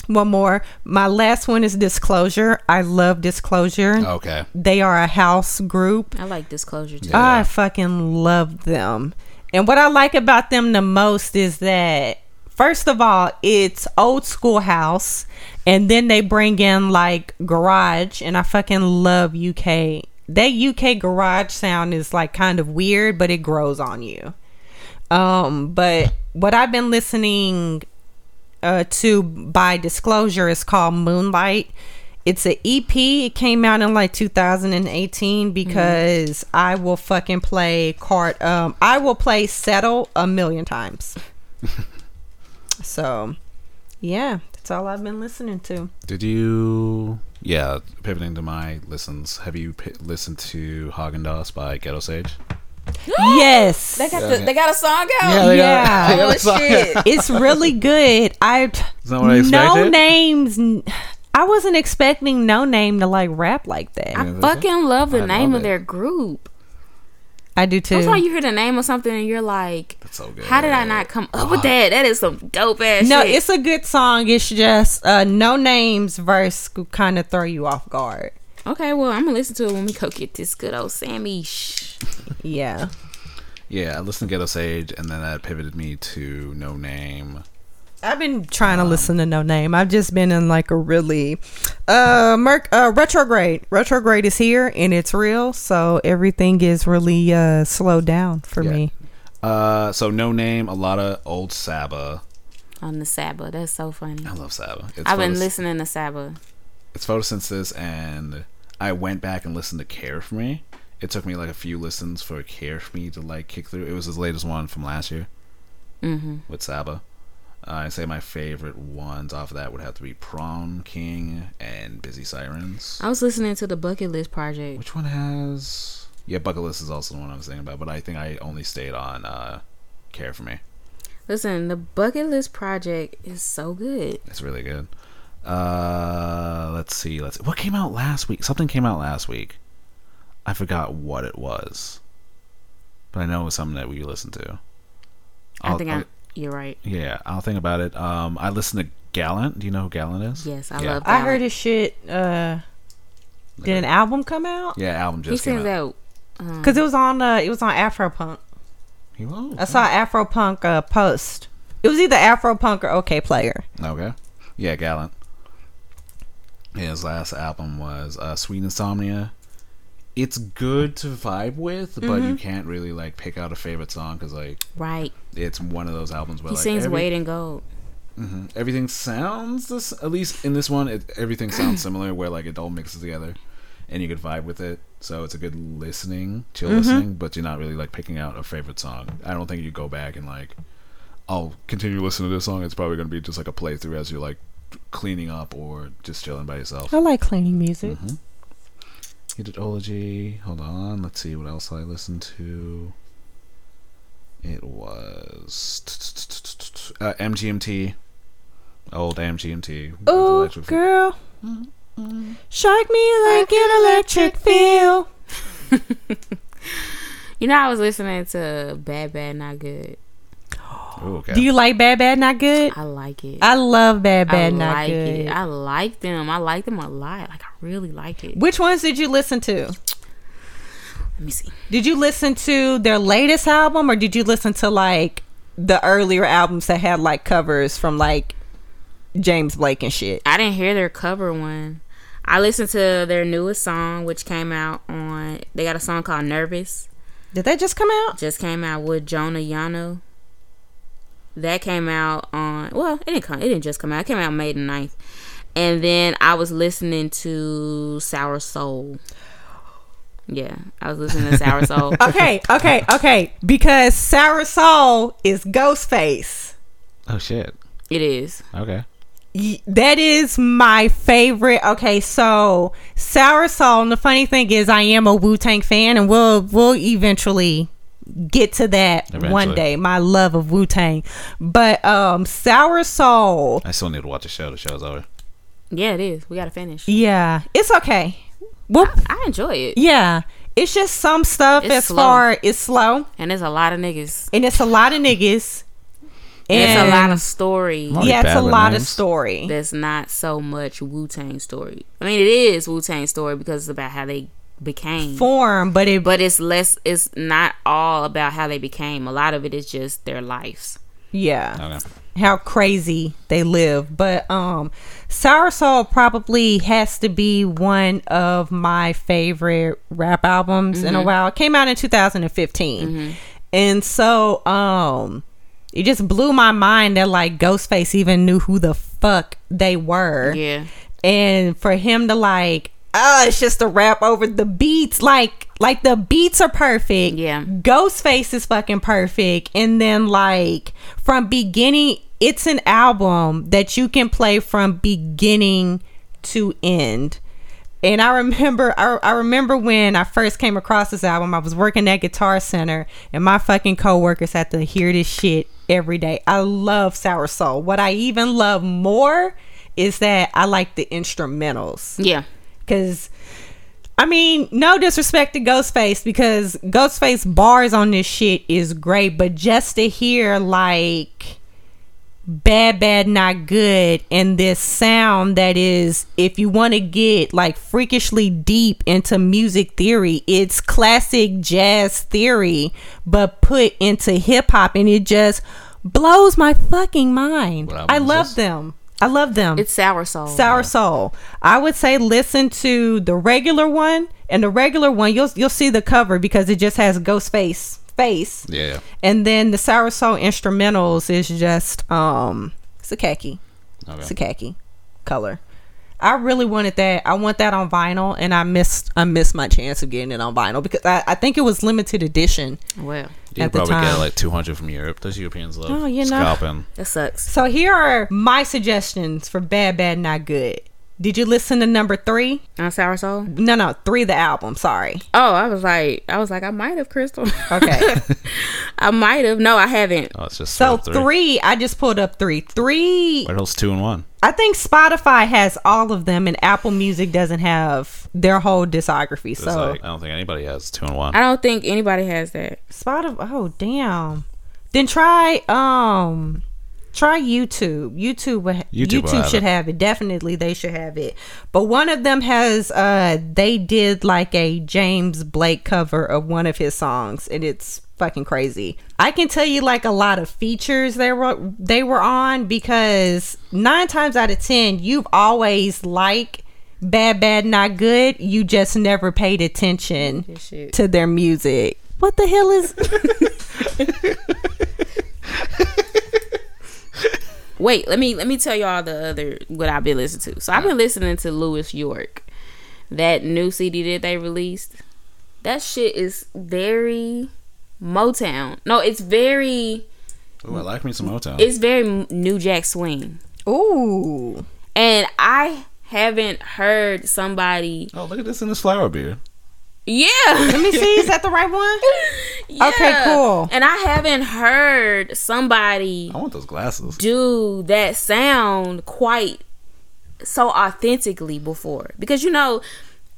C: one more. My last one is Disclosure. I love Disclosure.
B: Okay.
C: They are a house group.
A: I like Disclosure too.
B: Yeah.
C: I fucking love them. And what I like about them the most is that First of all, it's old school house, and then they bring in like garage, and I fucking love UK. That UK garage sound is like kind of weird, but it grows on you. Um, but what I've been listening uh, to by Disclosure is called Moonlight. It's an EP. It came out in like 2018
A: Mm-hmm.
C: because I will fucking play card. Um, I will play Settle a million times. so, yeah, that's all I've been listening to.
B: Did you? Yeah, pivoting to my listens. Have you p- listened to Haagen Dazs by Ghetto Sage?
C: yes,
A: They got the, they got a song out.
B: they got-
C: yeah.
B: they got
A: Oh
B: a song.
A: shit!
C: it's really good. I
B: that what I
C: no
B: expected?
C: names. n- I wasn't expecting no name to like rap like that.
A: I fucking love the
B: I
A: name of
B: love it.
A: their group.
C: I do too.
A: That's why you hear the name of something and you're like,
B: That's so good.
A: "How did I not come
B: Oh,
A: up with that? That is some dope ass."
C: No,
A: shit.
C: it's a good song. It's just uh, no names verse kind of throw you off guard.
A: okay. Well, I'm gonna listen to it when we go get this good old Sammy. Shh.
C: Yeah,
B: Yeah, I listened to Ghetto Sage, and then that pivoted me to No Name.
C: I've been trying to listen to No Name. I've just been in like a really uh, merc- uh retrograde. Retrograde is here and it's real, so everything is really uh slowed down for
B: Yeah.
C: me.
B: Uh, so No Name, a lot of old Saba.
A: On the Saba. That's so funny.
B: I love Saba. It's
A: I've been
B: photos-
A: listening to Saba.
B: It's photosynthesis, and I went back and listened to Care for Me. It took me like a few listens for Care for Me to like kick through. It was his latest one from last year
A: Mm-hmm.
B: with Saba. Uh, I'd say my favorite ones off of that would have to be Prom King and Busy Sirens.
A: I was listening to the Bucket List Project.
B: Which one has? Yeah, Bucket List is also the one I was thinking about, but I think I only stayed on uh, Care for Me.
A: Listen, the Bucket List Project is so good.
B: It's really good. Uh, let's see. Let's what came out last week. Something came out last week. I forgot what it was, but I know it was something that we listened to.
A: i
B: I'll-
A: think
B: I'll-
A: I. You're right.
B: yeah, I'll think about it. Um, I listened to Gallant. Do you know who Gallant is?
A: Yes, I
B: Yeah.
A: love. That
C: I heard his shit. Uh, did an album come out?
B: Yeah, album
A: He
B: just came
A: sings
B: out.
A: out. Um,
C: Cause it was on uh, it was on Afropunk.
B: He- oh,
C: I saw Afropunk uh, post. It was either Afropunk or OK Player.
B: Okay. Yeah, Gallant. His last album was uh, Sweet Insomnia. It's good to vibe with, but
A: Mm-hmm.
B: you can't really like pick out a favorite song because like
A: right.
B: it's one of those albums where
A: He
B: like
A: sings
B: every-
A: Wade and Gold.
B: mhm, everything sounds this at least in this one it, everything sounds similar where like it all mixes together and you could vibe with it. So it's a good listening, chill
A: Mm-hmm.
B: listening, but you're not really like picking out a favorite song. I don't think you go back and like I'll continue listening to this song. It's probably going to be just like a playthrough as you're like cleaning up or just chilling by yourself.
C: I like cleaning music.
B: He did Ology. Hold on. Let's see what else I listened to. It was uh, MGMT. Old MGMT.
C: Oh,
B: Electric-
C: girl. Shock me like an electric feel.
A: You know, I was listening to Bad Bad Not Good.
B: Ooh, okay.
C: Do you like Bad Bad Not Good?
A: I like it.
C: I love Bad
A: I
C: Bad Not
A: like
C: Good.
A: it. I like them. I like them a lot. Like I really like it.
C: Which ones did you listen to?
A: Let me see.
C: Did you listen to their latest album or did you listen to like the earlier albums that had like covers from like James Blake and shit?
A: I didn't hear their cover one. I listened to their newest song, which came out on. They got a song called "Nervous."
C: Did that just come out?
A: Just came out with Jonah Yano. That came out on. Well, it didn't come. It didn't just come out. It came out May the 9th. And then I was listening to Sour Soul. Yeah, I was listening to Sour Soul.
C: Okay, okay, okay. Because Sarah Soul is Ghostface.
B: oh, shit.
A: It is.
B: Okay.
C: Y- That is my favorite. Okay, so Sour Soul, and the funny thing is, I am a Wu Tang fan, and we'll we'll eventually get to that one
B: Eventually.
C: day. My love of Wu Tang, but um, Sour Soul,
B: I still need to watch the show. The show's over.
A: Yeah, it is. We gotta finish.
C: yeah, it's okay. Well,
A: I enjoy it,
C: yeah, it's just some stuff
A: It's
C: as
A: slow.
C: far it's slow,
A: and there's a lot of niggas.
C: and it's a lot of niggas, and
A: It's a lot of story
B: Well-
C: yeah, it's
B: Bad
C: a
B: with
C: lot of
B: names.
C: story.
A: that's not so much Wu Tang story. I mean, it is Wu Tang story because it's about how they became,
C: form, but it
A: but it's less. It's not all about how they became. A lot of it is just their lives.
C: yeah.
B: Okay.
C: how crazy they live. But um Soursoul probably has to be one of my favorite rap albums in a
A: Mm-hmm.
C: while. It came out in 2015. And so um it just blew my mind that like Ghostface even knew who the fuck they were.
A: Yeah.
C: And for him to like Oh, it's just a rap over the beats. Like, like the beats are perfect.
A: Yeah.
C: Ghostface is fucking perfect. And then like from beginning, it's an album that you can play from beginning to end. And I remember I, I remember when I first came across this album, I was working at Guitar Center and my fucking coworkers had to hear this shit every day. I love Sour Soul. What I even love more is that I like the instrumentals.
A: Yeah.
C: Cause I mean, no disrespect to Ghostface because Ghostface bars on this shit is great, but just to hear like bad bad not good and this sound that is if you want to get like freakishly deep into music theory it's classic jazz theory but put into hip hop and it just blows my fucking mind
B: What album
C: i
B: is
C: love
B: this?
C: them i love them
A: It's sour soul.
C: Sour Soul. I would say listen to the regular one and the regular one. You'll you'll see the cover because it just has Ghostface face,
B: Yeah.
C: and then the Sour Soul instrumentals is just um it's a khaki, it's a
B: Okay.
C: khaki color. I really wanted that. I want that on vinyl, and I missed I missed my chance of getting it on vinyl because I, I think it was limited edition.
A: well,
B: You
C: at the
B: probably get
C: time.
B: like 200 from Europe. Those Europeans love
C: Oh, you know.
B: scalping.
A: that sucks.
C: So here are my suggestions for Bad Bad Not Good. Did you listen to number three?
A: On sour soul.
C: No, no, three the album. Sorry.
A: Oh, I was like, I was like, I might have Crystal.
C: Okay.
A: I might have. No, I haven't.
B: Oh, it's just
C: So
B: sort of
C: three. I just pulled up three. Three,
B: What else? Two and one.
C: I think Spotify has all of them, and Apple Music doesn't have their whole discography.
B: It's
C: So
B: like I don't think anybody has two and one.
A: I don't think anybody has that.
C: Spotify. Oh damn. Then try um, try YouTube. YouTube. would-
B: YouTube
C: YouTube,
B: will have it.
C: should have it. Definitely, they should have it. But one of them has uh, they did like a James Blake cover of one of his songs, and it's fucking crazy. I can tell you like a lot of features they were they were on because nine times out of ten, you've always like bad, bad, not good. You just never paid attention
A: Shit.
C: to their music. What the hell is?
A: Wait, let me let me tell y'all the other what I've been listening to. So I've been listening to Louis York. That new CD that they released. That shit is very Motown. No, it's very
B: Ooh, I like me some Motown.
A: it's very New Jack Swing.
C: Ooh,
A: And I haven't heard somebody
B: oh, look at this in this flower beard.
A: Yeah.
C: let me see. Is that the right one?
A: Yeah.
C: cool.
A: And I haven't heard somebody
B: I want those glasses.
A: do that sound quite so authentically before because you know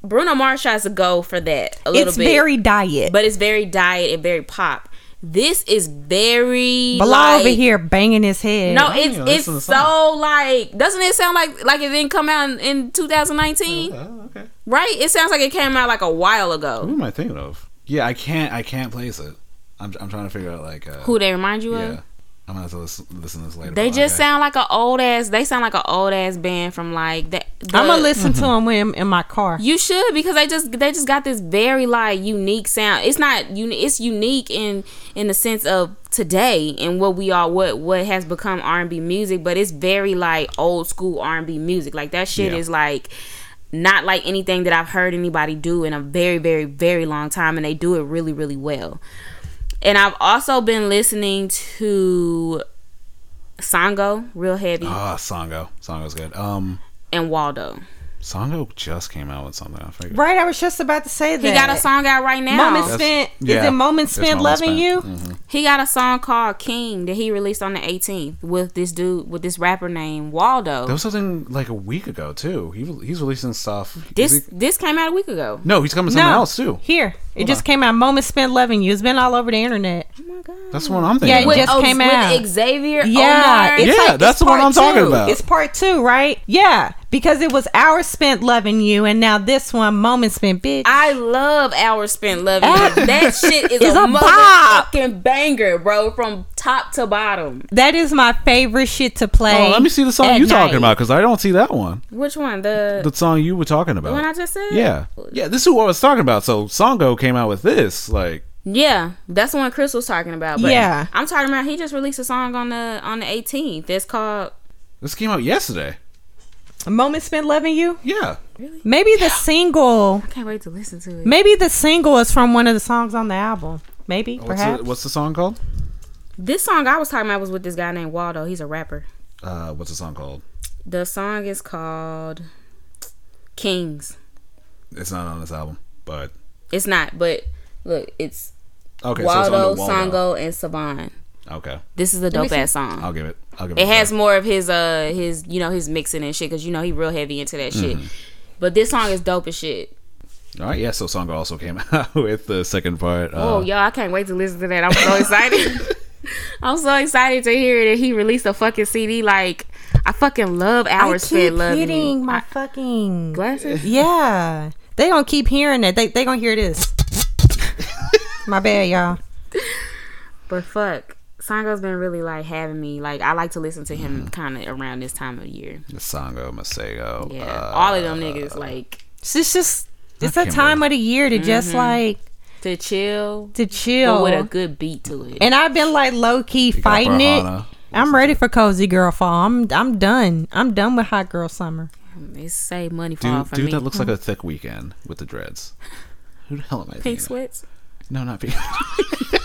A: Bruno Mars tries to go for that a little
C: It's
A: bit,
C: very diet.
A: but it's very diet and very pop. This is very
C: Below
A: like,
C: over here banging his head.
A: No,
B: I ain't
A: it's
B: even
A: it's
B: listen to the
A: so like doesn't it sound like like it didn't come out in, in 2019,
B: Oh, okay.
A: right? It sounds like it came out like a while ago.
B: Who am I thinking of? Yeah, I can't. I can't place it. I'm. I'm trying to figure out like. Uh,
A: Who they remind you
B: Yeah.
A: of?
B: I'm gonna have to listen, listen to this later.
A: They
B: but,
A: just
B: okay.
A: sound like an old ass. They sound like an old ass band from like that. the-
C: I'm gonna listen to him when I'm in my car.
A: You should because they just they just got this very like unique sound. It's not uni- it's unique in in the sense of today and what we are what what has become R and B music, but it's very like old school R and B music. Like that shit
B: Yeah.
A: is like not like anything that I've heard anybody do in a very very very long time, and they do it really really well. And I've also been listening to Sango, real heavy,
B: Ah, Songo. Songo's good. Um,
A: and Waldo.
B: Songo just came out with something. I forget.
C: Right, I was just about to say
A: Mm-hmm.
C: that.
A: He got a song out right now.
C: Moments spent. Is
B: yeah.
C: it moments
B: That's
C: spent
B: Moments
C: loving you?
B: Spent. Mm-hmm.
A: He got a song called King that he released on the 18th with this dude with this rapper named Waldo.
B: There was something like a week ago too. He re- he's releasing stuff. Is
A: this
B: he-
A: this came out a week ago.
B: no, he's coming with something else too.
C: Here, it just came out. Moments spent loving you. It's been all over the internet.
A: Oh my god.
B: That's the one I'm
C: Yeah,
B: thinking.
C: it
B: about.
C: just came out.
A: With Xavier
C: Yeah,
A: Omar.
C: it's
B: Yeah, that's the one
C: part
B: I'm talking
C: two.
B: about.
C: It's part two, right? Yeah, Because it was hours spent loving you, and now this one moment spent, bitch.
A: I love hours spent loving you. That shit is
C: It's
A: a,
C: a bop.
A: motherfucking banger, bro, from top to bottom.
C: that is my favorite shit to play.
B: Oh, let me see the song
C: at
B: you talking
C: night.
B: about because I don't see that one.
A: Which one? The
B: The song you were talking about.
A: one I just said?
B: yeah, yeah. This is what I was talking about. So Songo came out with this. Like,
A: Yeah, that's the one Chris was talking about. But
C: Yeah.
A: I'm talking about he just released a song on the on the 18th. It's called
B: this came out yesterday.
C: Moment spent loving you.
B: Yeah.
C: Maybe the single.
A: I can't wait to listen to it.
C: Maybe the single is from one of the songs on the album. Maybe,
B: What's
C: perhaps.
B: the, what's the song called?
A: This song I was talking about was with this guy named Waldo. He's a rapper.
B: Uh, what's the song called?
A: The song is called Kings.
B: It's not on this album, but
A: It's not, but look, it's
B: okay.
A: Waldo,
B: so it's on the Waldo.
A: Songo, and Savan.
B: Okay,
A: This is a dope ass song.
B: I'll give it. I'll give it.
A: It
B: a
A: has
B: try.
A: more of his uh his you know his mixing and shit because you know he real heavy into that shit.
B: Mm-hmm.
A: But this song is dope as shit.
B: All right. Yeah. So Songo also came out with the second part. Uh,
A: Oh, y'all, I can't wait to listen to that. I'm so excited. I'm so excited to hear that he released a fucking CD. Like, I fucking love
C: I
A: Hours
C: keep
A: Spent Loving
C: hitting
A: You.
C: my fucking
A: Glasses?
C: Yeah. They gonna keep hearing it. They they gonna hear this. My bad, y'all.
A: But fuck, Sango's been really, like, having me. Like, I like to listen to him
B: Mm-hmm.
A: kind of around this time of year.
B: Songo, Masego.
A: Yeah.
B: uh,
A: All of them niggas, like,
C: It's just, just- it's a
B: can't
C: time of the year to just like
A: to chill,
C: to
A: Mm-hmm. but
C: chill.
A: with a good beat to it.
C: and I've been like low key
B: got
C: fighting it.
B: Farhana.
C: I'm ready for cozy girl fall. I'm I'm done. I'm done with hot girl summer.
A: It's save money for all
B: Dude,
A: for
B: dude
A: me.
B: that looks like a thick weekend with the dreads. Who the hell am I?
A: Pink
B: thinking of?
A: sweats?
B: No, not Pink.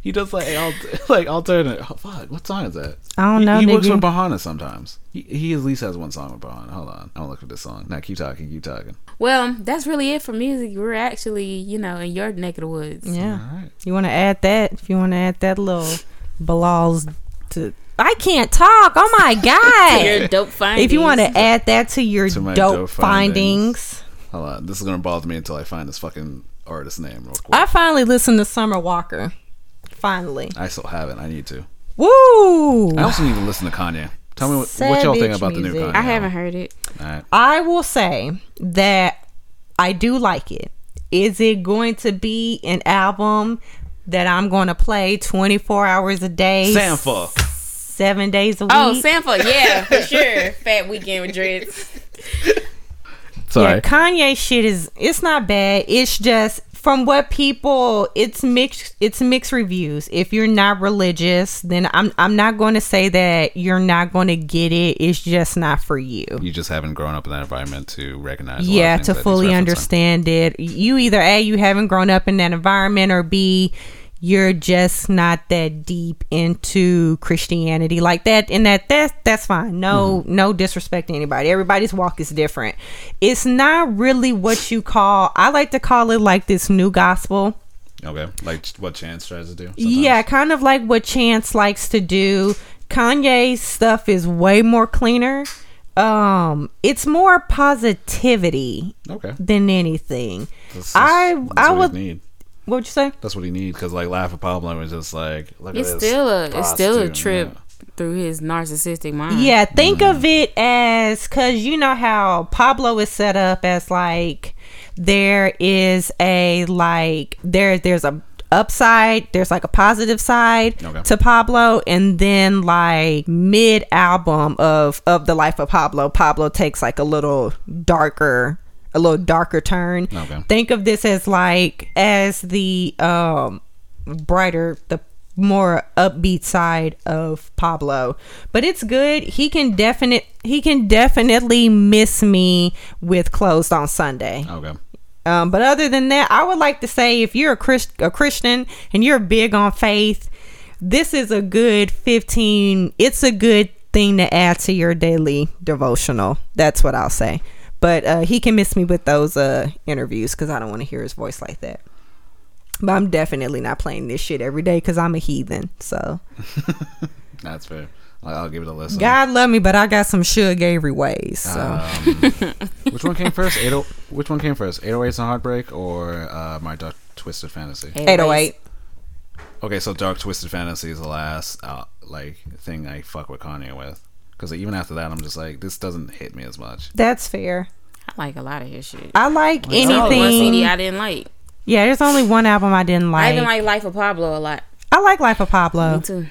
B: he does like al- like alternate. Oh, fuck, what song is that?
C: I don't
B: He-
C: know,
B: He, works
C: Oh, nigga.
B: with Bahana sometimes. He, he at least has one song with Bahana. Hold on, I'm gonna look for this song. Now keep talking, keep talking.
A: Well, that's really it for music. We're actually, you know, in your neck of the woods.
C: Yeah.
B: right.
C: You wanna add that? If you wanna add that little balls to I can't talk. Oh my god.
A: Your dope findings.
C: if you want to add that to your
B: To my
C: dope,
B: dope
C: findings.
B: Hold on, this is gonna bother me until I find this fucking artist name real quick.
C: I finally listened to Summer Walker. Finally.
B: I still haven't. I need to.
C: Woo!
B: I also need to listen to Kanye. Tell me what, what y'all think
C: Savage
B: about the new Kanye.
C: music.
A: I haven't heard it.
B: All right.
C: I will say that I do like it. Is it going to be an album that I'm going to play 24 hours a day,
B: Sampha.
C: seven days a week?
A: Oh, Sanford, yeah, for sure. Fat weekend with dreads.
B: Sorry.
C: Yeah, Kanye shit is it's not bad. It's just from what people it's mixed it's mixed reviews. If you're not religious, then I'm I'm not going to say that you're not going to get it. It's just not for you.
B: you just haven't grown up in that environment to recognize. a lot of
C: Yeah,
B: things
C: to
B: that he's
C: fully
B: referencing.
C: understand it, you either A you haven't grown up in that environment or B you're just not that deep into Christianity like that and that that's that's fine. No
B: Mm-hmm.
C: no disrespect to anybody. Everybody's walk is different. It's not really what you call I like to call it like this new gospel.
B: Okay, like what Chance tries to do. sometimes?
C: Yeah, kind of like what Chance likes to do. Kanye's stuff is way more cleaner. Um it's more positivity
B: Okay.
C: than anything.
B: That's- that's-
C: I
B: that's
C: I
B: what
C: would
B: he need.
C: what would you say?
B: That's what he needs because like Laugh at Pablo was just like look
A: It's
B: at this
A: still a it's still a
B: prostitute,
A: trip
B: yeah.
A: through his narcissistic mind.
B: Mm-hmm.
C: Yeah, think of it as cuz you know how Pablo is set up as like there is a like there there's a upside, there's like a positive side
B: Okay.
C: to Pablo and then like mid album of of the life of Pablo, Pablo takes like a little darker a little darker turn.
B: Okay.
C: Think of this as like as the um brighter the more upbeat side of Pablo. But it's good. He can definite he can definitely miss me with closed on Sunday.
B: Okay.
C: Um, but other than that, I would like to say if you're a, Christ- a Christian and you're big on faith, this is a good 15. It's a good thing to add to your daily devotional. That's what I'll say. But uh, he can miss me with those uh, interviews because I don't want to hear his voice like that. But I'm definitely not playing this shit every day because I'm a heathen. So
B: That's fair. I- I'll give it a listen.
C: God love me, but I got some Suge Avery ways. So
B: Which one came first? 80 Which one came first? 808s and Heartbreak or uh, My Dark Twisted Fantasy?
C: 808.
B: Okay, so Dark Twisted Fantasy is the last uh, like thing I fuck with Kanye with. Because even after that, I'm just like, this doesn't hit me as much.
C: That's fair.
A: I like a lot of his shit.
C: I like
A: There's only one CD
C: anything.
A: I didn't like.
C: yeah, there's only one album I didn't
A: I
C: like.
A: even like uh, Life of Pablo a lot.
C: I like Life of Pablo.
A: Me too.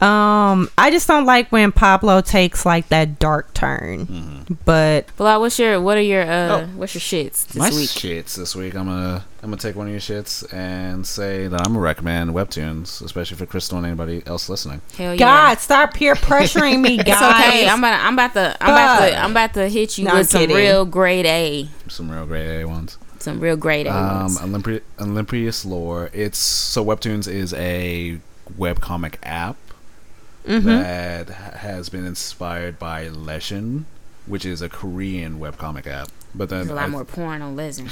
C: Um, I just don't like when Pablo takes like that dark turn.
B: Mm-hmm.
C: But
A: Well, what's your what are your uh what's your shits this
B: My
A: week?
B: shits this week. I'm gonna I'm gonna take one of your shits and say that I'm gonna recommend webtoons, especially for Crystal and anybody else listening.
A: Hell Oh, yeah.
C: God, stop peer pressuring me,
A: It's
C: guys.
A: okay. I'm about I'm about to I'm about to I'm about to hit you
C: No, I'm
A: with some
C: kidding.
A: real grade A.
B: Some real great A ones.
A: Some real grade A.
B: Um,
A: ones.
B: Olympi- Olympius lore. It's so webtoons is a webcomic app
C: Mm-hmm.
B: that has been inspired by Leshin, which is a Korean webcomic app. But then
A: There's a
B: I-
A: lot more porn on Legend.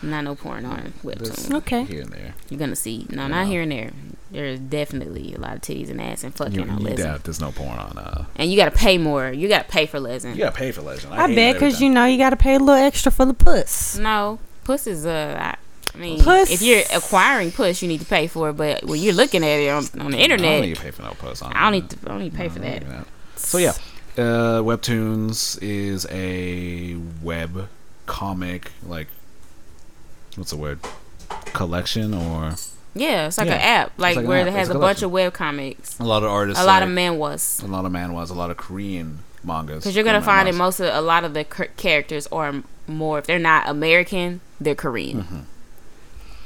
A: not no porn on
B: this-
A: Webtoon.
C: Okay.
B: here and there.
A: You're gonna see. No, not here and there. There's definitely a lot of titties and ass and fucking
B: You,
A: on
B: you
A: Lesbian.
B: doubt there's no porn on. Uh,
A: And you gotta pay more. You gotta pay for Lesbian.
B: you gotta pay for Leshin.
C: I
B: hate it
C: bet
B: every
C: because
B: time.
C: you know you got to pay a little extra for the puss.
A: No, puss is uh, I I mean,
C: Puss-
A: if you're acquiring puss, you need to pay for it. But when you're looking at it on, on the
B: I
A: internet,
B: don't need to pay for no post on.
A: I don't need to. I don't need to pay for that.
B: So yeah, uh, Webtoons is a web comic like what's the word? Collection or
A: Yeah, it's like
B: Yeah.
A: an app, like,
B: like an
A: where
B: app.
A: it has
B: It's a
A: a bunch of web comics,
B: a lot of artists,
A: a lot of
B: like-
A: manwas.
B: a lot of manhwas, a lot of Korean mangas.
A: Because you're gonna
B: Korean
A: find
B: manhwas.
A: that most of a lot of the cur- characters are more if they're not American, they're Korean,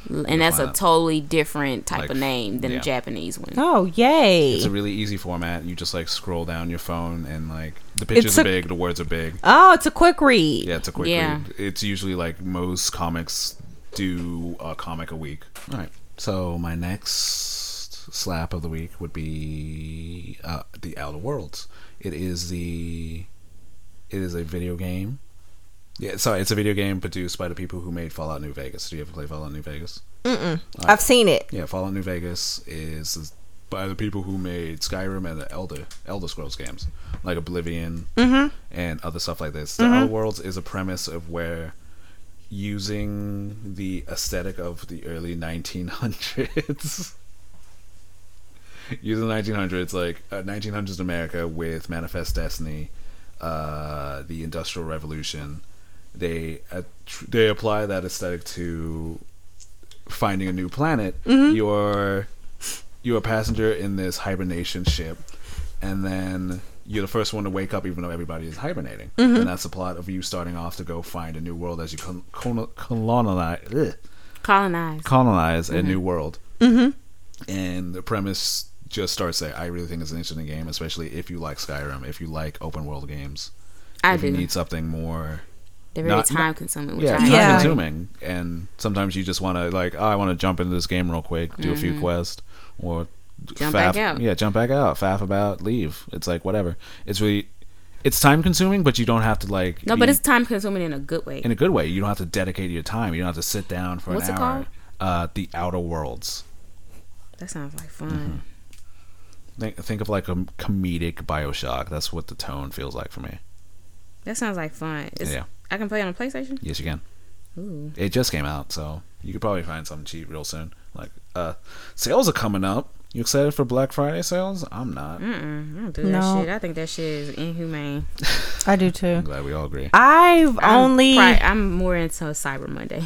A: and that's
B: Mm-hmm. find
A: a
B: that.
A: totally different type
B: Like,
A: of name than
B: yeah.
A: a Japanese one.
C: Oh yay!
B: It's a really easy format. You just like scroll down your phone and like the pictures
C: a-
B: are big, the words are big.
C: oh, it's a quick read.
B: Yeah, it's a quick
A: Yeah.
B: read. It's usually like most comics do a comic a week. All right. So my next slap of the week would be uh, the Outer Worlds. It is the it is a video game. Yeah, sorry, it's a video game produced by the people who made Fallout New Vegas. Do you ever play Fallout New Vegas?
C: I've seen it.
B: Yeah, Fallout New Vegas is by the people who made Skyrim and the Elder Elder Scrolls games, like Oblivion and other stuff like this. The Outer Worlds is a premise of where using the aesthetic of the early 1900s. Using the 1900s, like uh, 1900s America with Manifest Destiny, uh, the Industrial Revolution, they uh, tr- they apply that aesthetic to finding a new planet,
A: Mm-hmm.
B: you're you're a passenger in this hibernation ship, and then you're the first one to wake up, even though everybody is hibernating.
A: Mm-hmm.
B: And that's the plot of you starting off to go find a new world as you col- col- colonize ugh,
A: Colonize.
B: colonize a new world. Mm-hmm. And the premise just starts there. I really think it's an interesting game, especially if you like Skyrim, if you like open world games,
A: I
B: if you
A: do.
B: need something more
A: they're very
B: not- not-
A: time consuming. Which
B: yeah,
A: I
B: time
A: hate.
C: Yeah.
B: consuming. And sometimes you just want to like, oh, I want to jump into this game real quick, do a few quests, or
A: Mm-hmm. Jump
B: faff-
A: back out.
B: Yeah, jump back out, faff about, leave. It's like whatever. It's really, it's time consuming, but you don't have to like.
A: No, but
B: be-
A: it's time consuming in a good way.
B: in a good way. You don't have to dedicate your time. You don't have to sit down for
A: What's
B: an
A: it
B: hour.
A: called?
B: Uh, the Outer Worlds.
A: That sounds like fun.
B: Mm-hmm. Think, think of like a comedic Bioshock. That's what the tone feels like for me.
A: That sounds like fun. It's,
B: Yeah.
A: I can play it on PlayStation.
B: Yes, you can.
A: Ooh.
B: It just came out, so you could probably find something cheap real soon. Like, uh, sales are coming up. You excited for Black Friday sales? I'm not.
A: Mm-hmm. Mm-mm, I don't do
C: No.
A: that shit. I think that shit is inhumane.
C: I do
B: I'm
C: too.
B: glad we all agree.
C: I've
A: I'm
C: only
A: pri- I'm more into Cyber Monday.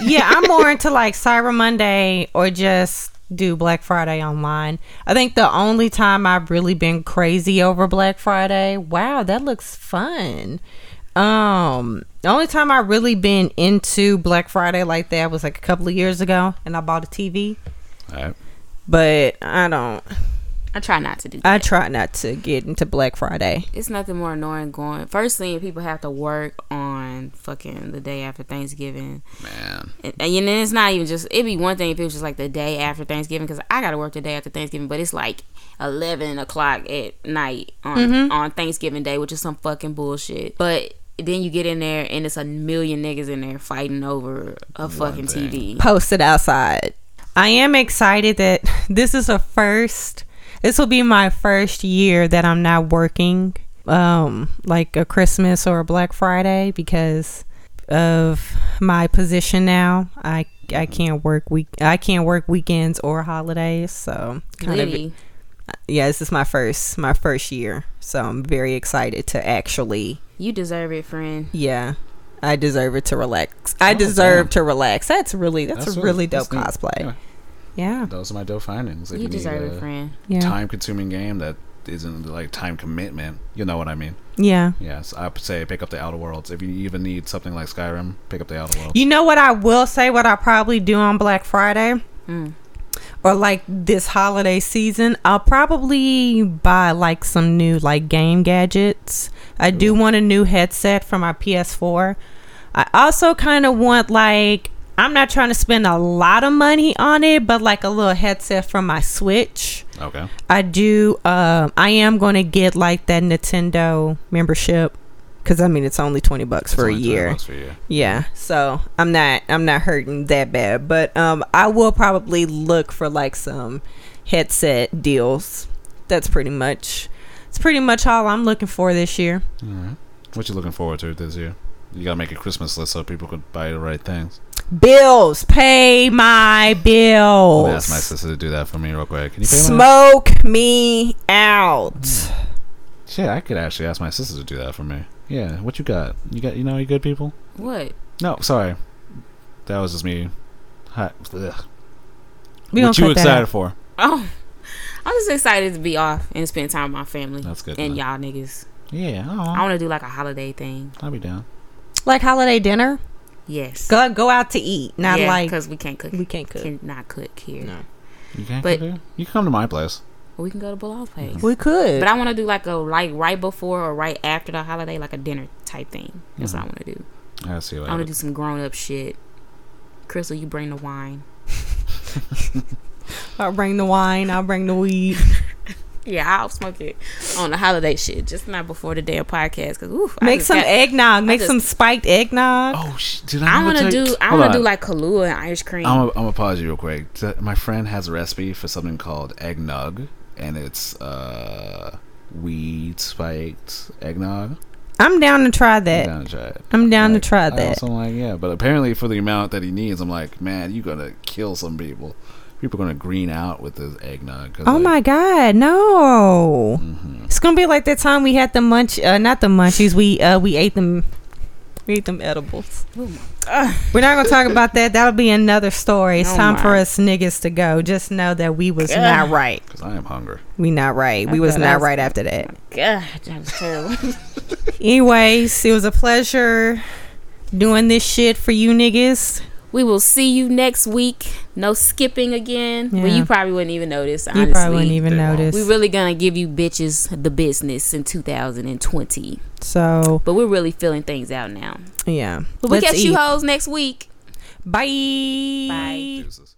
C: yeah, I'm more into like Cyber Monday or just do Black Friday online. I think the only time I've really been crazy over Black Friday, wow, that looks fun. Um, the only time I really been into Black Friday like that was like a couple of years ago and I bought a TV,
B: All right.
C: but I don't
A: I try not to do that.
C: I try not to get into Black Friday.
A: it's nothing more annoying going. First thing, people have to work on fucking the day after Thanksgiving.
B: Man.
A: And, and then it's not even just, it'd be one thing if it was just like the day after Thanksgiving, because I got to work the day after Thanksgiving, but it's like 11 o'clock at night on,
C: Mm-hmm.
A: on Thanksgiving Day, which is some fucking bullshit. But then you get in there and it's a million niggas in there fighting over a fucking
B: thing.
A: TV.
C: posted outside. I am excited that this is a first. This will be my first year that I'm not working um like a Christmas or a Black Friday because of my position now. I I can't work week I can't work weekends or holidays, so kind
A: Liddy.
C: of yeah, this is my first my first year, so I'm very excited to actually.
A: You deserve it, friend.
C: Yeah, I deserve it to relax. I deserve
B: damn.
C: to relax. That's really that's,
B: That's
C: a
B: what-
C: really dope
B: that's neat.
C: cosplay.
B: Yeah.
C: Yeah,
B: Those are my dope findings. If
A: You deserve it,
B: a
A: friend.
C: yeah, yeah.
B: time-consuming game that isn't like time commitment, you know what I mean. Yes, I would say pick up the Outer Worlds. If you even need something like Skyrim, pick up the Outer Worlds.
C: You know what I will say? What I probably do on Black Friday.
A: Mm.
C: Or like this holiday season, I'll probably buy like some new like game gadgets. I do want a new headset for my PS4. I also kind of want like I'm not trying to spend a lot of money on it, but like a little headset from my Switch.
B: Okay.
C: I do. Um, I am going to get like that Nintendo membership because I mean it's only twenty bucks for a
B: It's only 20
C: year.
B: bucks For a year.
C: Yeah, so I'm not I'm not hurting that bad, but um, I will probably look for like some headset deals. That's pretty much it's pretty much all I'm looking for this year.
B: All right. What you looking forward to this year? You gotta make a Christmas list so people could buy the right things.
C: Bills, pay my
B: I'm
C: bills.
B: gonna ask my sister to do that for me real quick. Can you pay Mm. my
C: Smoke me out.
B: Shit, I could actually ask my sister to do that for me. Yeah, what you got? You got you know you good people?
A: What?
B: No, sorry. That was just me. Hi. Ugh.
C: We
B: what you
C: gonna cut that out.
B: excited for?
A: Oh, I'm just excited to be off and spend time with my family
B: That's good.
A: and
B: man.
A: y'all niggas.
B: Yeah,
A: I
B: aw,
A: want to do like a holiday thing.
B: I'll be down.
C: Like holiday dinner,
A: Yes.
C: go go out to eat, not like
A: because we can't cook.
C: we can't cook.
A: Cannot cook here.
C: No.
B: You can't
A: But-
B: come here? you can come to my place.
A: We can go to Bilal's place.
C: We could.
A: But I want to do like a like right before or right after the holiday, like a dinner type thing. That's
C: Mm-hmm.
A: what I want to do.
B: I see
A: I
B: what I
A: want to
B: would-
A: do some grown up shit. Crystal, you bring the wine.
C: I'll bring the wine. I'll bring the weed.
A: Yeah, I'll smoke it on the holiday shit, just not before the damn podcast. Cause oof, I
C: Make
A: just
C: some
A: got-
C: eggnog. Make
A: just-
C: some spiked eggnog.
B: Oh, sh- did I?
A: I want to do. I want to do like Kahlua and ice cream.
B: I'm gonna pause you real quick. T- My friend has a recipe for something called eggnog, and it's uh weed spiked eggnog.
C: I'm down to try
B: I'm
A: Eh.
C: that.
B: down to try it.
C: I'm down
B: Like,
C: to try
B: I
C: that.
B: also like yeah, but apparently for the amount that he needs, I'm like, man, you gonna kill some people. People gonna green out with this eggnog. 'cause,
C: Oh
B: like,
C: my god, no!
A: Mm-hmm.
C: It's gonna be like that time we had the munch, uh, not the munchies. We uh, we ate them, we ate them edibles. We're not gonna talk about that. That'll be another story. It's
A: Oh
C: time for
A: my.
C: us niggas to go. Just know that we was not right.
B: Cause I am hungry.
C: We not right. We
A: I
C: was
A: thought I
C: not
A: was-
C: right after that.
A: God, that was terrible.
C: Anyways, it was a pleasure doing this shit for you niggas.
A: we will see you next week. No skipping again. Well,
C: Yeah.
A: you probably wouldn't even notice.
C: You
A: Honestly.
C: probably wouldn't even
B: they won't.
C: notice.
A: We really gonna give you bitches the business in 2020,
C: so
A: but we're really filling things out now.
C: yeah,
A: But we
C: Let's
A: catch you
C: eat.
A: hoes next week.
C: Bye.
A: Bye.
B: Deuces.